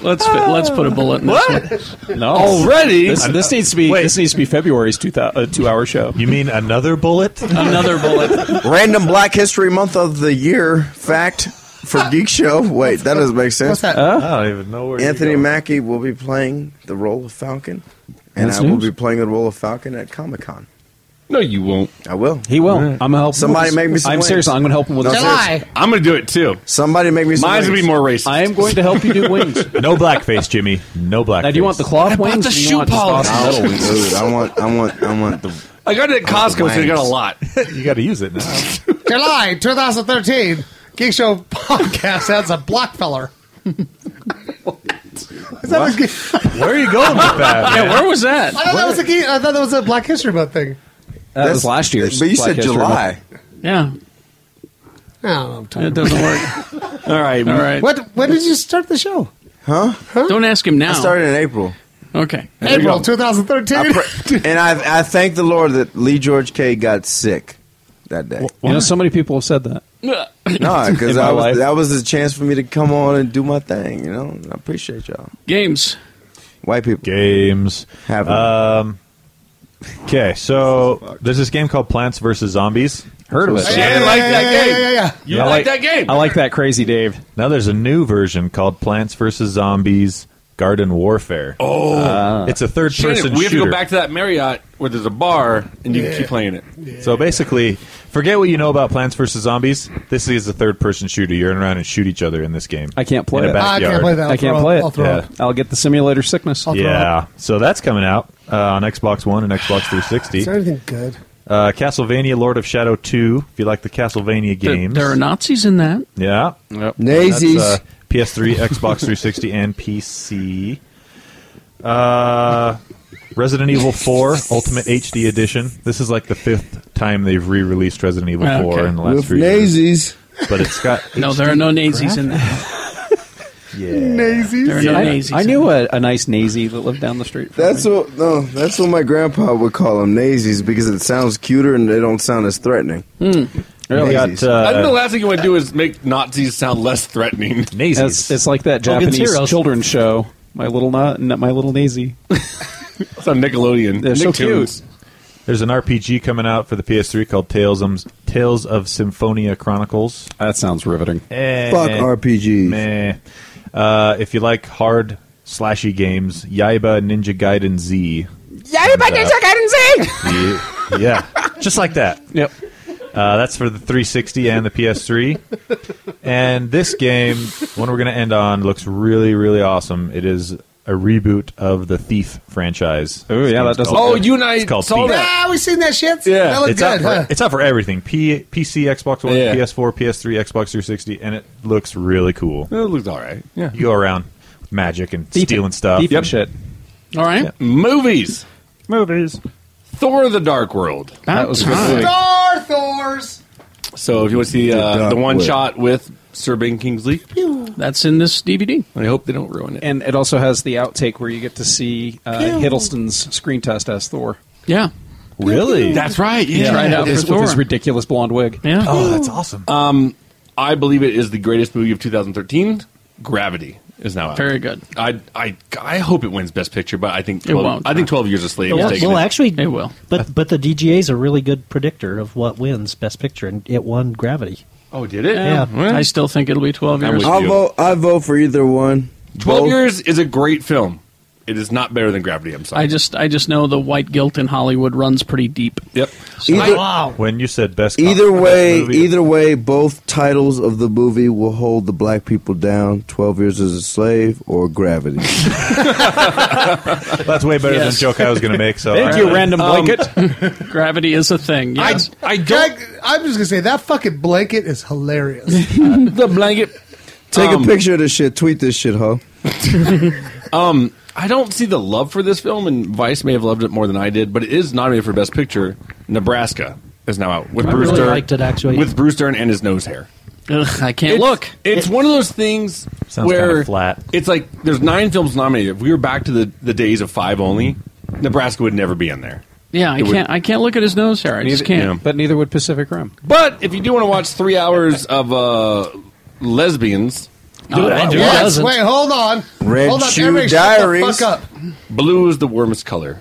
Speaker 1: Let's fi- let's put a bullet in this
Speaker 2: What?
Speaker 1: one.
Speaker 2: No, This, this needs to be this needs to be February's two thou- uh, two hour show. You mean another bullet?
Speaker 1: another bullet.
Speaker 9: Random Black History Month of the Year fact for Geek Show. Wait, that doesn't make sense.
Speaker 5: What's that? Huh? I don't even know where you're
Speaker 9: Anthony
Speaker 5: going.
Speaker 9: Mackie will be playing the role of Falcon, and
Speaker 5: That's
Speaker 9: I will
Speaker 5: news.
Speaker 9: be playing the role of Falcon at Comic Con.
Speaker 7: No, you won't.
Speaker 9: I will.
Speaker 2: He will. I'm gonna help.
Speaker 9: Somebody make me. Some
Speaker 2: I'm
Speaker 9: wings.
Speaker 2: serious. I'm gonna help him with.
Speaker 9: No,
Speaker 2: this.
Speaker 9: seriously.
Speaker 7: I'm going to do it too.
Speaker 9: Somebody make me. Some
Speaker 7: Mine's
Speaker 9: wings.
Speaker 7: gonna be more racist.
Speaker 2: I am going to help you [laughs] do wings.
Speaker 5: no blackface, Jimmy. No blackface.
Speaker 2: Now, do you want the cloth wings? or do you want just awesome
Speaker 9: No,
Speaker 2: metal wings?
Speaker 9: dude, I want. I want. I want the.
Speaker 7: I got it at Costco, so you got a
Speaker 9: Wangs.
Speaker 7: lot.
Speaker 5: you got to use it now.
Speaker 4: July 2013, Geek Show podcast adds a block [laughs] filler. Is that a geek-
Speaker 5: Where are you going with that?
Speaker 1: [laughs] Yeah, where was
Speaker 4: I
Speaker 1: that?
Speaker 4: thought that was a geek, I thought that was a Black History Month thing.
Speaker 2: That was last year's.
Speaker 9: But you
Speaker 2: Black
Speaker 9: said
Speaker 2: History
Speaker 9: July.
Speaker 2: Month.
Speaker 1: Yeah,
Speaker 4: I don't know what I'm talking
Speaker 1: it doesn't work. all right, all right.
Speaker 4: What? When did you start the show?
Speaker 9: Huh?
Speaker 1: Don't ask him now.
Speaker 9: I started in April.
Speaker 1: Okay.
Speaker 4: April
Speaker 9: I
Speaker 4: 2013.
Speaker 9: pray- and I, I thank the Lord that Lee George K got sick that day.
Speaker 2: You know, so many people have said that.
Speaker 5: [laughs]
Speaker 9: No, because
Speaker 2: In my
Speaker 9: that was
Speaker 2: life.
Speaker 9: that was a chance for me to come on and do my thing. You know, And I appreciate y'all.
Speaker 1: Games.
Speaker 9: White people
Speaker 5: games
Speaker 9: have them.
Speaker 5: Um, okay, so there's this game called Plants vs Zombies.
Speaker 2: Heard of
Speaker 4: [laughs]
Speaker 2: it.
Speaker 4: Yeah,
Speaker 7: like
Speaker 4: yeah,
Speaker 7: that
Speaker 4: yeah,
Speaker 7: game.
Speaker 4: yeah, yeah, yeah.
Speaker 7: You like, that game?
Speaker 2: I like that crazy Dave.
Speaker 5: Now there's a new version called Plants vs Zombies Garden Warfare. Uh,
Speaker 7: Oh.
Speaker 5: it's a
Speaker 7: Shannon,
Speaker 5: third-person
Speaker 7: we have to
Speaker 5: shooter.
Speaker 7: go back to that Marriott where there's a bar and you can keep playing it.
Speaker 5: So basically, forget what you know about Plants vs Zombies. This is a third-person shooter. You run around and shoot each other in this game.
Speaker 2: I can't play
Speaker 5: In a
Speaker 2: it.
Speaker 4: I can't
Speaker 5: backyard.
Speaker 4: play that. I'll
Speaker 2: I can't
Speaker 4: throw
Speaker 2: play
Speaker 4: up.
Speaker 2: it.
Speaker 4: I'll throw
Speaker 5: Yeah.
Speaker 4: up.
Speaker 2: I'll get the simulator sickness.
Speaker 4: I'll throw
Speaker 5: Yeah, so that's coming out uh, on Xbox One and Xbox 360.
Speaker 4: Is there anything good?
Speaker 5: Uh, Castlevania: Lord of Shadow 2. If you like the Castlevania
Speaker 1: There-
Speaker 5: games,
Speaker 1: There are Nazis in that.
Speaker 5: Yeah.
Speaker 9: Nazis.
Speaker 5: That's, uh, PS3, Xbox 360, and PC. Uh, Resident Evil 4 Ultimate HD Edition. This is like the fifth time they've re-released Resident Evil
Speaker 1: Okay.
Speaker 5: 4 in the last
Speaker 9: With
Speaker 5: three years.
Speaker 9: Nazis.
Speaker 5: But
Speaker 2: [laughs]
Speaker 5: it's got
Speaker 1: No, there are no Nazis in that.
Speaker 5: yeah.
Speaker 4: Nazies.
Speaker 1: There are no
Speaker 2: I,
Speaker 1: Nazis.
Speaker 2: I knew a, a nice Nazi that lived down the street. From
Speaker 9: That's
Speaker 2: me.
Speaker 9: what no. That's what my grandpa would call them, Nazis, because it sounds cuter and they don't sound as threatening.
Speaker 5: Hmm. They got,
Speaker 9: Nazis.
Speaker 7: I think the
Speaker 5: uh,
Speaker 7: last thing you want to do is make Nazis sound less threatening. [laughs]
Speaker 5: Nazis.
Speaker 2: It's, it's like that
Speaker 6: Hogan's
Speaker 2: Japanese
Speaker 6: Heroes.
Speaker 2: children's show. My little not, my little [laughs] Nazi.
Speaker 7: It's on Nickelodeon.
Speaker 2: They're so
Speaker 7: Nicktoons.
Speaker 5: There's an RPG coming out for the PS3 called Tales of, Tales of Symphonia Chronicles.
Speaker 2: That sounds riveting.
Speaker 5: Eh,
Speaker 9: Fuck RPGs.
Speaker 5: Meh. Uh, if you like hard slashy games, Yaiba Ninja Gaiden Z.
Speaker 10: Yaiba Ninja Gaiden Z!
Speaker 5: Ye- yeah, just like that.
Speaker 2: Yep.
Speaker 5: Uh, that's for the 360 and the PS3. And this game, one we're going to end on, looks really, really awesome. It is a reboot of the Thief franchise.
Speaker 2: Ooh,
Speaker 5: This
Speaker 2: yeah,
Speaker 5: game's
Speaker 2: that does
Speaker 5: called-
Speaker 7: look good. Oh, you and I
Speaker 5: it's called
Speaker 7: saw
Speaker 5: Thief.
Speaker 7: that.
Speaker 4: Ah, we seen that shit.
Speaker 7: Yeah.
Speaker 4: that looked
Speaker 5: It's out,
Speaker 4: good.
Speaker 5: for,
Speaker 4: huh?
Speaker 5: it's out for everything P- PC, Xbox One,
Speaker 7: Yeah.
Speaker 5: PS4, PS3, Xbox 360, and it looks really cool.
Speaker 7: It looks all right. Yeah.
Speaker 5: You go around with magic and
Speaker 2: Thief-
Speaker 5: stealing stuff.
Speaker 2: thief and shit.
Speaker 1: All right.
Speaker 7: Movies.
Speaker 2: Movies.
Speaker 7: Thor: The Dark World.
Speaker 2: That was a good. movie.
Speaker 4: Thor, Thors.
Speaker 7: So if you want to see
Speaker 9: The
Speaker 7: uh,
Speaker 9: Dark
Speaker 7: the one
Speaker 9: World.
Speaker 7: shot with Sir Ben Kingsley,
Speaker 1: That's in this DVD.
Speaker 7: I hope they don't ruin it.
Speaker 2: And it also has the outtake where you get to see uh, Hiddleston's screen test as Thor.
Speaker 1: Yeah.
Speaker 5: Really?
Speaker 7: That's right. Yeah.
Speaker 1: Tried out
Speaker 2: with, his,
Speaker 1: for
Speaker 2: with his
Speaker 1: Thor.
Speaker 2: ridiculous blonde wig.
Speaker 1: Yeah.
Speaker 5: oh, that's awesome.
Speaker 7: I believe it is the greatest movie of 2013. Gravity is now out.
Speaker 1: Very good.
Speaker 7: I I I hope it wins Best Picture, but I think
Speaker 1: It
Speaker 7: 12,
Speaker 1: won't.
Speaker 7: I think 12 Years a Slave. is
Speaker 6: Well,
Speaker 7: taking
Speaker 6: well,
Speaker 7: it.
Speaker 6: actually,
Speaker 1: It will.
Speaker 6: But but the DGA is a really good predictor of what wins Best Picture, and it won Gravity.
Speaker 7: oh, did it?
Speaker 6: Yeah.
Speaker 1: I still think it'll be 12
Speaker 7: I'm
Speaker 1: years.
Speaker 7: with
Speaker 9: I
Speaker 7: you.
Speaker 9: vote. I vote for either one.
Speaker 7: 12
Speaker 9: Both.
Speaker 7: Years is a great film. It is not better than Gravity. I'm sorry.
Speaker 1: I just I just know the white guilt in Hollywood runs pretty deep.
Speaker 7: yep.
Speaker 9: Either-
Speaker 6: wow.
Speaker 5: When you said best,
Speaker 9: Either
Speaker 5: best
Speaker 9: way,
Speaker 5: movie-
Speaker 9: either way, both titles of the movie will hold the black people down. Twelve Years as a Slave or Gravity.
Speaker 5: that's way better
Speaker 1: Yes.
Speaker 5: than the joke I was going to make. So
Speaker 2: Thank
Speaker 5: I-
Speaker 2: you, random blanket.
Speaker 1: Gravity is a thing. Yes.
Speaker 7: Um, I I
Speaker 4: Can
Speaker 7: don't
Speaker 4: I, am just gonna say that fucking blanket is hilarious.
Speaker 7: the blanket.
Speaker 9: Take
Speaker 7: Um,
Speaker 9: a picture of this shit. Tweet this shit, huh?
Speaker 7: Um, I don't see the love for this film, and Vice may have loved it more than I did, but it is nominated for Best Picture. Nebraska is now out with
Speaker 6: I
Speaker 7: Bruce
Speaker 6: really
Speaker 7: Dern.
Speaker 6: liked it, actually.
Speaker 7: with Bruce Dern and his nose hair.
Speaker 1: Ugh, I can't
Speaker 7: It's-
Speaker 1: look.
Speaker 7: It's one of those things
Speaker 5: Sounds
Speaker 7: where
Speaker 5: kinda flat.
Speaker 7: It's like there's nine films nominated. If we were back to the, the days of five only, Nebraska would never be in there.
Speaker 1: Yeah, I
Speaker 7: It would-
Speaker 1: can't. I can't look at his nose hair. I just can't.
Speaker 2: But neither would Pacific Rim.
Speaker 7: But if you do want to watch three hours of uh, lesbians, Do
Speaker 1: Oh,
Speaker 7: it.
Speaker 4: Yes,
Speaker 7: Do it.
Speaker 4: Wait, hold on.
Speaker 7: Red
Speaker 4: hold on.
Speaker 7: Shoe
Speaker 4: Everybody shut
Speaker 7: Diaries.
Speaker 4: The fuck up.
Speaker 7: Blue is the warmest color,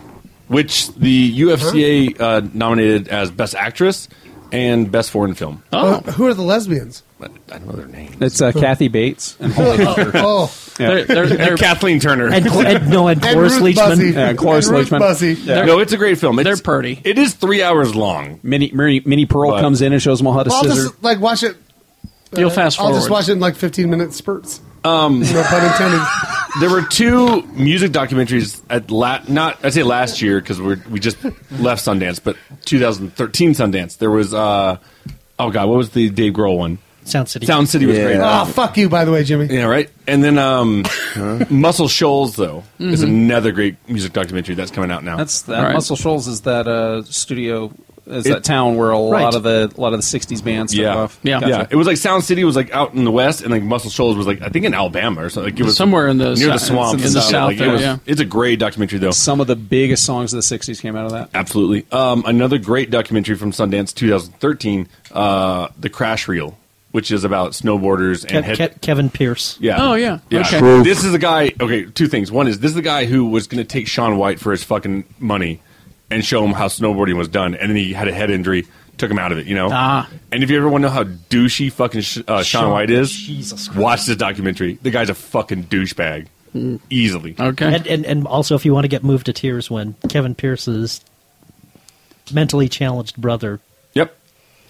Speaker 7: which the UFCA uh, nominated as Best Actress and Best Foreign Film.
Speaker 4: Uh, Who are the lesbians?
Speaker 7: I don't know their name.
Speaker 2: It's uh, Kathy Bates and Holly
Speaker 4: Oh,
Speaker 2: Hunter.
Speaker 4: oh.
Speaker 7: They're- they're- they're- Kathleen Turner.
Speaker 6: [laughs]
Speaker 2: And Cla- and- no, and Cloris
Speaker 7: Ruth
Speaker 2: Leachman.
Speaker 7: Buzzy.
Speaker 2: Yeah, Cloris
Speaker 7: And Ruth
Speaker 2: Leachman.
Speaker 7: Buzzy.
Speaker 2: Yeah.
Speaker 7: No, it's a great film. It's,
Speaker 2: They're pretty.
Speaker 7: It is three hours long.
Speaker 2: Minnie, Minnie, Minnie Pearl
Speaker 7: But-
Speaker 2: comes in and shows them all how to
Speaker 4: Well, I'll
Speaker 2: scissor.
Speaker 4: just like watch it.
Speaker 1: You'll fast
Speaker 4: I'll just
Speaker 1: forward.
Speaker 4: watch it in like 15 minute spurts.
Speaker 7: Um,
Speaker 4: No pun
Speaker 7: [laughs]
Speaker 4: intended.
Speaker 7: there were two music documentaries at la- not I say last year because we we just left Sundance, but 2013 Sundance. There was uh oh god, what was the Dave Grohl one?
Speaker 6: Sound City.
Speaker 7: Sound City was great. Ah.
Speaker 4: Oh, fuck you, by the way, Jimmy.
Speaker 7: Yeah, right. And then um, Muscle Shoals though is
Speaker 4: Mhm.
Speaker 7: another great music documentary that's coming out now.
Speaker 2: Mm-hmm. That's that. Muscle Shoals is that uh, studio is
Speaker 7: It-
Speaker 2: that town where a
Speaker 7: Right.
Speaker 2: lot of the a lot of the '60s bands. took
Speaker 7: Yeah,
Speaker 2: off.
Speaker 7: yeah,
Speaker 2: Gotcha.
Speaker 7: yeah. It was like Sound City was like out in the west, and like Muscle Shoals was like I think in Alabama or something. Like, it was
Speaker 1: Somewhere in the
Speaker 7: near the
Speaker 1: sou-
Speaker 7: swamp
Speaker 1: in the south
Speaker 7: Like, it
Speaker 1: there,
Speaker 7: was-
Speaker 1: yeah.
Speaker 7: it's a great documentary though.
Speaker 2: Some of the biggest songs of the '60s came out of that.
Speaker 7: Absolutely. Um, another great documentary from Sundance 2013, uh, The Crash Reel, which is about snowboarders and
Speaker 6: Ke-
Speaker 7: head.
Speaker 6: Ke- Kevin Pierce.
Speaker 7: yeah. Yeah. This is a guy. Okay, two things. One is this is the guy who was going to take Sean White for his fucking money and show him how snowboarding was done, and then he had a head injury, took him out of it. You know.
Speaker 1: Ah.
Speaker 7: And if you ever want to know how douchey fucking sh- uh, Sean,
Speaker 1: Sean-
Speaker 7: White is,
Speaker 6: Jesus
Speaker 7: watch this documentary. The guy's a fucking douchebag,
Speaker 6: Mm.
Speaker 7: easily.
Speaker 1: Uh,
Speaker 6: And, and and also, if you want to get moved to tears when Kevin Pierce's mentally challenged brother,
Speaker 7: Yep.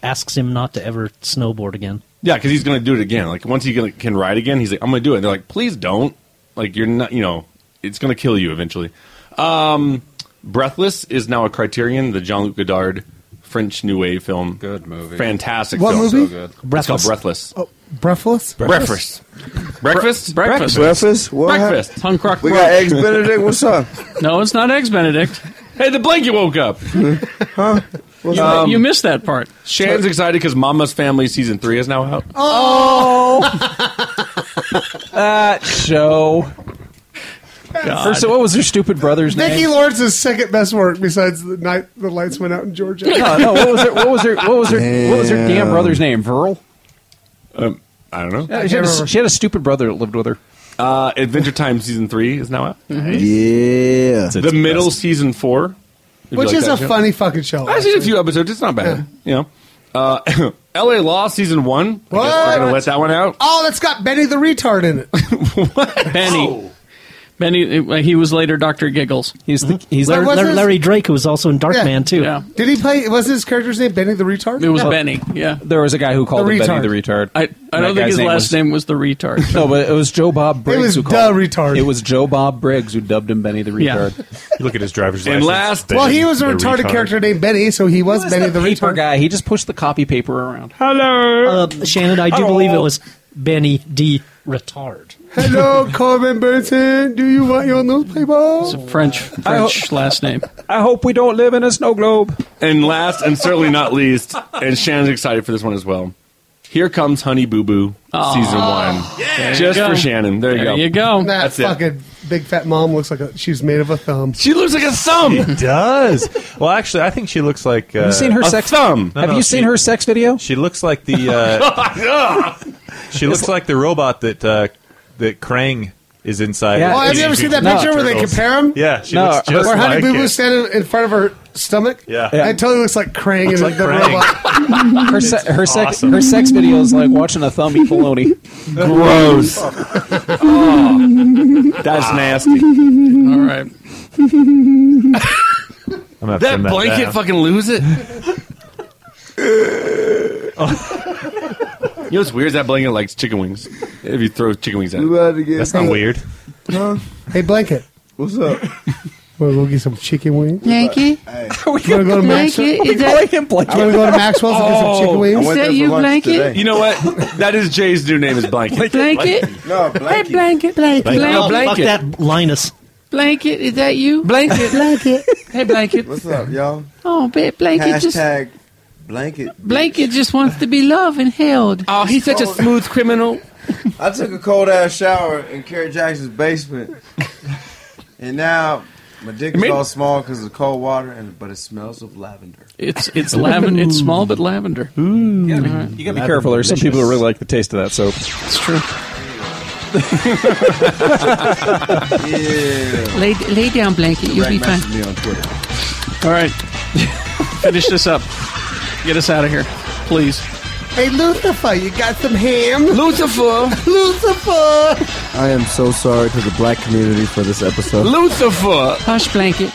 Speaker 6: asks him not to ever snowboard again.
Speaker 7: Yeah, because he's going to do it again. Like once he can, can ride again, he's like, I'm going to do it. And they're like, please don't. Like you're not. You know, it's going to kill you eventually. Um, Breathless is now a Criterion, the Jean Luc Godard French New Wave film. Good movie, fantastic.
Speaker 4: What
Speaker 7: film.
Speaker 4: movie?
Speaker 7: So good. It's called Breathless.
Speaker 4: Oh, breathless?
Speaker 7: Breakfast. Breakfast.
Speaker 1: Breakfast.
Speaker 9: Breakfast? What
Speaker 7: Breakfast.
Speaker 9: hap-
Speaker 1: Punk rock
Speaker 9: We
Speaker 1: brunch.
Speaker 9: got Eggs Benedict. What's up?
Speaker 1: No, it's not Eggs Benedict.
Speaker 7: Hey, the blanket woke up.
Speaker 1: You,
Speaker 7: Um,
Speaker 1: you missed that part.
Speaker 7: Shan's excited because Mama's Family season three is now out.
Speaker 2: Oh, that show.
Speaker 7: God.
Speaker 2: First, of- what was your stupid brother's
Speaker 4: Nikki
Speaker 2: name?
Speaker 4: Lawrence's second best work besides the night the lights went out in Georgia.
Speaker 2: No, no. What was her? What was her? What was her? What was her damn
Speaker 4: Damn.
Speaker 2: brother's name? Verl.
Speaker 7: Um, I don't know.
Speaker 2: Yeah, she, had a, she had a stupid brother that lived with her.
Speaker 7: Uh, Adventure Time season three is now out.
Speaker 4: Mm-hmm.
Speaker 9: Yeah.
Speaker 7: The middle season four, if you
Speaker 4: Which
Speaker 7: like
Speaker 4: is
Speaker 7: that
Speaker 4: a
Speaker 7: show.
Speaker 4: funny fucking show.
Speaker 7: I've seen a few episodes. It's not bad. You know, uh, [laughs] L.A. Law season one. I guess
Speaker 4: What?
Speaker 7: We're gonna let that one out.
Speaker 4: Oh, that's got Benny the retard in it.
Speaker 1: Benny. Benny. uh, He was later Doctor Giggles.
Speaker 2: He's the,
Speaker 4: he's- Wait,
Speaker 6: Larry,
Speaker 4: what's
Speaker 6: Larry,
Speaker 4: his-
Speaker 6: Larry Drake, who was also in Darkman too.
Speaker 1: Yeah.
Speaker 4: Did he play? Was his character's name Benny the retard?
Speaker 1: It was Benny. Yeah.
Speaker 2: There was a guy who called
Speaker 4: The
Speaker 2: him Benny
Speaker 4: retard.
Speaker 2: the retard.
Speaker 1: I, I don't think his last name was the retard.
Speaker 2: No, but it was Joe Bob Briggs
Speaker 4: was
Speaker 2: who
Speaker 4: the
Speaker 2: called
Speaker 4: retard.
Speaker 2: It was Joe Bob Briggs who dubbed him Benny the
Speaker 4: Yeah.
Speaker 2: retard. Look at his driver's
Speaker 7: And last,
Speaker 4: Well, he was a retarded character named Benny, so he was, Benny the,
Speaker 2: paper
Speaker 4: retard.
Speaker 2: guy. He just pushed the [laughs] copy paper around.
Speaker 6: Hello, uh, Shannon. I do
Speaker 2: Hello.
Speaker 6: believe it was Benny D. Retard.
Speaker 7: Oh,
Speaker 4: Hello, Corbin Burton. Do you want your newspaper? It's a
Speaker 1: French French last name.
Speaker 2: I hope we don't live in a snow globe.
Speaker 7: And last, and certainly not least, and Shannon's excited for this one as well. Here comes Honey Boo Boo
Speaker 4: Aw.
Speaker 7: season one,
Speaker 4: Yeah.
Speaker 7: just
Speaker 4: There you go.
Speaker 7: for Shannon. There, you go.
Speaker 4: That
Speaker 7: That's it.
Speaker 4: fucking big fat mom looks like a, she's made of a thumb.
Speaker 7: She looks like a thumb.
Speaker 5: She does. Well, actually, I think she looks like. Uh,
Speaker 2: Have you seen her sex?
Speaker 5: thumb?
Speaker 2: Have you seen her sex video?
Speaker 5: She looks like the.
Speaker 7: [laughs]
Speaker 5: Uh, she looks like the robot that uh, that Krang is inside.
Speaker 4: Yeah.
Speaker 5: of
Speaker 4: Oh, have you ever
Speaker 5: Teenage
Speaker 4: seen that
Speaker 5: Mutant
Speaker 4: picture where they
Speaker 5: Turtles.
Speaker 4: compare 'em?
Speaker 5: Yeah, she
Speaker 4: No,
Speaker 5: looks just
Speaker 4: where Honey
Speaker 5: like
Speaker 4: Boo Boo
Speaker 5: it.
Speaker 4: standing in front of her stomach.
Speaker 5: Yeah.
Speaker 4: And it totally looks like Krang
Speaker 5: Looks
Speaker 4: and
Speaker 5: like
Speaker 4: the
Speaker 5: Krang.
Speaker 4: robot.
Speaker 2: Her, se- her sex her sex video is like watching a thumb eat bologna.
Speaker 7: [laughs] Gross.
Speaker 2: Ah.
Speaker 7: That's nasty.
Speaker 1: All right.
Speaker 5: have to
Speaker 7: That
Speaker 5: turn that
Speaker 7: blanket
Speaker 5: down.
Speaker 7: fucking lose it. You know what's weird? is That blanket likes chicken wings. If you throw chicken wings at
Speaker 9: We about to
Speaker 7: it,
Speaker 9: get That's not hit.
Speaker 7: weird.
Speaker 9: Huh?
Speaker 4: Hey, blanket.
Speaker 14: [laughs]
Speaker 9: What's up?
Speaker 4: We'll go get some chicken wings.
Speaker 9: Yankee?
Speaker 4: Are we gonna go to Maxwell?
Speaker 9: Yankee? Is
Speaker 4: Are we gonna go to Maxwell's and get some
Speaker 5: Oh,
Speaker 4: chicken wings?
Speaker 7: You know what? That is Jay's new name is Blanket.
Speaker 9: No,
Speaker 14: Hey, blanket, blanket,
Speaker 7: Blanket. No, blanket.
Speaker 6: Fuck that, Linus.
Speaker 14: Blanket, is that you? Blanket, blanket. Hey, blanket.
Speaker 9: What's up, y'all?
Speaker 14: Oh, ba- blanket just
Speaker 9: Hashtag blanket.
Speaker 14: blanket just wants to be loved and held. Oh, he's such a smooth criminal.
Speaker 9: I took a cold ass shower in Kerry Jackson's basement, and now my dick is all small because of cold water, and but it smells of lavender.
Speaker 1: It's it's lavender. It's small but lavender.
Speaker 2: You gotta be careful. There's some people who really like the taste of that soap.
Speaker 1: It's true.
Speaker 7: Lay, lay down blanket. You'll be fine.
Speaker 9: on Twitter.
Speaker 1: All right. [laughs] Finish this up. Get us out of here, please.
Speaker 15: Hey, Lucifer, you got some ham? Lucifer! Lucifer!
Speaker 9: I am so sorry to the black community for this episode.
Speaker 7: Lucifer. Hush blanket.